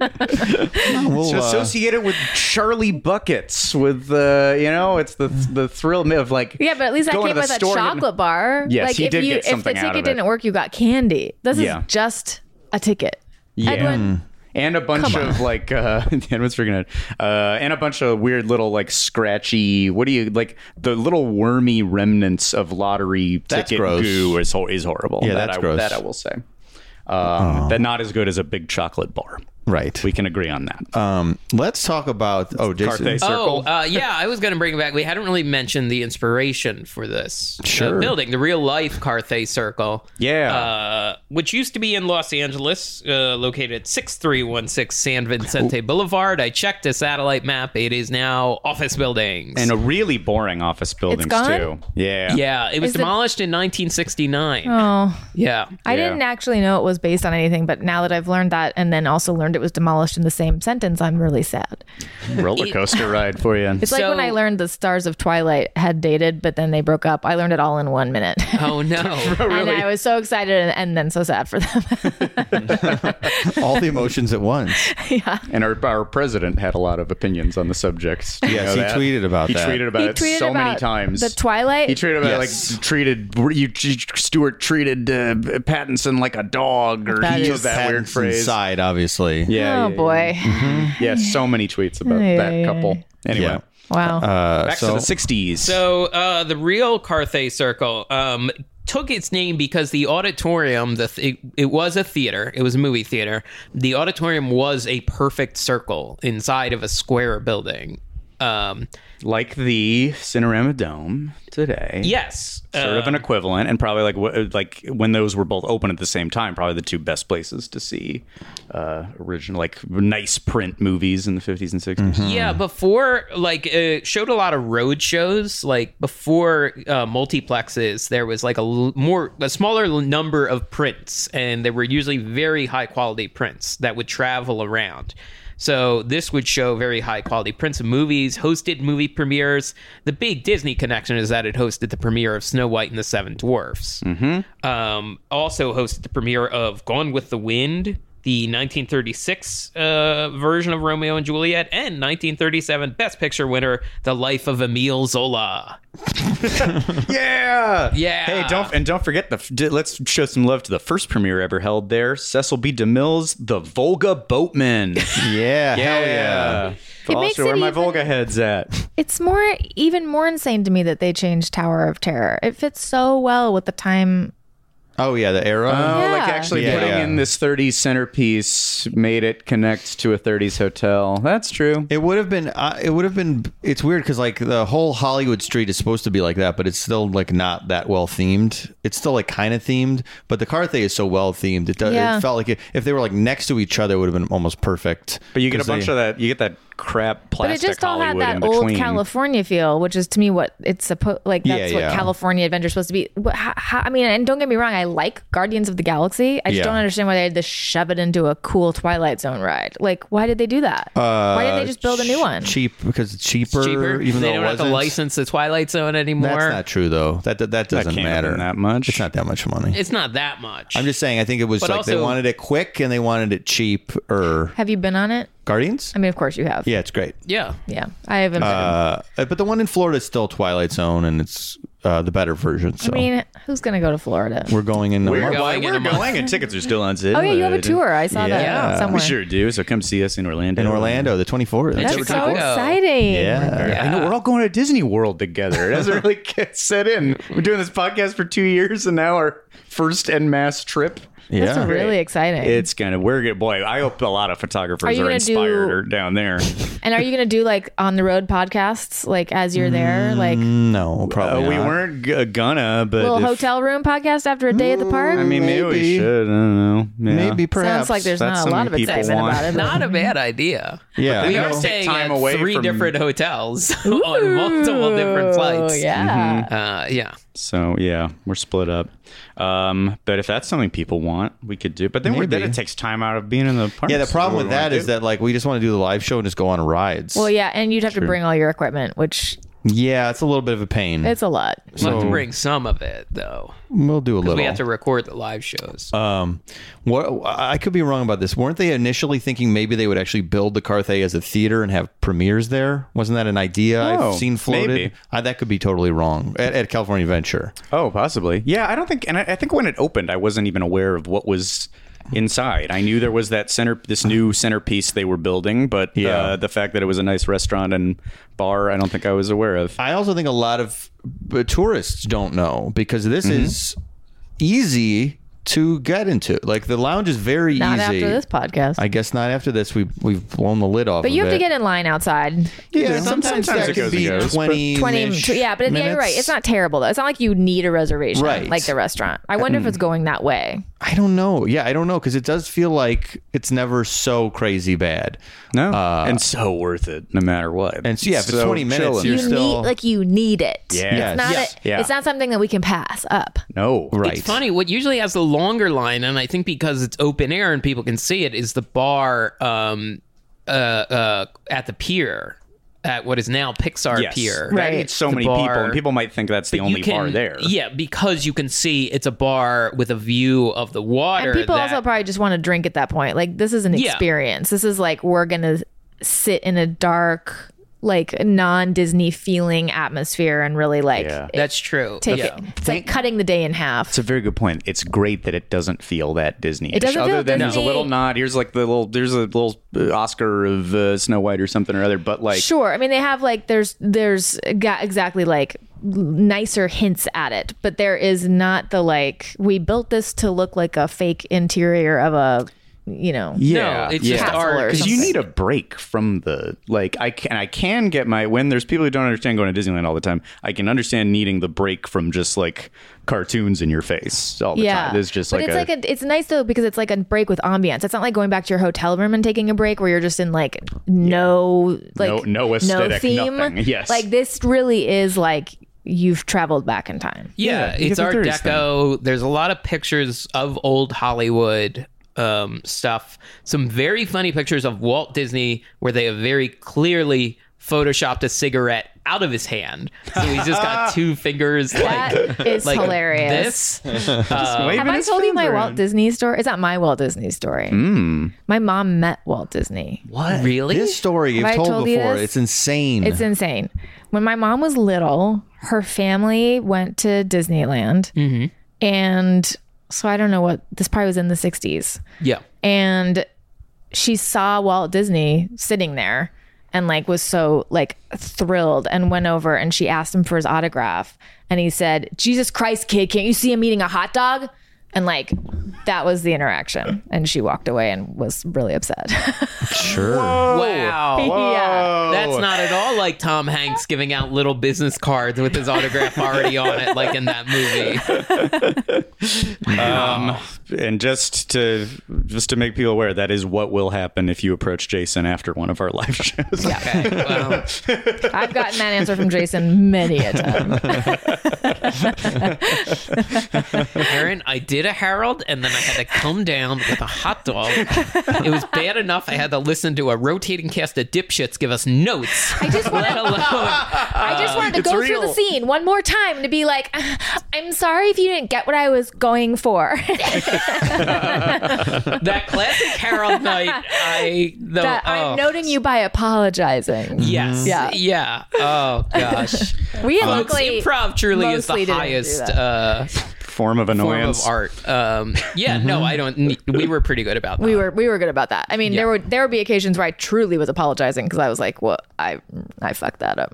Speaker 2: We'll,
Speaker 4: to
Speaker 2: uh,
Speaker 4: associate it with Charlie buckets, with uh, you know, it's the the thrill of like
Speaker 5: yeah, but at least I
Speaker 4: going to
Speaker 5: came
Speaker 4: the
Speaker 5: with a
Speaker 4: store and
Speaker 5: chocolate bar.
Speaker 4: Yes,
Speaker 5: like
Speaker 4: he
Speaker 5: if
Speaker 4: did
Speaker 5: you
Speaker 4: get
Speaker 5: if the
Speaker 4: something out
Speaker 5: ticket
Speaker 4: of it.
Speaker 5: didn't work, you got candy. This
Speaker 4: Yeah.
Speaker 5: is just a ticket.
Speaker 4: Yeah.
Speaker 5: Edwin,
Speaker 4: and a bunch of like uh Edwin's freaking out. Uh and a bunch of weird little like scratchy what do you like the little wormy remnants of lottery
Speaker 2: That's
Speaker 4: ticket
Speaker 2: gross.
Speaker 4: goo is hor- is horrible.
Speaker 2: Yeah,
Speaker 4: that
Speaker 2: that's
Speaker 4: I,
Speaker 2: gross.
Speaker 4: That I will say. Um, that not as good as a big chocolate bar.
Speaker 2: right.
Speaker 4: We can agree on that.
Speaker 2: Um, let's talk about. Oh, Jason.
Speaker 4: Carthay circle.
Speaker 3: Oh, uh, yeah. I was going to bring it back. We hadn't really mentioned the inspiration for this uh,
Speaker 2: Sure.
Speaker 3: building, the real life Carthay Circle.
Speaker 4: Yeah.
Speaker 3: Uh, which used to be in Los Angeles, uh, located at 6316 San Vicente Boulevard. I checked a satellite map. It is now office buildings.
Speaker 4: and a really boring office buildings
Speaker 5: gone?
Speaker 4: too. Yeah.
Speaker 3: yeah, it was
Speaker 5: Is it-
Speaker 3: demolished in 1969.
Speaker 5: oh,
Speaker 3: Yeah.
Speaker 5: I
Speaker 4: Yeah.
Speaker 5: didn't actually know it was based on anything, but now that I've learned that, and then also learned it was demolished in the same sentence, I'm really sad.
Speaker 4: Roller coaster ride for you.
Speaker 5: It's like when
Speaker 3: So-
Speaker 5: I learned the stars of Twilight had dated, but then they broke up. I learned it all in one minute.
Speaker 3: Oh, no.
Speaker 5: And I was so excited and, and then so sad for them.
Speaker 2: All the emotions at once.
Speaker 4: And our, our president had a lot of opinions on the subjects. Do you
Speaker 2: Yes,
Speaker 4: know
Speaker 2: he
Speaker 4: that?
Speaker 2: tweeted about
Speaker 4: he
Speaker 2: that.
Speaker 4: tweeted about
Speaker 5: He
Speaker 4: it
Speaker 5: tweeted
Speaker 4: so many
Speaker 5: about
Speaker 4: times.
Speaker 5: the Twilight?
Speaker 4: He tweeted about
Speaker 2: Yes.
Speaker 4: like treated you, you- Stewart treated uh, Pattinson like a dog or
Speaker 5: That
Speaker 4: he
Speaker 5: is-
Speaker 4: used that weird
Speaker 2: Pattinson's
Speaker 4: phrase.
Speaker 2: Side, obviously.
Speaker 4: Yeah.
Speaker 5: oh
Speaker 4: yeah,
Speaker 5: boy!
Speaker 4: Yeah, yeah, so many tweets about
Speaker 5: Yeah,
Speaker 4: that
Speaker 5: yeah,
Speaker 4: couple. Anyway,
Speaker 2: Yeah.
Speaker 5: Wow.
Speaker 2: Uh,
Speaker 4: back
Speaker 2: so
Speaker 4: to the '60s.
Speaker 3: So uh, the real Carthay Circle um, took its name because the auditorium, the th- it, it was a theater, it was a movie theater. The auditorium was a perfect circle inside of a square building. Um,
Speaker 4: like the Cinerama Dome today.
Speaker 3: yes, uh,
Speaker 4: Sort of an
Speaker 5: Um,
Speaker 4: equivalent, and probably like wh- like when those were both open at the same time, probably the two best places to see uh, original like nice print movies in the fifties and 60s
Speaker 3: Yeah, before like it showed a lot of road shows. Like before uh, multiplexes, there was like a l- more a smaller l- number of prints, and they were usually very high quality prints that would travel around. So this would show very high quality prints of movies, hosted movie premieres. The big Disney connection is that it hosted the premiere of Snow White and the Seven Dwarfs. Um, also hosted the premiere of Gone with the Wind, the 1936 uh, version of Romeo and Juliet, and 1937 Best Picture winner, The Life of Emile Zola.
Speaker 4: Yeah,
Speaker 3: Yeah.
Speaker 4: Hey, don't and don't forget the. f- d- Let's show some love to the first premiere ever held there. Cecil B. DeMille's The Volga Boatman.
Speaker 2: yeah, hell yeah.
Speaker 4: yeah. also,
Speaker 5: makes it
Speaker 4: where my
Speaker 5: even-
Speaker 4: Volga head's at.
Speaker 5: it's more, even more insane to me that they changed Tower of Terror. It fits so well with the time.
Speaker 2: Oh yeah, the arrow.
Speaker 4: Oh,
Speaker 5: Yeah.
Speaker 4: like actually
Speaker 2: Yeah.
Speaker 4: putting in this 30s centerpiece made it connect to a 30s hotel. That's true.
Speaker 2: It would have been. Uh, it would have been. It's weird because like the whole Hollywood street is supposed to be like that, but it's still like not that well themed. It's still like kind of themed, but the Carthay is so well themed. It, does,
Speaker 5: Yeah.
Speaker 2: it felt like it, if they were like next to each other, it would have been almost perfect.
Speaker 4: But you get a
Speaker 2: 'Cause
Speaker 4: bunch
Speaker 2: they-
Speaker 4: of that. You get that crap
Speaker 5: But
Speaker 4: plastic
Speaker 5: it just all
Speaker 4: Hollywood
Speaker 5: had
Speaker 4: in
Speaker 5: that old
Speaker 4: between.
Speaker 5: California feel, which is to me what it's supposed like. That's
Speaker 2: Yeah,
Speaker 5: what
Speaker 2: yeah.
Speaker 5: California adventure is supposed to be. What, how, how, I mean, and don't get me wrong, I like Guardians of the Galaxy. I just
Speaker 2: Yeah.
Speaker 5: don't understand why they had to shove it into a cool Twilight Zone ride. Like, why did they do that?
Speaker 2: Uh,
Speaker 5: why didn't they just build a new one?
Speaker 2: Cheap because it's cheaper.
Speaker 3: Cheaper.
Speaker 2: Er, Even
Speaker 3: they
Speaker 2: though
Speaker 3: don't
Speaker 2: it
Speaker 3: have to
Speaker 2: wasn't.
Speaker 3: license the Twilight Zone anymore.
Speaker 2: That's not true though. That that, that doesn't
Speaker 4: can't have
Speaker 2: matter
Speaker 4: been that much.
Speaker 2: It's not that much money.
Speaker 3: it's not that much.
Speaker 2: I'm just saying. I think it was
Speaker 3: But
Speaker 2: like they
Speaker 3: also-
Speaker 2: wanted it quick and they wanted it cheap. Or
Speaker 5: Have you been on it?
Speaker 2: Guardians.
Speaker 5: I mean, of course you have.
Speaker 2: yeah, it's great.
Speaker 3: yeah.
Speaker 5: Yeah, I haven't. been.
Speaker 2: Uh, but the one in Florida is still Twilight Zone, and it's uh, the uh, better version. So
Speaker 5: I mean, Who's gonna go to Florida?
Speaker 2: We're going in.
Speaker 4: We're,
Speaker 2: November.
Speaker 3: going in a
Speaker 4: we're
Speaker 3: month.
Speaker 4: going, and tickets are still on sale.
Speaker 5: Oh yeah, you have a tour. I saw
Speaker 2: Yeah.
Speaker 5: that
Speaker 4: We
Speaker 5: somewhere.
Speaker 4: sure do. So come see us in Orlando.
Speaker 2: in Orlando, the twenty fourth.
Speaker 5: That's
Speaker 3: October
Speaker 5: so
Speaker 3: 24th.
Speaker 5: exciting.
Speaker 2: Yeah.
Speaker 4: I know we're all going to Disney World together. It hasn't really get set in. We're doing this podcast for two years, and now our first en masse trip.
Speaker 5: That's
Speaker 2: Yeah.
Speaker 5: really exciting.
Speaker 4: It's kind of we're good. Boy, I hope a lot of
Speaker 5: Are
Speaker 4: photographers
Speaker 5: you
Speaker 4: are,
Speaker 5: gonna
Speaker 4: inspired
Speaker 5: do-
Speaker 4: or down there.
Speaker 5: and are you gonna do like on the road podcasts, like as you're there,
Speaker 2: Mm,
Speaker 5: like
Speaker 2: No,
Speaker 4: Uh,
Speaker 2: probably
Speaker 4: we
Speaker 2: not.
Speaker 4: weren't g- gonna, but
Speaker 5: little
Speaker 4: if-
Speaker 5: hotel room podcast after a day at the park?
Speaker 4: I mean, maybe,
Speaker 2: Maybe.
Speaker 4: we should. I don't know. Yeah.
Speaker 2: Maybe perhaps.
Speaker 5: Sounds like there's
Speaker 4: that's
Speaker 5: not a lot of
Speaker 4: something people
Speaker 5: excitement
Speaker 4: want.
Speaker 5: about it. but-
Speaker 3: Not a bad idea.
Speaker 2: Yeah.
Speaker 3: We
Speaker 2: You
Speaker 3: are
Speaker 4: know,
Speaker 3: staying
Speaker 4: time
Speaker 3: at
Speaker 4: away
Speaker 3: three
Speaker 4: from-
Speaker 3: different hotels on multiple different
Speaker 5: Ooh,
Speaker 3: flights.
Speaker 4: Mm-hmm.
Speaker 5: yeah.
Speaker 3: Uh, yeah.
Speaker 4: So yeah, we're split up. Um, but if that's something people want, we could do. But then we're, then
Speaker 2: Maybe.
Speaker 4: it takes time out of being in the park.
Speaker 2: yeah. The problem with that is that like we just want to do the live show and just go on rides.
Speaker 5: Well, yeah, and you'd have to bring all your equipment, which
Speaker 2: yeah, it's a little bit of a pain.
Speaker 5: it's a lot.
Speaker 3: We'll have
Speaker 2: So-
Speaker 3: to bring some of it though.
Speaker 2: we'll do a little.
Speaker 3: We have to record the live shows.
Speaker 2: Um, what I could be wrong about this. Weren't they initially thinking maybe they would actually build the Carthay as a theater and have premieres there? Wasn't that an idea
Speaker 4: Oh,
Speaker 2: I've seen floated?
Speaker 4: maybe.
Speaker 2: I, that could be totally wrong at, at California Adventure.
Speaker 4: oh, possibly. Yeah, I don't think. And I, I think when it opened, I wasn't even aware of what was inside. I knew there was that center, this new centerpiece they were building, but
Speaker 2: Yeah.
Speaker 4: uh, the fact that it was a nice restaurant and bar, I don't think I was aware of.
Speaker 2: I also think a lot of uh, tourists don't know because this
Speaker 3: Mm-hmm.
Speaker 2: is easy to get into. Like the lounge is very
Speaker 5: Not
Speaker 2: easy.
Speaker 5: after this podcast.
Speaker 2: I guess not after this. We we've blown the lid off.
Speaker 5: but you
Speaker 2: of
Speaker 5: have to
Speaker 2: it.
Speaker 5: get in line outside.
Speaker 2: Yeah, sometimes,
Speaker 4: Sometimes
Speaker 2: that
Speaker 4: it
Speaker 2: could
Speaker 4: goes
Speaker 2: be
Speaker 4: and goes, but-
Speaker 2: 20
Speaker 5: 20
Speaker 2: -ish
Speaker 5: yeah but yeah, you're right
Speaker 2: minutes.
Speaker 5: it's not terrible though it's not like you need a reservation
Speaker 2: Right.
Speaker 5: like the restaurant i wonder if
Speaker 4: Mm.
Speaker 5: it's going that way
Speaker 2: I don't know. Yeah, I don't know because it does feel like it's never so crazy bad.
Speaker 4: No, and so worth it, no matter what.
Speaker 2: uh, And so, yeah, if it's 20 minutes,
Speaker 4: chilling.
Speaker 2: you're-
Speaker 5: you
Speaker 2: still-
Speaker 5: need like you need it
Speaker 4: Yes.
Speaker 5: it's not
Speaker 2: Yes.
Speaker 5: a-
Speaker 4: Yeah.
Speaker 5: it's not something that we can pass up
Speaker 4: no
Speaker 2: Right.
Speaker 3: It's funny. What usually has the longer line, and I think because it's open air and people can see it, is the bar um, uh, uh, at the pier, at what is now Pixar
Speaker 4: Yes.
Speaker 3: Pier.
Speaker 4: That
Speaker 5: Right.
Speaker 4: needs so
Speaker 3: The
Speaker 4: many people,
Speaker 3: bar.
Speaker 4: and people might think that's the
Speaker 3: You
Speaker 4: only
Speaker 3: can-
Speaker 4: bar there.
Speaker 3: Yeah, because you can see it's a bar with a view of the water.
Speaker 5: and people
Speaker 3: that-
Speaker 5: also probably just want to drink at that point like this is an
Speaker 3: Yeah.
Speaker 5: experience this is like we're gonna sit in a dark like non-disney feeling atmosphere and really like
Speaker 4: Yeah.
Speaker 5: it-
Speaker 3: That's true.
Speaker 5: take
Speaker 3: yeah.
Speaker 5: it it's like cutting the day in half
Speaker 4: It's a very good point. It's great that it doesn't feel that Disney.
Speaker 5: It doesn't
Speaker 4: Other
Speaker 5: feel
Speaker 4: than there's a
Speaker 5: Disney.
Speaker 4: little nod. Here's like the little. There's a little uh, Oscar of uh, Snow White or something or other. But like,
Speaker 5: Sure. I mean, they have like there's there's got exactly like nicer hints at it, but there is not the like we built this to look like a fake interior of a you know.
Speaker 4: yeah,
Speaker 3: no, it's
Speaker 4: yeah.
Speaker 3: just
Speaker 5: Castle or
Speaker 3: art.
Speaker 4: because you
Speaker 5: something.
Speaker 4: need a break from the like I can I can get my when there's people who don't understand going to Disneyland all the time I can understand needing the break from just like cartoons in your face all the
Speaker 5: Yeah,
Speaker 4: time. There's just
Speaker 5: but
Speaker 4: like
Speaker 5: it's
Speaker 4: a,
Speaker 5: like a, it's nice though because it's like a break with ambiance. It's not like going back to your hotel room and taking a break where you're just in like no like
Speaker 4: No- no aesthetic,
Speaker 5: theme.
Speaker 4: nothing. Yes.
Speaker 5: like this really is like you've traveled back in time.
Speaker 3: Yeah,
Speaker 4: you
Speaker 3: it's
Speaker 4: get
Speaker 3: Art
Speaker 4: the 30s thing.
Speaker 3: Deco. There's a lot of pictures of old Hollywood um, stuff. Some very funny pictures of Walt Disney where they have very clearly photoshopped a cigarette out of his hand. So he's just got two fingers like
Speaker 5: That is
Speaker 3: like
Speaker 5: hilarious.
Speaker 3: This.
Speaker 4: waving
Speaker 5: Have I
Speaker 4: his
Speaker 5: told you my
Speaker 4: finger
Speaker 5: Walt
Speaker 4: in.
Speaker 5: Disney story? It's not my Walt Disney story.
Speaker 4: Hmm.
Speaker 5: My mom met Walt Disney.
Speaker 3: What? Really?
Speaker 2: This story you've
Speaker 5: Have I
Speaker 2: told,
Speaker 5: told you
Speaker 2: before.
Speaker 5: this?
Speaker 2: It's insane.
Speaker 5: It's insane. When my mom was little, her family went to Disneyland. And so I don't know what, this probably was in the 60s.
Speaker 3: yeah.
Speaker 5: And she saw Walt Disney sitting there and like was so like thrilled and went over and she asked him for his autograph and he said jesus christ kid can't you see him eating a hot dog and like that was the interaction and she walked away and was really upset
Speaker 2: sure. Oh
Speaker 4: Oh,
Speaker 3: Wow.
Speaker 5: yeah
Speaker 3: That's not at all like Tom Hanks giving out little business cards with his autograph already on it, like in that movie.
Speaker 4: Um, Ah, and just to just to make people aware that is what will happen if you approach jason after one of our live shows
Speaker 3: Okay. Well,
Speaker 5: i've gotten that answer from jason many a time
Speaker 3: Aaron, I did a Harold, and then I had to come down with a hot dog. It was bad enough I had to listen to a rotating cast of dipshits give us notes. I
Speaker 5: just wanna-
Speaker 3: let alone.
Speaker 5: i just wanted to
Speaker 4: It's
Speaker 5: go
Speaker 4: real.
Speaker 5: through the scene one more time to be like i'm sorry if you didn't get what i was going for
Speaker 3: That classic Harold night, I though
Speaker 5: That
Speaker 3: oh,
Speaker 5: i'm noting you by apologizing
Speaker 3: Yes.
Speaker 5: Yeah.
Speaker 3: Yeah. Oh gosh.
Speaker 5: we
Speaker 3: Folks,
Speaker 5: luckily
Speaker 3: Um, improv truly is
Speaker 5: mostly
Speaker 3: the
Speaker 5: didn't do
Speaker 3: highest
Speaker 5: that.
Speaker 3: uh,
Speaker 4: form of
Speaker 3: form
Speaker 4: annoyance.
Speaker 3: of art. Um, yeah, no, I don't. need- We were pretty good about that.
Speaker 5: we were we were good about that. I mean, there would there would be occasions where I truly was apologizing because I was like, "Well, I I fucked that up."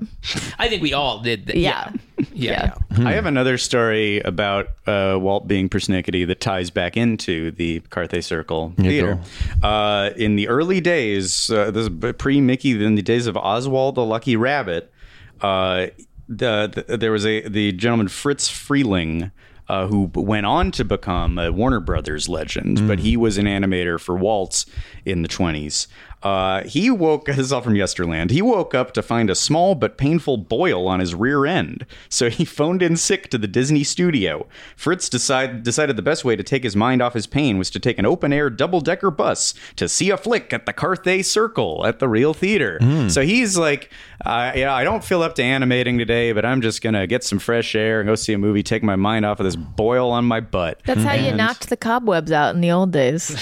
Speaker 3: I think we all did. That.
Speaker 5: Yeah.
Speaker 3: yeah, yeah.
Speaker 4: I have another story about uh, Walt being persnickety that ties back into the Carthay Circle Theater. Uh, in the early days, uh, this is pre Mickey, in the days of Oswald the Lucky Rabbit, uh, the, the, there was a the gentleman Fritz Freeling. Uh, who b- went on to become a Warner Brothers legend, but he was an animator for Waltz in the 20s. Uh, he woke this is all from Yesterland. He woke up to find a small but painful boil on his rear end, so he phoned in sick to the Disney studio. Fritz decide, decided the best way to take his mind off his pain was to take an open air double decker bus to see a flick at the Carthay Circle at the Real Theater. So he's like, uh, yeah, I don't feel up to animating today, but I'm just gonna get some fresh air and go see a movie, take my mind off of this boil on my butt.
Speaker 5: That's how you knocked the cobwebs out in the old days,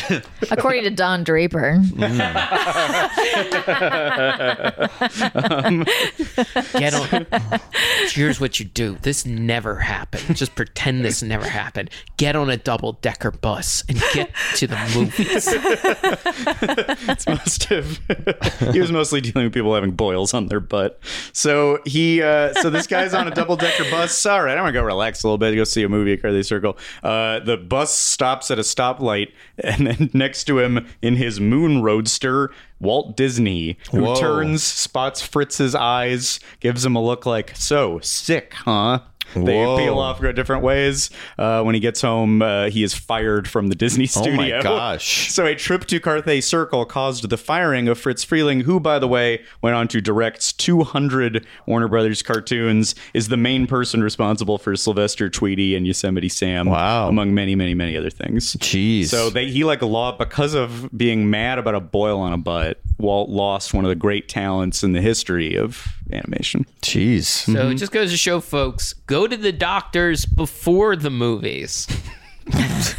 Speaker 5: according to Don Draper.
Speaker 3: Get on. Here's what you do. This never happened. Just pretend this never happened. Get on a double decker bus and get to the movies.
Speaker 4: most of he was mostly dealing with people having boils on their butt. So he uh, so this guy's on a double decker bus. All right, I'm gonna go relax a little bit, go see a movie at Carthay Circle. Uh, the bus stops at a stoplight, and then next to him in his moon roadster, Walt Disney, who
Speaker 2: Whoa.
Speaker 4: turns, spots Fritz's eyes, gives him a look like, so sick, huh? They
Speaker 2: Whoa.
Speaker 4: peel off different ways. Uh, when he gets home, uh, he is fired from the Disney
Speaker 2: Oh my
Speaker 4: studio.
Speaker 2: gosh.
Speaker 4: So a trip to Carthay Circle caused the firing of Fritz Freeling, who, by the way, went on to direct 200 Warner Brothers cartoons, is the main person responsible for Sylvester Tweety and Yosemite Sam,
Speaker 2: Wow.
Speaker 4: among many, many, many other things.
Speaker 2: Jeez.
Speaker 4: So they, he like law because of being mad about a boil on a butt. Walt lost one of the great talents in the history of animation.
Speaker 2: Jeez. Mhm.
Speaker 3: So it just goes to show, folks, go to the doctors before the movies.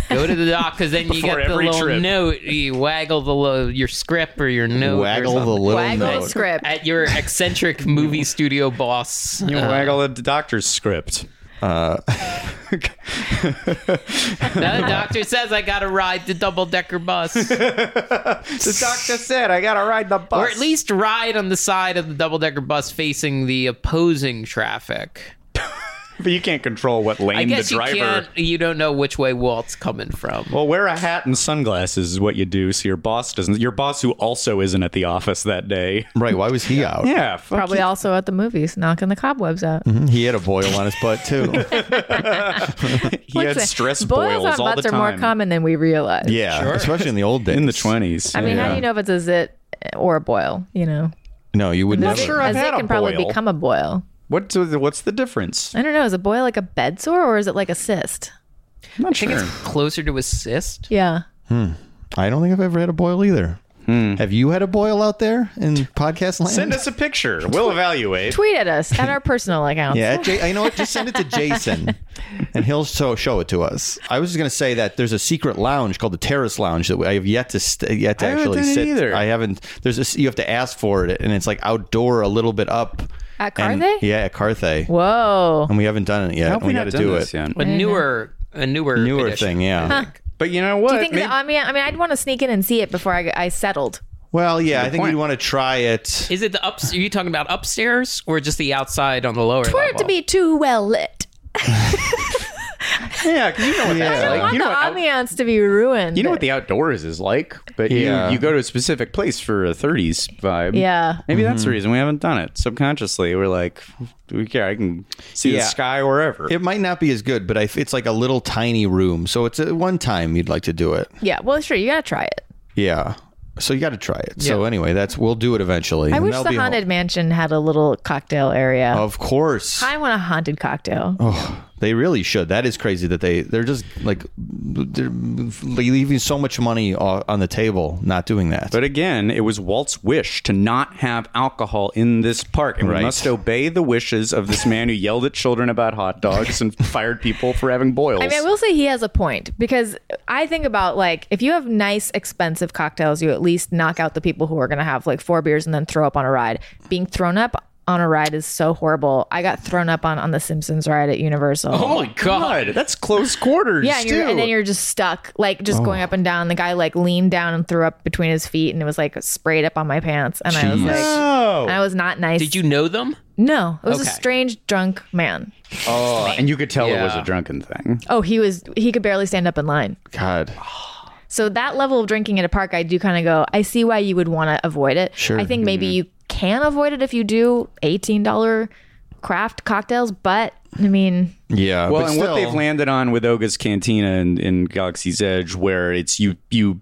Speaker 3: go to the doc because then you
Speaker 4: Before
Speaker 3: get the
Speaker 4: every
Speaker 3: little
Speaker 4: trip.
Speaker 3: note. You waggle the little, your script or your note. or
Speaker 2: Waggle the
Speaker 3: something.
Speaker 2: little
Speaker 5: Waggle the
Speaker 2: note.
Speaker 5: script.
Speaker 3: at your eccentric movie studio boss.
Speaker 4: You
Speaker 3: Uh,
Speaker 4: waggle a doctor's script.
Speaker 3: the doctor says I gotta ride the double decker bus,
Speaker 4: The doctor said, "I gotta ride the bus."
Speaker 3: or at least ride on the side of the double decker bus facing the opposing traffic.
Speaker 4: but you can't control what lane
Speaker 3: I guess
Speaker 4: the
Speaker 3: you
Speaker 4: driver.
Speaker 3: can't. You don't know which way Walt's coming from.
Speaker 4: Well, wear a hat and sunglasses is what you do, so your boss doesn't. Your boss who also isn't at the office that day.
Speaker 2: Right. Why was he out?
Speaker 4: Yeah, fuck
Speaker 5: Probably
Speaker 4: you.
Speaker 5: also at the movies, knocking the cobwebs out.
Speaker 2: He had a boil on his butt too.
Speaker 4: he had stress
Speaker 5: boils,
Speaker 4: boils,
Speaker 5: on
Speaker 4: all the
Speaker 5: butts
Speaker 4: time.
Speaker 5: are more common than we realize.
Speaker 2: yeah. Especially in the old days.
Speaker 4: in the twenties.
Speaker 5: I mean, how do you know if it's a zit or a boil? You know,
Speaker 2: No, you would
Speaker 5: a
Speaker 2: never.
Speaker 5: zit,
Speaker 4: sure I've
Speaker 5: a zit
Speaker 4: had a
Speaker 5: can probably
Speaker 4: boil.
Speaker 5: become a boil.
Speaker 4: What's what's the difference?
Speaker 5: I don't know. Is a boil like a bed sore or is it like a cyst?
Speaker 4: I'm not
Speaker 3: I
Speaker 4: sure.
Speaker 3: think it's closer to a cyst.
Speaker 5: Yeah.
Speaker 2: I don't think I've ever had a boil either. Have you had a boil out there in podcast land?
Speaker 4: Hmm. Send us a picture. We'll evaluate.
Speaker 5: Tweet at us at our personal accounts.
Speaker 2: Yeah, Jay, I know what. Just send it to Jason, and he'll so show it to us. I was just gonna say that there's a secret lounge called the Terrace Lounge that I have yet to st- yet to
Speaker 4: I haven't
Speaker 2: actually
Speaker 4: done it
Speaker 2: sit.
Speaker 4: either.
Speaker 2: I haven't. There's a, you have to ask for it, and it's like outdoor, a little bit up.
Speaker 5: At
Speaker 2: And-
Speaker 5: Carthay?
Speaker 2: yeah, at Carthay,
Speaker 5: Whoa.
Speaker 2: and we haven't done it yet.
Speaker 4: How have
Speaker 2: and we
Speaker 4: not
Speaker 2: got to
Speaker 4: done
Speaker 2: do
Speaker 4: this
Speaker 2: it.
Speaker 4: yet?
Speaker 3: A
Speaker 5: Mm-hmm.
Speaker 3: newer, a newer,
Speaker 2: Newer
Speaker 3: edition.
Speaker 2: thing, yeah.
Speaker 4: But you know what?
Speaker 5: Do you think?
Speaker 4: Maybe-
Speaker 5: that- I mean, I mean, I'd want to sneak in and see it before I, I settled.
Speaker 2: Well, yeah, I think
Speaker 4: point.
Speaker 2: we'd want to try it.
Speaker 3: Is it the ups? Are you talking about upstairs or just the outside on the lower?
Speaker 5: For it
Speaker 3: level?
Speaker 5: to be too well lit.
Speaker 4: yeah, 'cause you know what that's
Speaker 2: Yeah.
Speaker 5: I
Speaker 4: like.
Speaker 5: want
Speaker 4: You know
Speaker 5: the
Speaker 4: what out-
Speaker 5: ambiance to be ruined.
Speaker 4: you know what the outdoors is like, but
Speaker 2: Yeah.
Speaker 4: you, you go to a specific place for a 30s vibe.
Speaker 5: Yeah.
Speaker 4: Maybe that's the reason we haven't done it. Subconsciously, we're like, do we care? I can see
Speaker 2: Yeah.
Speaker 4: the sky wherever.
Speaker 2: It might not be as good, but I, it's like a little tiny room, so it's a one time you'd like to do it.
Speaker 5: Yeah. Well, sure. You gotta try it.
Speaker 2: Yeah. So you got to try it. So anyway, that's we'll do it eventually.
Speaker 5: I
Speaker 2: and
Speaker 5: wish
Speaker 2: that'll
Speaker 5: the
Speaker 2: be Oh. home.
Speaker 5: haunted mansion had a little cocktail area.
Speaker 2: Of course.
Speaker 5: I want a haunted cocktail.
Speaker 2: They really should. That is crazy that they they're just like they're leaving so much money o- on the table not doing that.
Speaker 4: But again, it was Walt's wish to not have alcohol in this park, and
Speaker 2: Right.
Speaker 4: we must obey the wishes of this man who yelled at children about hot dogs and fired people for having boils.
Speaker 5: I mean, I will say he has a point because I think about like if you have nice, expensive cocktails, you at least knock out the people who are going to have like four beers and then throw up on a ride. Being thrown up on a ride is so horrible. I got thrown up on on the Simpsons ride at Universal.
Speaker 3: Oh my god.
Speaker 4: that's close quarters.
Speaker 5: Yeah, and, you're,
Speaker 4: too.
Speaker 5: and then you're just stuck, like just
Speaker 2: Oh.
Speaker 5: going up and down. The guy like leaned down and threw up between his feet, and it was like sprayed up on my pants. And I was
Speaker 2: Jeez.
Speaker 5: like,
Speaker 4: No.
Speaker 5: I was not nice.
Speaker 3: Did you know them?
Speaker 5: No, it was
Speaker 3: Okay.
Speaker 5: a strange drunk man.
Speaker 4: Oh, and you could tell it was
Speaker 3: Yeah.
Speaker 4: a drunken thing.
Speaker 5: Oh, he was he could barely stand up in line.
Speaker 2: God.
Speaker 5: So that level of drinking at a park, I do kind of go. I see why you would want to avoid it.
Speaker 2: Sure. Mm-hmm.
Speaker 5: I think maybe you can avoid it if you do eighteen dollar craft cocktails, but I mean,
Speaker 2: Yeah.
Speaker 4: Well,
Speaker 2: but
Speaker 4: and
Speaker 2: still-
Speaker 4: what they've landed on with Oga's Cantina and in Galaxy's Edge, where it's you you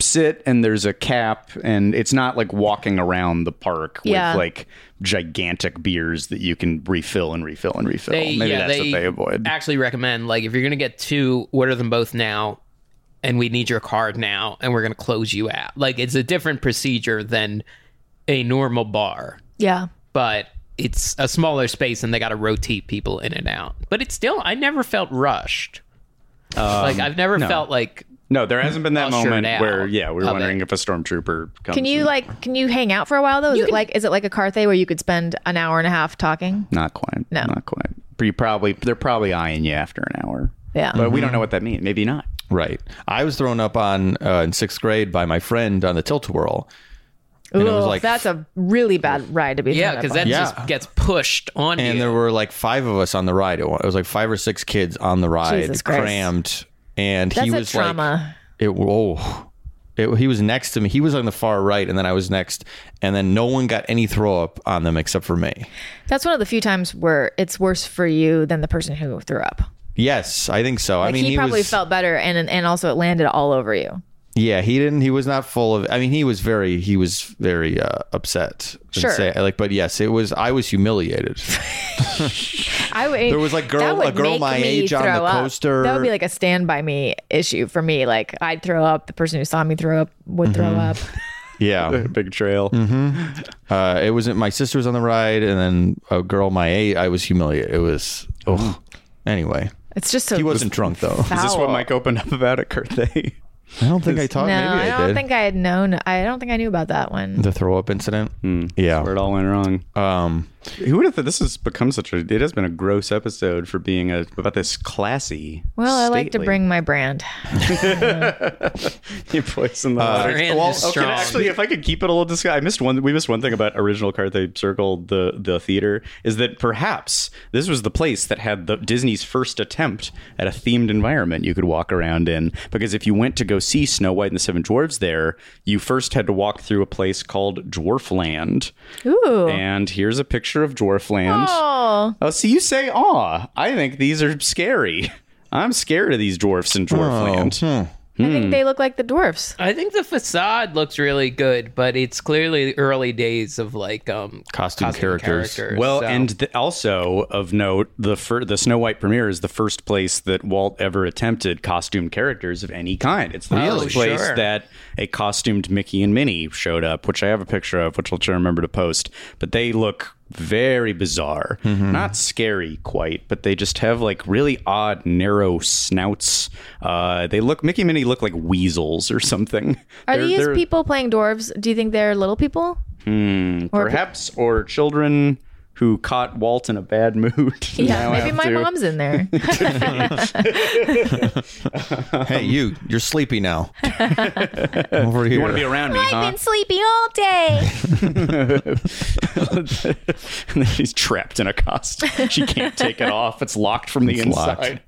Speaker 4: sit and there's a cap, and it's not like walking around the park
Speaker 5: Yeah.
Speaker 4: with like gigantic beers that you can refill and refill and refill.
Speaker 3: They,
Speaker 4: Maybe
Speaker 3: yeah,
Speaker 4: that's
Speaker 3: they
Speaker 4: what they avoid.
Speaker 3: Actually, recommend like if you're gonna get two, order them both now, and we need your card now, and we're gonna close you out. Like it's a different procedure than a normal bar,
Speaker 5: yeah,
Speaker 3: but it's a smaller space, and they got to rotate people in and out. But it's still, I never felt rushed.
Speaker 2: Um,
Speaker 3: like I've never felt like
Speaker 4: No, there hasn't been that
Speaker 3: Ushered
Speaker 4: moment
Speaker 3: out
Speaker 4: where yeah,
Speaker 3: of
Speaker 4: we were
Speaker 3: it.
Speaker 4: wondering if a stormtrooper comes.
Speaker 5: Can you
Speaker 4: and-
Speaker 5: like can you hang out for a while though? Is it like is it like a Carthay where you could spend an hour and a half talking?
Speaker 4: Not quite.
Speaker 5: No.
Speaker 4: not quite. But you probably they're probably eyeing you after an hour.
Speaker 5: Yeah.
Speaker 4: but we don't know what that means. Maybe not.
Speaker 2: Right. I was thrown up on uh, in sixth grade by my friend on the tilt a whirl. it was
Speaker 5: Ugh,
Speaker 2: like-
Speaker 5: that's a really bad ride to be.
Speaker 3: yeah,
Speaker 5: thrown up
Speaker 3: because
Speaker 5: on.
Speaker 3: that
Speaker 2: Yeah.
Speaker 3: just gets pushed on
Speaker 2: And
Speaker 3: you.
Speaker 2: there were like five of us on the ride. It wa- it was like five or six kids on the ride,
Speaker 5: Jesus Christ.
Speaker 2: crammed. And
Speaker 5: that's
Speaker 2: he
Speaker 5: a
Speaker 2: was like,
Speaker 5: trauma.
Speaker 2: it, oh, it, he was next to me. He was on the far right, and then I was next. And then no one got any throw up on them except for me.
Speaker 5: that's one of the few times where it's worse for you than the person who threw up.
Speaker 2: Yes, I think so. I
Speaker 5: Like
Speaker 2: mean,
Speaker 5: he, probably
Speaker 2: was,
Speaker 5: felt better, and and also it landed all over you.
Speaker 2: Yeah, he didn't. He was not full of. I mean, he was very. He was very uh, upset. and
Speaker 5: Sure.
Speaker 2: say- like, but yes, it was. I was humiliated.
Speaker 5: I would,
Speaker 2: There was, like, girl-
Speaker 5: that would
Speaker 2: a girl
Speaker 5: make
Speaker 2: my
Speaker 5: me
Speaker 2: age on the
Speaker 5: throw up.
Speaker 2: coaster.
Speaker 5: That would be like a stand by me issue for me. Like I'd throw up. The person who saw me throw up would throw
Speaker 2: Mm-hmm.
Speaker 5: up.
Speaker 2: yeah,
Speaker 4: Big trail.
Speaker 2: uh, it wasn't. My sister was on the ride, and then a girl my age. I was humiliated. It was. Oh, anyway,
Speaker 5: It's just so
Speaker 2: he wasn't drunk though.
Speaker 5: foul.
Speaker 4: Is this what Mike opened up about at Curthey?
Speaker 2: I don't think I talked.
Speaker 5: No,
Speaker 2: maybe
Speaker 5: I
Speaker 2: I,
Speaker 5: don't
Speaker 2: did.
Speaker 5: think I had known. I don't think I knew about that one.
Speaker 2: the throw up incident. Yeah.
Speaker 4: Hmm. Where it all went wrong.
Speaker 2: Um.
Speaker 4: Who would have thought this has become such a? It has been a gross episode for being a about this classy.
Speaker 5: Well, I like to
Speaker 4: stately-
Speaker 5: bring my brand.
Speaker 4: your voice in the water.
Speaker 3: brand
Speaker 4: well,
Speaker 3: Uh, is
Speaker 4: okay,
Speaker 3: strong.
Speaker 4: actually, if I could keep it a little disguised, I missed one. We missed one thing about original Carthay Circle, the the theater, is that perhaps this was the place that had the Disney's first attempt at a themed environment you could walk around in. Because if you went to go see Snow White and the Seven Dwarves there, you first had to walk through a place called Dwarfland.
Speaker 5: Ooh.
Speaker 4: And here's a picture of Dwarfland.
Speaker 5: Oh,
Speaker 4: Oh, see, you say aw. I think these are scary. I'm scared of these dwarfs in
Speaker 2: Oh,
Speaker 4: Dwarfland.
Speaker 2: hmm.
Speaker 5: I think they look like the dwarfs.
Speaker 3: I think the facade looks really good, but it's clearly early days of like um
Speaker 2: Costume characters.
Speaker 4: Well,
Speaker 3: so-
Speaker 4: and th- also of note, the fir- the Snow White premiere is the first place that Walt ever attempted costumed characters of any kind. It's the
Speaker 3: Really?
Speaker 4: first place
Speaker 3: Oh, Sure.
Speaker 4: that a costumed Mickey and Minnie showed up, which I have a picture of, which I'll try to remember to post. But they look very bizarre,
Speaker 3: Mm-hmm.
Speaker 4: not scary quite, but they just have like really odd narrow snouts. Uh, they look Mickey and Minnie look like weasels or something.
Speaker 5: Are
Speaker 4: They're-
Speaker 5: these
Speaker 4: they're-
Speaker 5: people playing dwarves? Do you think they're little people? or-
Speaker 4: perhaps or children who caught Walt in a bad mood?
Speaker 5: Yeah,
Speaker 4: Now
Speaker 5: maybe
Speaker 4: have
Speaker 5: my
Speaker 4: to-
Speaker 5: mom's in there.
Speaker 2: Hey, you. You're sleepy now. Over here.
Speaker 4: You want to be around me, huh?
Speaker 5: sleepy all day.
Speaker 4: and then she's trapped in a costume. She can't take it off. It's locked from the inside.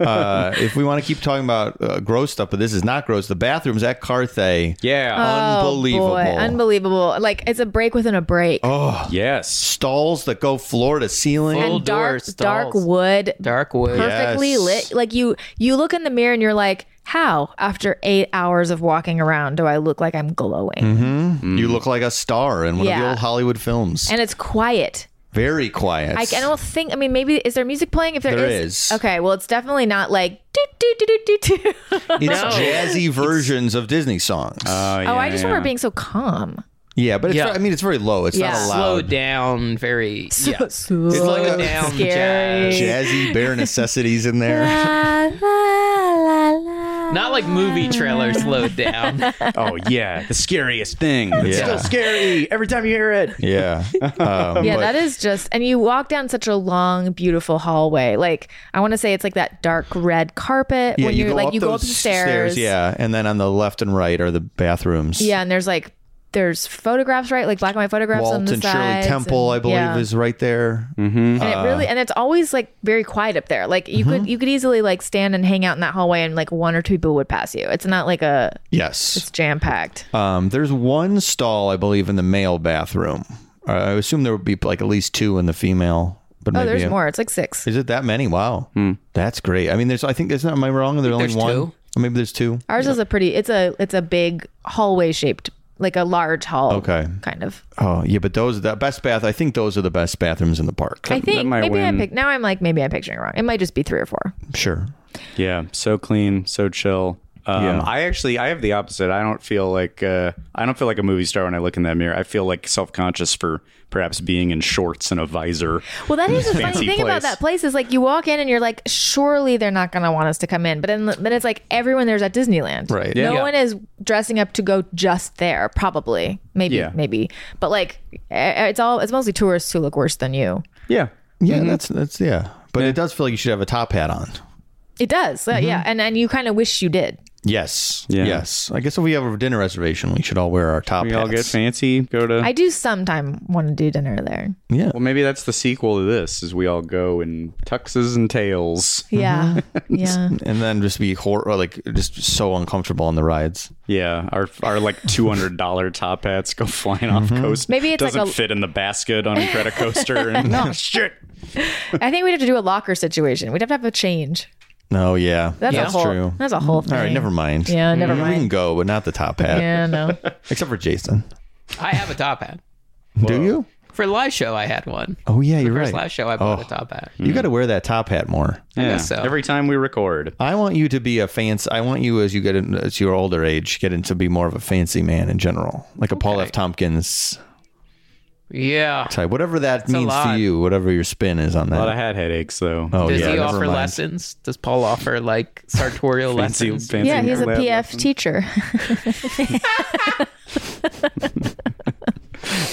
Speaker 2: uh, if we want to keep talking about uh, gross stuff, but this is not gross. The bathrooms at Carthay.
Speaker 4: Yeah.
Speaker 5: Uh,
Speaker 2: unbelievable.
Speaker 5: Oh, Boy, unbelievable! Like it's a break within a break,
Speaker 4: yes.
Speaker 2: Stalls that go floor to ceiling.
Speaker 3: Full
Speaker 5: and dark,
Speaker 3: doors,
Speaker 5: dark
Speaker 3: stalls.
Speaker 5: wood,
Speaker 3: Darkwood.
Speaker 5: perfectly
Speaker 2: Yes.
Speaker 5: lit. Like you, you look in the mirror and you're like, "How? After eight hours of walking around, do I look like I'm glowing?"
Speaker 2: Mm. You look like a star in one of the
Speaker 5: Yeah.
Speaker 2: old Hollywood films.
Speaker 5: And it's quiet.
Speaker 2: Very quiet.
Speaker 5: I, I don't think. I mean, maybe is there music playing? If
Speaker 2: There is.
Speaker 5: okay. Well, it's definitely not like do do do do do do.
Speaker 2: it's jazzy versions of Disney songs.
Speaker 5: Oh, I just remember being so calm.
Speaker 2: yeah, but it's,
Speaker 3: Uh, Yeah.
Speaker 2: I mean, it's very low. It's
Speaker 5: Yeah.
Speaker 2: not
Speaker 3: slow
Speaker 2: allowed.
Speaker 3: down very yeah.
Speaker 5: Slow
Speaker 3: slow down
Speaker 5: scary.
Speaker 3: jazz.
Speaker 2: Jazzy bare necessities in there.
Speaker 5: La, la, la, la.
Speaker 3: Not like movie trailer slowed down.
Speaker 4: Oh yeah, the scariest thing. It's
Speaker 2: Yeah.
Speaker 4: still scary every time you hear it.
Speaker 2: Yeah. Um,
Speaker 5: Yeah,
Speaker 2: but-
Speaker 5: that is just, and you walk down such a long, beautiful hallway. Like I want to say, it's like that dark red carpet
Speaker 2: yeah,
Speaker 5: when
Speaker 2: you
Speaker 5: you're
Speaker 2: go
Speaker 5: like
Speaker 2: up
Speaker 5: you go up
Speaker 2: those
Speaker 5: the stairs,
Speaker 2: Yeah, and then on the left and right are the bathrooms.
Speaker 5: yeah, and there's like there's photographs, right? Like black and white photographs on
Speaker 2: Walt
Speaker 5: the
Speaker 2: and Shirley
Speaker 5: sides
Speaker 2: Temple, I
Speaker 5: and-
Speaker 2: believe,
Speaker 5: yeah.
Speaker 2: is uh, right there.
Speaker 3: Mm-hmm.
Speaker 5: and it really and it's always like very quiet up there. Like you
Speaker 2: Mm-hmm.
Speaker 5: could you could easily like stand and hang out in that hallway, and like one or two people would pass you. It's not like a
Speaker 2: Yes.
Speaker 5: jam packed.
Speaker 2: Um, there's one stall, I believe, in the male bathroom. Uh, I assume there would be like at least two in the female. But
Speaker 5: Oh,
Speaker 2: maybe
Speaker 5: there's more. It's like six.
Speaker 2: Is it that many? Wow,
Speaker 4: Hmm.
Speaker 2: that's great. I mean, there's. I think there's not. Am I wrong? There's only
Speaker 3: there's
Speaker 2: one.
Speaker 3: two?
Speaker 2: Or Maybe there's two.
Speaker 5: Ours is a pretty. It's a it's a big hallway shaped, like a large hall.
Speaker 2: Okay.
Speaker 5: Kind of.
Speaker 2: Oh yeah, but those are the best bath. I think those are the best bathrooms in the park.
Speaker 5: I think
Speaker 4: might
Speaker 5: maybe I
Speaker 4: win.
Speaker 5: pick. Now I'm like maybe I'm picturing it wrong. It might just be three or four.
Speaker 2: Sure.
Speaker 4: Yeah, so clean, so chill. Um,
Speaker 2: Yeah.
Speaker 4: I actually I have the opposite. I don't feel like uh, I don't feel like a movie star when I look in that mirror. I feel like self conscious for perhaps being in shorts and a visor.
Speaker 5: Well, that is the funny
Speaker 4: Fancy
Speaker 5: thing about
Speaker 4: place.
Speaker 5: that place is like you walk in and you're like, surely they're not going to want us to come in. But then, then it's like everyone there's at Disneyland.
Speaker 2: Right.
Speaker 5: No
Speaker 3: Yeah.
Speaker 5: one is dressing up to go just there. Probably. Maybe.
Speaker 4: Yeah.
Speaker 5: Maybe. But like, eh, it's all it's mostly tourists who look worse than you.
Speaker 4: Yeah,
Speaker 2: Yeah,
Speaker 4: Mm-hmm.
Speaker 2: that's that's yeah. But it does feel like you should have a top hat on.
Speaker 5: It does. Uh,
Speaker 4: Mm-hmm.
Speaker 5: yeah. And and you kind of wish you did.
Speaker 2: Yes.
Speaker 4: Yeah.
Speaker 2: Yes. I guess if we have a dinner reservation, we should all wear our top
Speaker 4: we
Speaker 2: hats.
Speaker 4: all get fancy. Go to
Speaker 5: I do sometime want to do dinner there.
Speaker 2: yeah.
Speaker 4: well, maybe that's the sequel to this. Is we all go in tuxes and tails. Mm-hmm.
Speaker 5: Yeah. Yeah.
Speaker 2: And then just be hor- or like just so uncomfortable on the rides.
Speaker 4: Yeah, our our like two hundred dollar top hats go flying off coast.
Speaker 5: Maybe it's like
Speaker 4: doesn't
Speaker 5: a-
Speaker 4: fit in the basket on a credit coaster. And, no shit.
Speaker 5: I think we'd have to do a locker situation. We'd have to have a change.
Speaker 2: No, yeah.
Speaker 5: That's a whole.
Speaker 2: true.
Speaker 5: That's a whole thing.
Speaker 2: all right, never mind.
Speaker 5: Yeah, never
Speaker 2: We can
Speaker 5: mind.
Speaker 2: go, but not the top hat.
Speaker 5: Yeah, no.
Speaker 2: Except for Jason.
Speaker 3: I have a top hat.
Speaker 2: Do you?
Speaker 3: For the live show, I had one.
Speaker 2: Oh yeah, you're right. Oh.
Speaker 3: Last show, I bought a top hat.
Speaker 2: You got to wear that top hat more.
Speaker 4: Mm. Yeah.
Speaker 3: guess so.
Speaker 4: Every time we record,
Speaker 2: I want you to be a fancy. I want you as you get in, as your older age, get into be more of a fancy man in general, like a Paul F. Tompkins
Speaker 3: Yeah.
Speaker 2: type. Whatever that means to
Speaker 3: lot.
Speaker 2: you, whatever your spin is on
Speaker 4: a lot of
Speaker 2: that.
Speaker 4: hat headaches though.
Speaker 2: oh
Speaker 3: Does
Speaker 2: yeah,
Speaker 3: he
Speaker 2: never
Speaker 3: offer
Speaker 2: mind.
Speaker 3: lessons? Does Paul offer like sartorial
Speaker 4: fancy,
Speaker 3: lessons?
Speaker 4: fancy
Speaker 5: Yeah, he's a
Speaker 4: lab
Speaker 5: PF teacher.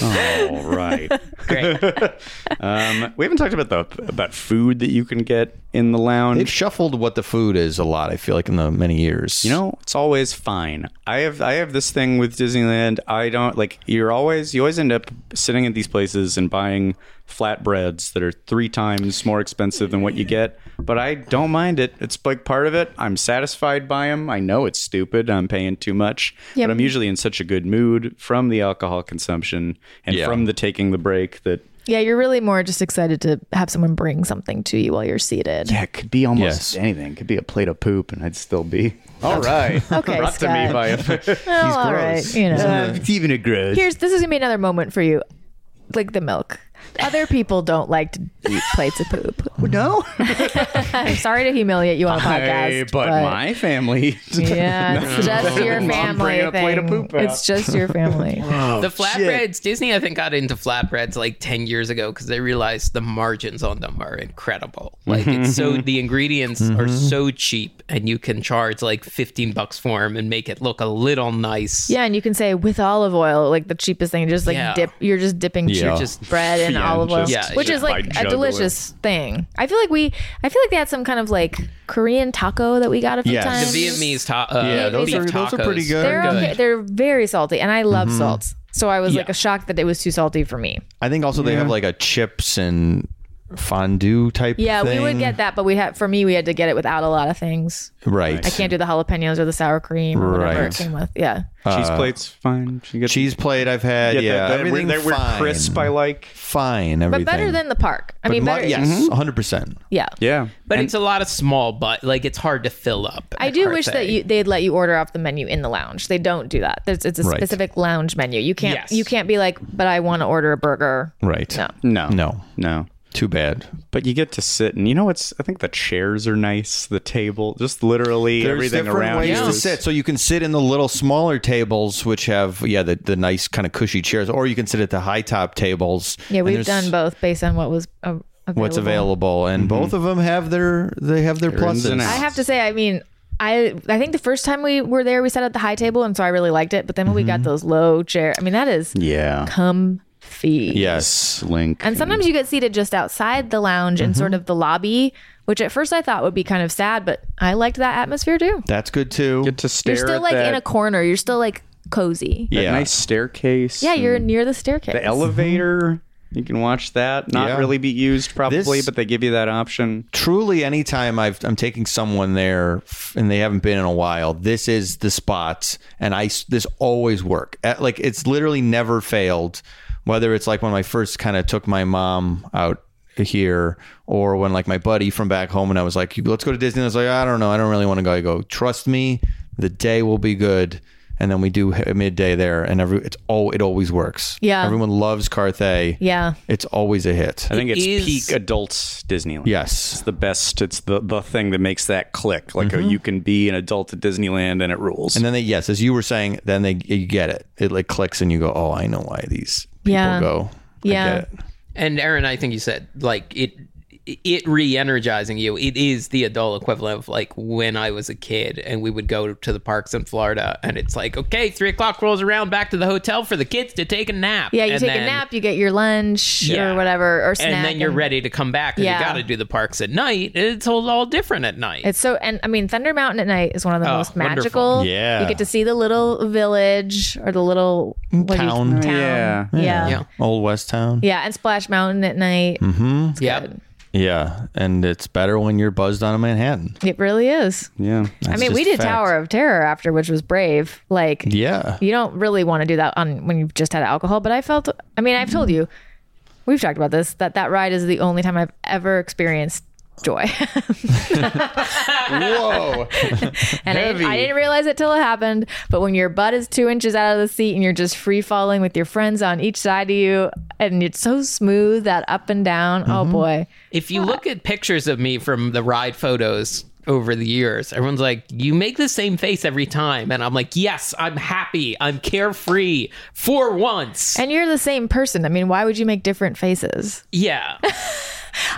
Speaker 4: All right.
Speaker 3: Great.
Speaker 4: Um, we haven't talked about the about food that you can get in the lounge.
Speaker 2: They've shuffled what the food is a lot. I feel like in the many years.
Speaker 4: you know, it's always fine. I have I have this thing with Disneyland. I don't like you're always you always end up sitting at these places and buying flatbreads that are three times more expensive than what you get. But I don't mind it. It's like part of it. I'm satisfied by them. I know it's stupid. I'm paying too much,
Speaker 5: Yeah.
Speaker 4: but I'm usually in such a good mood from the alcohol consumption and
Speaker 2: Yeah.
Speaker 4: from the taking the break that
Speaker 5: yeah, you're really more just excited to have someone bring something to you while you're seated.
Speaker 4: Yeah, it could be almost
Speaker 2: Yes.
Speaker 4: anything. It could be a plate of poop, and I'd still be all right.
Speaker 5: Okay,
Speaker 4: brought to me
Speaker 5: Scott.
Speaker 4: by a.
Speaker 5: Well, Oh, all
Speaker 2: gross.
Speaker 5: right, You know.
Speaker 4: it's even a gross.
Speaker 5: Here's this is gonna be another moment for you, like the milk. Other people don't like to eat plates of poop.
Speaker 4: No,
Speaker 5: I'm sorry to humiliate you on a podcast,
Speaker 4: but, my family.
Speaker 5: yeah, it's just your
Speaker 4: Mom
Speaker 5: family
Speaker 4: bringing a
Speaker 5: thing.
Speaker 4: plate of poop out.
Speaker 5: It's just your family.
Speaker 2: Oh,
Speaker 3: the flatbreads, Disney, I think, got into flatbreads like 10 years ago because they realized the margins on them are incredible. Like, it's
Speaker 2: Mm-hmm.
Speaker 3: so the ingredients are so cheap, and you can charge like 15 bucks for them and make it look a little nice.
Speaker 5: yeah, and you can say with olive oil, like the cheapest thing, just like
Speaker 3: Yeah.
Speaker 5: dip. You're just dipping
Speaker 2: Yeah.
Speaker 5: cheap
Speaker 3: Just-
Speaker 5: bread and
Speaker 4: yeah,
Speaker 5: olive oil,
Speaker 4: just-
Speaker 5: which
Speaker 3: yeah.
Speaker 5: is
Speaker 4: By
Speaker 5: like a
Speaker 4: juggler.
Speaker 5: delicious thing. I feel like we, I feel like they had some kind of like Korean taco that we got a few
Speaker 2: Yes. The
Speaker 5: times.
Speaker 3: The Vietnamese ta- uh,
Speaker 2: Yeah, those
Speaker 3: beef
Speaker 2: are- those are
Speaker 3: tacos
Speaker 2: pretty good.
Speaker 5: They're okay. They're very salty, and I love salt. So I was like
Speaker 3: Yeah.
Speaker 5: a shock that it was too salty for me.
Speaker 2: I think also they have like a chips and fondue type.
Speaker 5: Yeah, we would
Speaker 2: thing.
Speaker 5: get that, but we had for me we had to get it without a lot of things.
Speaker 2: right.
Speaker 5: I can't do the jalapenos or the sour cream or whatever
Speaker 2: Right.
Speaker 5: it came with. Yeah,
Speaker 4: Cheese plates, fine. You get-
Speaker 2: Cheese plate I've had.
Speaker 4: get
Speaker 2: Yeah,
Speaker 4: that- that-
Speaker 2: everything
Speaker 4: that we're
Speaker 2: fine.
Speaker 4: crisp. I like.
Speaker 2: Fine, everything.
Speaker 5: but better than the park. I mean,
Speaker 2: Mu-
Speaker 5: better.
Speaker 2: yes, 100 percent.
Speaker 5: Yeah.
Speaker 4: Yeah,
Speaker 3: But
Speaker 4: And-
Speaker 3: it's a lot of small, but like it's hard to fill up.
Speaker 5: I do wish that you, they'd let you order off the menu in the lounge. They don't do that. There's, it's a
Speaker 2: Right.
Speaker 5: specific lounge menu. You can't
Speaker 3: Yes.
Speaker 5: you can't be like, but I want to order a burger.
Speaker 2: Right.
Speaker 5: No.
Speaker 4: no,
Speaker 2: No.
Speaker 4: no.
Speaker 2: Too bad.
Speaker 4: But you get to sit, and you know what's? I think the chairs are nice. The table, just literally everything
Speaker 2: different
Speaker 4: around
Speaker 2: ways
Speaker 4: you.
Speaker 2: to
Speaker 4: is-
Speaker 2: sit. So you can sit in the little smaller tables, which have yeah the, the nice kind of cushy chairs, or you can sit at the high top tables.
Speaker 5: Yeah,
Speaker 2: And
Speaker 5: we've
Speaker 2: there's
Speaker 5: done both based on what was uh, available.
Speaker 4: Mm-hmm.
Speaker 2: What's available, and both of them have their they have their
Speaker 4: ins
Speaker 2: pluses.
Speaker 4: and
Speaker 5: I
Speaker 4: outs.
Speaker 5: have to say, I mean, I I think the first time we were there, we sat at the high table, and so I really liked it. But then when we
Speaker 2: Mm-hmm.
Speaker 5: got those low chair, I mean, that is
Speaker 4: Yeah.
Speaker 5: comfy.
Speaker 2: Yes.
Speaker 4: Link.
Speaker 5: And sometimes you get seated just outside the lounge in
Speaker 2: Mm-hmm.
Speaker 5: sort of the lobby, which at first I thought would be kind of sad, but I liked that atmosphere too.
Speaker 2: That's good too.
Speaker 4: get to stare
Speaker 5: You're still
Speaker 4: at
Speaker 5: like
Speaker 4: that,
Speaker 5: in a corner. You're still like cozy.
Speaker 4: that
Speaker 2: Yeah.
Speaker 4: nice staircase.
Speaker 5: Yeah, Mm-hmm.
Speaker 4: and
Speaker 5: you're
Speaker 3: Hmm.
Speaker 5: near the staircase.
Speaker 4: the elevator. You can watch that. Not
Speaker 2: Yeah.
Speaker 4: really be used probably,
Speaker 2: This-
Speaker 4: but they give you that option.
Speaker 2: Truly, anytime I've, I'm taking someone there f- and they haven't been in a while, this is the spot, and I s- this always work. At- Like it's literally never failed. Whether it's like when I first kind of took my mom out here, or when like my buddy from back home and I was like, "Let's go to Disney." I was like, "I don't know, I don't really want to go." I go, "Trust me, the day will be good." And then we do h- midday there, and every it's all it always works.
Speaker 5: Yeah.
Speaker 2: everyone loves Carthay.
Speaker 5: Yeah.
Speaker 2: it's always a hit.
Speaker 4: I think it's
Speaker 3: is-
Speaker 4: peak adults Disneyland.
Speaker 2: Yes,
Speaker 4: It's the best. It's the, the thing that makes that click. Like oh, you can be an adult at Disneyland and it rules.
Speaker 2: Mm-hmm. And then they, yes, as you were saying, then they you get it. It like clicks and you go, oh, I know why these people
Speaker 5: Yeah.
Speaker 2: go. I
Speaker 5: Yeah.
Speaker 2: get it.
Speaker 3: And Aaron, I think you said like it it re-energizing you. It is the adult equivalent of like when I was a kid and we would go to the parks in Florida and it's like, okay, three o'clock rolls around back to the hotel for the kids to take a nap.
Speaker 5: Yeah, you
Speaker 3: And
Speaker 5: take a
Speaker 3: then-
Speaker 5: nap, you get your lunch
Speaker 3: Yeah.
Speaker 5: or whatever, or snack.
Speaker 3: and then you're ready to come back and
Speaker 5: Yeah.
Speaker 3: you got to do the parks at night. It's all, all different at night.
Speaker 5: It's so, and I mean, Thunder Mountain at night is one of the
Speaker 3: Oh,
Speaker 5: most
Speaker 3: wonderful.
Speaker 5: magical.
Speaker 2: Yeah.
Speaker 5: You get to see the little village or the little what do you-
Speaker 2: Town.
Speaker 5: town.
Speaker 4: Yeah.
Speaker 5: Yeah.
Speaker 3: yeah.
Speaker 5: yeah.
Speaker 2: Old West Town. Yeah.
Speaker 5: and Splash Mountain at night.
Speaker 2: Hmm.
Speaker 3: Yeah.
Speaker 2: And it's better when you're buzzed on a Manhattan.
Speaker 5: It really is.
Speaker 4: yeah.
Speaker 5: I mean, we
Speaker 2: just
Speaker 5: did
Speaker 2: fact.
Speaker 5: Tower of Terror after, which was brave. Like,
Speaker 2: Yeah.
Speaker 5: you don't really want to do that on when you've just had alcohol. But I felt, I mean, I've
Speaker 2: Hmm.
Speaker 5: told you, we've talked about this that that ride is the only time I've ever experienced joy,
Speaker 2: Whoa.
Speaker 5: and I didn't, I didn't realize it till it happened. But when your butt is two inches out of the seat and you're just free falling with your friends on each side of you, and it's so smooth that up and down.
Speaker 4: Mm-hmm.
Speaker 5: Oh boy,
Speaker 3: If you look at pictures of me from the ride photos over the years, everyone's like, "You make the same face every time," and I'm like, "Yes, I'm happy. I'm carefree for once."
Speaker 5: and you're the same person. I mean, why would you make different faces?
Speaker 3: yeah.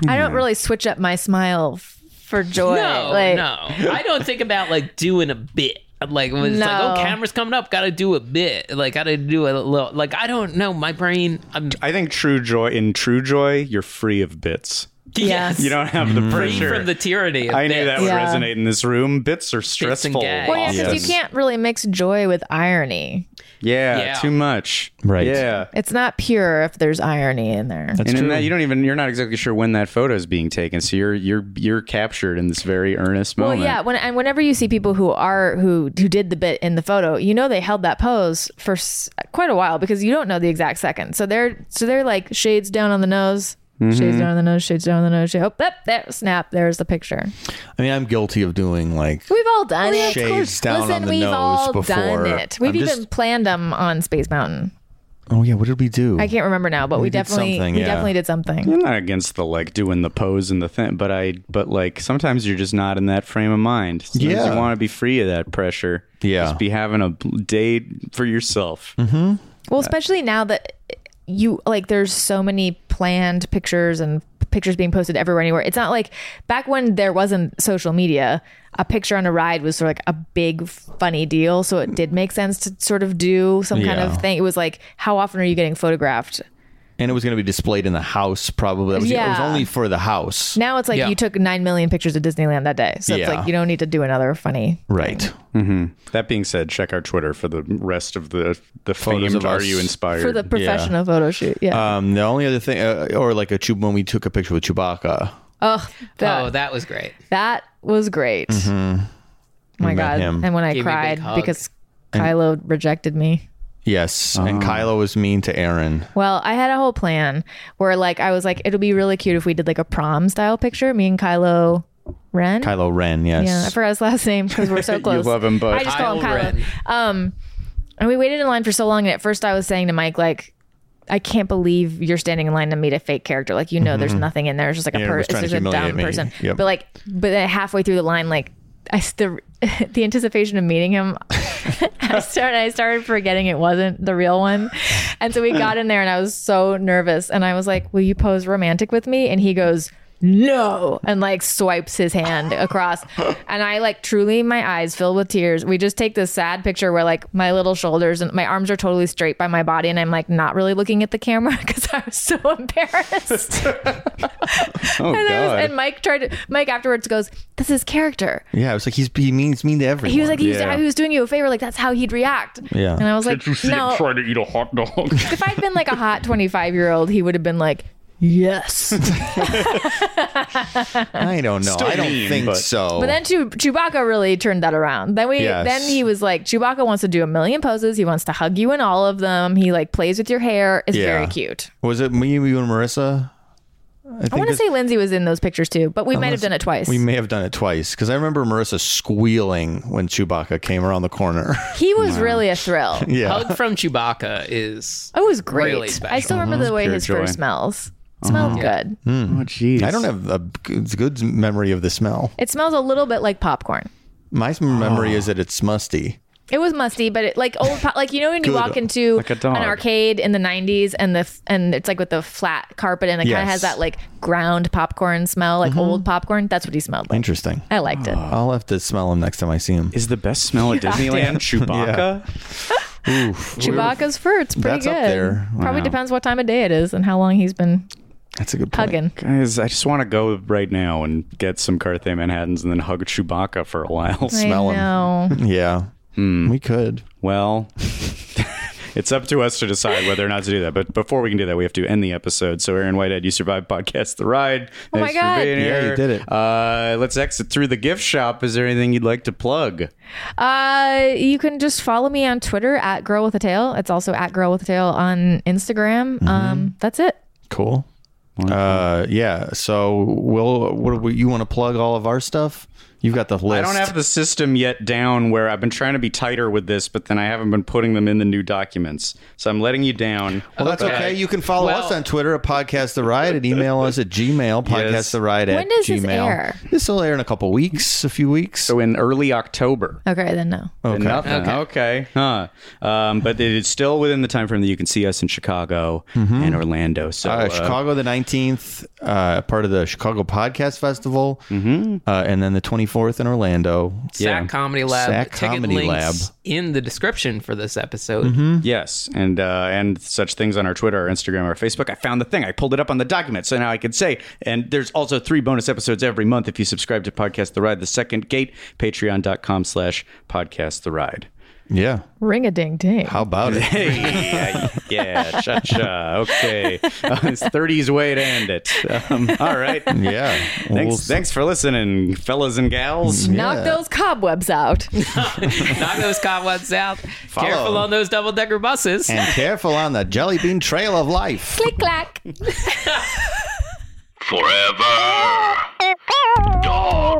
Speaker 5: I don't really switch up my smile f- for joy.
Speaker 3: No,
Speaker 5: like,
Speaker 3: no. I don't think about like doing a bit. Like when it's
Speaker 5: No.
Speaker 3: like, oh, camera's coming up, gotta do a bit. Like gotta do a little. Like I don't know. My brain. I'm
Speaker 4: I think true joy in true joy, you're free of bits.
Speaker 3: yes.
Speaker 4: You don't have the
Speaker 2: Mm-hmm.
Speaker 3: free
Speaker 4: pressure.
Speaker 3: from the tyranny. Of
Speaker 4: I knew that
Speaker 3: bits.
Speaker 4: would
Speaker 5: Yeah.
Speaker 4: resonate in this room. Bits are stressful.
Speaker 3: gags.
Speaker 5: Well, yeah, because
Speaker 2: Yes.
Speaker 5: you can't really mix joy with irony.
Speaker 4: Yeah,
Speaker 3: Yeah.
Speaker 4: too much.
Speaker 2: Right.
Speaker 4: Yeah.
Speaker 5: It's not pure if there's irony in there.
Speaker 4: and in
Speaker 2: true.
Speaker 4: that you don't even you're not exactly sure when that photo is being taken. So you're you're you're captured in this very earnest
Speaker 5: well,
Speaker 4: moment.
Speaker 5: yeah. When and whenever you see people who are who who did the bit in the photo, you know they held that pose for s- quite a while because you don't know the exact second. So they're so they're like shades down on the nose,
Speaker 2: Mm-hmm.
Speaker 5: shades down on the nose, shades down on the nose. Shade, oh, up there, snap. There's the picture.
Speaker 2: I mean, I'm guilty of doing like
Speaker 5: We've all done it.
Speaker 2: Shades course. down
Speaker 5: Listen,
Speaker 2: on the
Speaker 5: we've
Speaker 2: nose
Speaker 5: all done
Speaker 2: before.
Speaker 5: it. We've
Speaker 2: I'm
Speaker 5: even
Speaker 2: just-
Speaker 5: planned them on Space Mountain.
Speaker 2: oh yeah, what did we do?
Speaker 5: I can't remember now, but we,
Speaker 2: did
Speaker 5: definitely
Speaker 2: something,
Speaker 5: we
Speaker 2: yeah.
Speaker 5: definitely did something.
Speaker 4: I'm not against the like doing the pose and the thing, but I but like sometimes you're just not in that frame of mind. Sometimes
Speaker 2: Yeah.
Speaker 4: you want to be free of that pressure.
Speaker 2: Yeah. Mm-hmm.
Speaker 4: just be having a day for yourself.
Speaker 5: Well, especially now that you like, there's so many planned pictures and pictures being posted everywhere, anywhere. It's not like back when there wasn't social media, a picture on a ride was sort of like a big, funny deal. So it did make sense to sort of do some kind
Speaker 2: Yeah.
Speaker 5: of thing. It was like, how often are you getting photographed?
Speaker 2: and it was going to be displayed in the house, probably. That was, It was
Speaker 5: Yeah.
Speaker 2: only for the house.
Speaker 5: Now it's like
Speaker 3: Yeah.
Speaker 5: you took 9 million pictures of Disneyland that day. So it's
Speaker 2: Yeah.
Speaker 5: like you don't need to do another funny.
Speaker 2: Right.
Speaker 4: That being said, check our Twitter for the rest of the the
Speaker 2: Photos
Speaker 4: famed
Speaker 2: of
Speaker 4: "Are
Speaker 2: us.
Speaker 4: You Inspired?"
Speaker 5: For the professional photo shoot. Yeah.
Speaker 2: Um, the only other thing, uh, or like a chub when we took a picture with Chewbacca.
Speaker 5: oh,
Speaker 2: uh,
Speaker 5: that,
Speaker 3: Oh, that was great.
Speaker 5: That was great. Oh my
Speaker 2: Mm-hmm. met
Speaker 5: god!
Speaker 2: him.
Speaker 5: And when I
Speaker 3: Gave me a big
Speaker 5: cried
Speaker 3: hug.
Speaker 5: because Kylo rejected me.
Speaker 2: Yes, and
Speaker 4: Ah.
Speaker 2: Kylo was mean to Aaron.
Speaker 5: Well, I had a whole plan where like I was like, it'll be really cute if we did like a prom style picture, me and Kylo Ren.
Speaker 2: Kylo Ren. Yes.
Speaker 5: yeah, I forgot his last name because we're so close.
Speaker 4: love him, but-
Speaker 5: I just call him
Speaker 3: Kyle
Speaker 5: Kylo.
Speaker 3: Ren.
Speaker 5: Um, and we waited in line for so long. And at first, I was saying to Mike like. I can't believe you're standing in line to meet a fake character. Like you know, there's nothing in there. It's just like a
Speaker 2: Mm-hmm. Yeah, it
Speaker 5: per-
Speaker 2: was
Speaker 5: it's
Speaker 2: trying to
Speaker 5: just a
Speaker 2: humiliate
Speaker 5: dumb
Speaker 2: me.
Speaker 5: person.
Speaker 2: Yep.
Speaker 5: But like, but then halfway through the line, like I s- the the anticipation of meeting him, I started I started forgetting it wasn't the real one, and so we got in there and I was so nervous and I was like, "Will you pose romantic with me?" And he goes, no and like swipes his hand across and i like truly my eyes fill with tears we just take this sad picture where like my little shoulders and my arms are totally straight by my body and i'm like not really looking at the camera because i was so embarrassed
Speaker 4: Oh
Speaker 5: and, I was,
Speaker 4: god.
Speaker 5: and mike tried to mike afterwards goes this is character
Speaker 2: Yeah, I was like, he's he means mean to everyone.
Speaker 5: he was like, he, was,
Speaker 4: Yeah.
Speaker 5: he was doing you a favor. Like, that's how he'd react.
Speaker 2: Yeah.
Speaker 5: And I was like,
Speaker 6: Did you see
Speaker 5: no.
Speaker 6: him trying to eat a hot dog?
Speaker 5: if I'd been like a hot 25 year old, he would have been like, yes.
Speaker 2: I don't know.
Speaker 4: Still
Speaker 2: I don't
Speaker 4: mean,
Speaker 2: think
Speaker 4: but-
Speaker 2: so.
Speaker 5: But then Chew- Chewbacca really turned that around. Then we,
Speaker 2: Yes.
Speaker 5: then he was like, Chewbacca wants to do a million poses. He wants to hug you in all of them. He like plays with your hair. It's
Speaker 2: Yeah.
Speaker 5: very cute.
Speaker 2: was it me, you, and Marissa? think
Speaker 5: I want to
Speaker 2: this-
Speaker 5: say Lindsay was in those pictures too, but we might have done it twice.
Speaker 2: We may have done it twice because I remember Marissa squealing when Chewbacca came around the corner.
Speaker 5: he was really a thrill. it
Speaker 2: yeah.
Speaker 3: Hug from Chewbacca is
Speaker 5: was great.
Speaker 3: Really
Speaker 5: I still
Speaker 3: special.
Speaker 5: remember the way
Speaker 4: pure
Speaker 5: his
Speaker 4: joy.
Speaker 5: fur smells. Smelled good.
Speaker 4: Oh jeez.
Speaker 2: I don't have a g- good memory of the smell.
Speaker 5: It smells a little bit like popcorn.
Speaker 2: My memory is that it's musty.
Speaker 5: It was musty, but it like old, po- like you know when you
Speaker 2: Good.
Speaker 5: walk into
Speaker 4: Like a dog.
Speaker 5: an arcade in the '90s and the f- and it's like with the flat carpet and it kind
Speaker 2: Yes.
Speaker 5: of has that like ground popcorn smell, like old popcorn. That's what he smelled like.
Speaker 2: Interesting.
Speaker 5: I liked it.
Speaker 2: I'll have to smell him next time I see him.
Speaker 4: Is the best smell at Disneyland Chewbacca?
Speaker 5: Chewbacca's fur, it's pretty
Speaker 2: That's
Speaker 5: good.
Speaker 2: up there.
Speaker 5: Probably
Speaker 4: Wow.
Speaker 5: depends what time of day it is and how long he's been
Speaker 2: That's a good point.
Speaker 5: hugging.
Speaker 4: Guys, I just want to go right now and get some Carthay Manhattans and then hug Chewbacca for a while.
Speaker 2: Smell
Speaker 5: I
Speaker 2: 'em.
Speaker 5: know.
Speaker 2: Yeah.
Speaker 4: Hmm.
Speaker 2: We could.
Speaker 4: Well, it's up to us to decide whether or not to do that. But before we can do that, we have to end the episode. So, Aaron Whitehead, you survived podcast The Ride.
Speaker 5: Oh my
Speaker 4: Thanks
Speaker 5: God.
Speaker 4: for being
Speaker 2: Yeah,
Speaker 4: here.
Speaker 2: you did it.
Speaker 4: Uh, let's exit through the gift shop. Is there anything you'd like to plug?
Speaker 5: Uh, you can just follow me on Twitter at Girl with a Tail. It's also at Girl with a Tail on Instagram.
Speaker 2: Mm-hmm.
Speaker 5: Um, that's it.
Speaker 2: Cool. Uh, yeah. So, will what do we, you want to plug all of our stuff? You've got the list.
Speaker 4: I don't have the system yet down where I've been trying to be tighter with this, but then I haven't been putting them in the new documents. So I'm letting you down.
Speaker 2: Well, that's okay. You can follow
Speaker 3: Well-
Speaker 2: us on Twitter at Podcast The Ride and email us at Gmail, Podcast
Speaker 4: Yes.
Speaker 2: The Ride at
Speaker 5: When does
Speaker 2: Gmail.
Speaker 5: this air?
Speaker 2: This will air in a couple weeks, a few weeks.
Speaker 4: So in early October.
Speaker 5: Okay, then no.
Speaker 2: okay.
Speaker 4: Nothing. Okay. Huh. Um, but it is still within the time frame that you can see us in Chicago and Orlando. So
Speaker 2: Mm-hmm. Uh,
Speaker 4: uh,
Speaker 2: Chicago the 19th, uh, part of the Chicago Podcast Festival, uh, and then the 24th in Orlando.
Speaker 3: Sack
Speaker 4: Mm-hmm. Yeah.
Speaker 3: Comedy Lab.
Speaker 2: Sack
Speaker 3: Ticket
Speaker 2: Comedy
Speaker 3: links
Speaker 2: Lab. Mm-hmm.
Speaker 3: in the description for this episode.
Speaker 4: Yes, and uh, and such things on our Twitter, our Instagram, our Facebook. I found the thing. I pulled it up on the document, so now I can say. And there's also three bonus episodes every month if you subscribe to Podcast The Ride, The Second Gate, patreon.com slash podcast the ride.
Speaker 2: Yeah.
Speaker 5: Ring a ding ding.
Speaker 2: How about it?
Speaker 4: yeah, yeah, cha cha. Okay. Uh, it's 30s way to end it. Um, all right.
Speaker 2: Yeah.
Speaker 4: Thanks,
Speaker 2: We'll-
Speaker 4: thanks for listening, fellas and gals.
Speaker 5: Knock
Speaker 2: Yeah.
Speaker 5: those cobwebs out.
Speaker 3: Knock those cobwebs out.
Speaker 2: Follow.
Speaker 3: Careful on those double decker buses.
Speaker 2: and careful on the jelly bean trail of life.
Speaker 5: Click clack.
Speaker 1: Forever. Dog.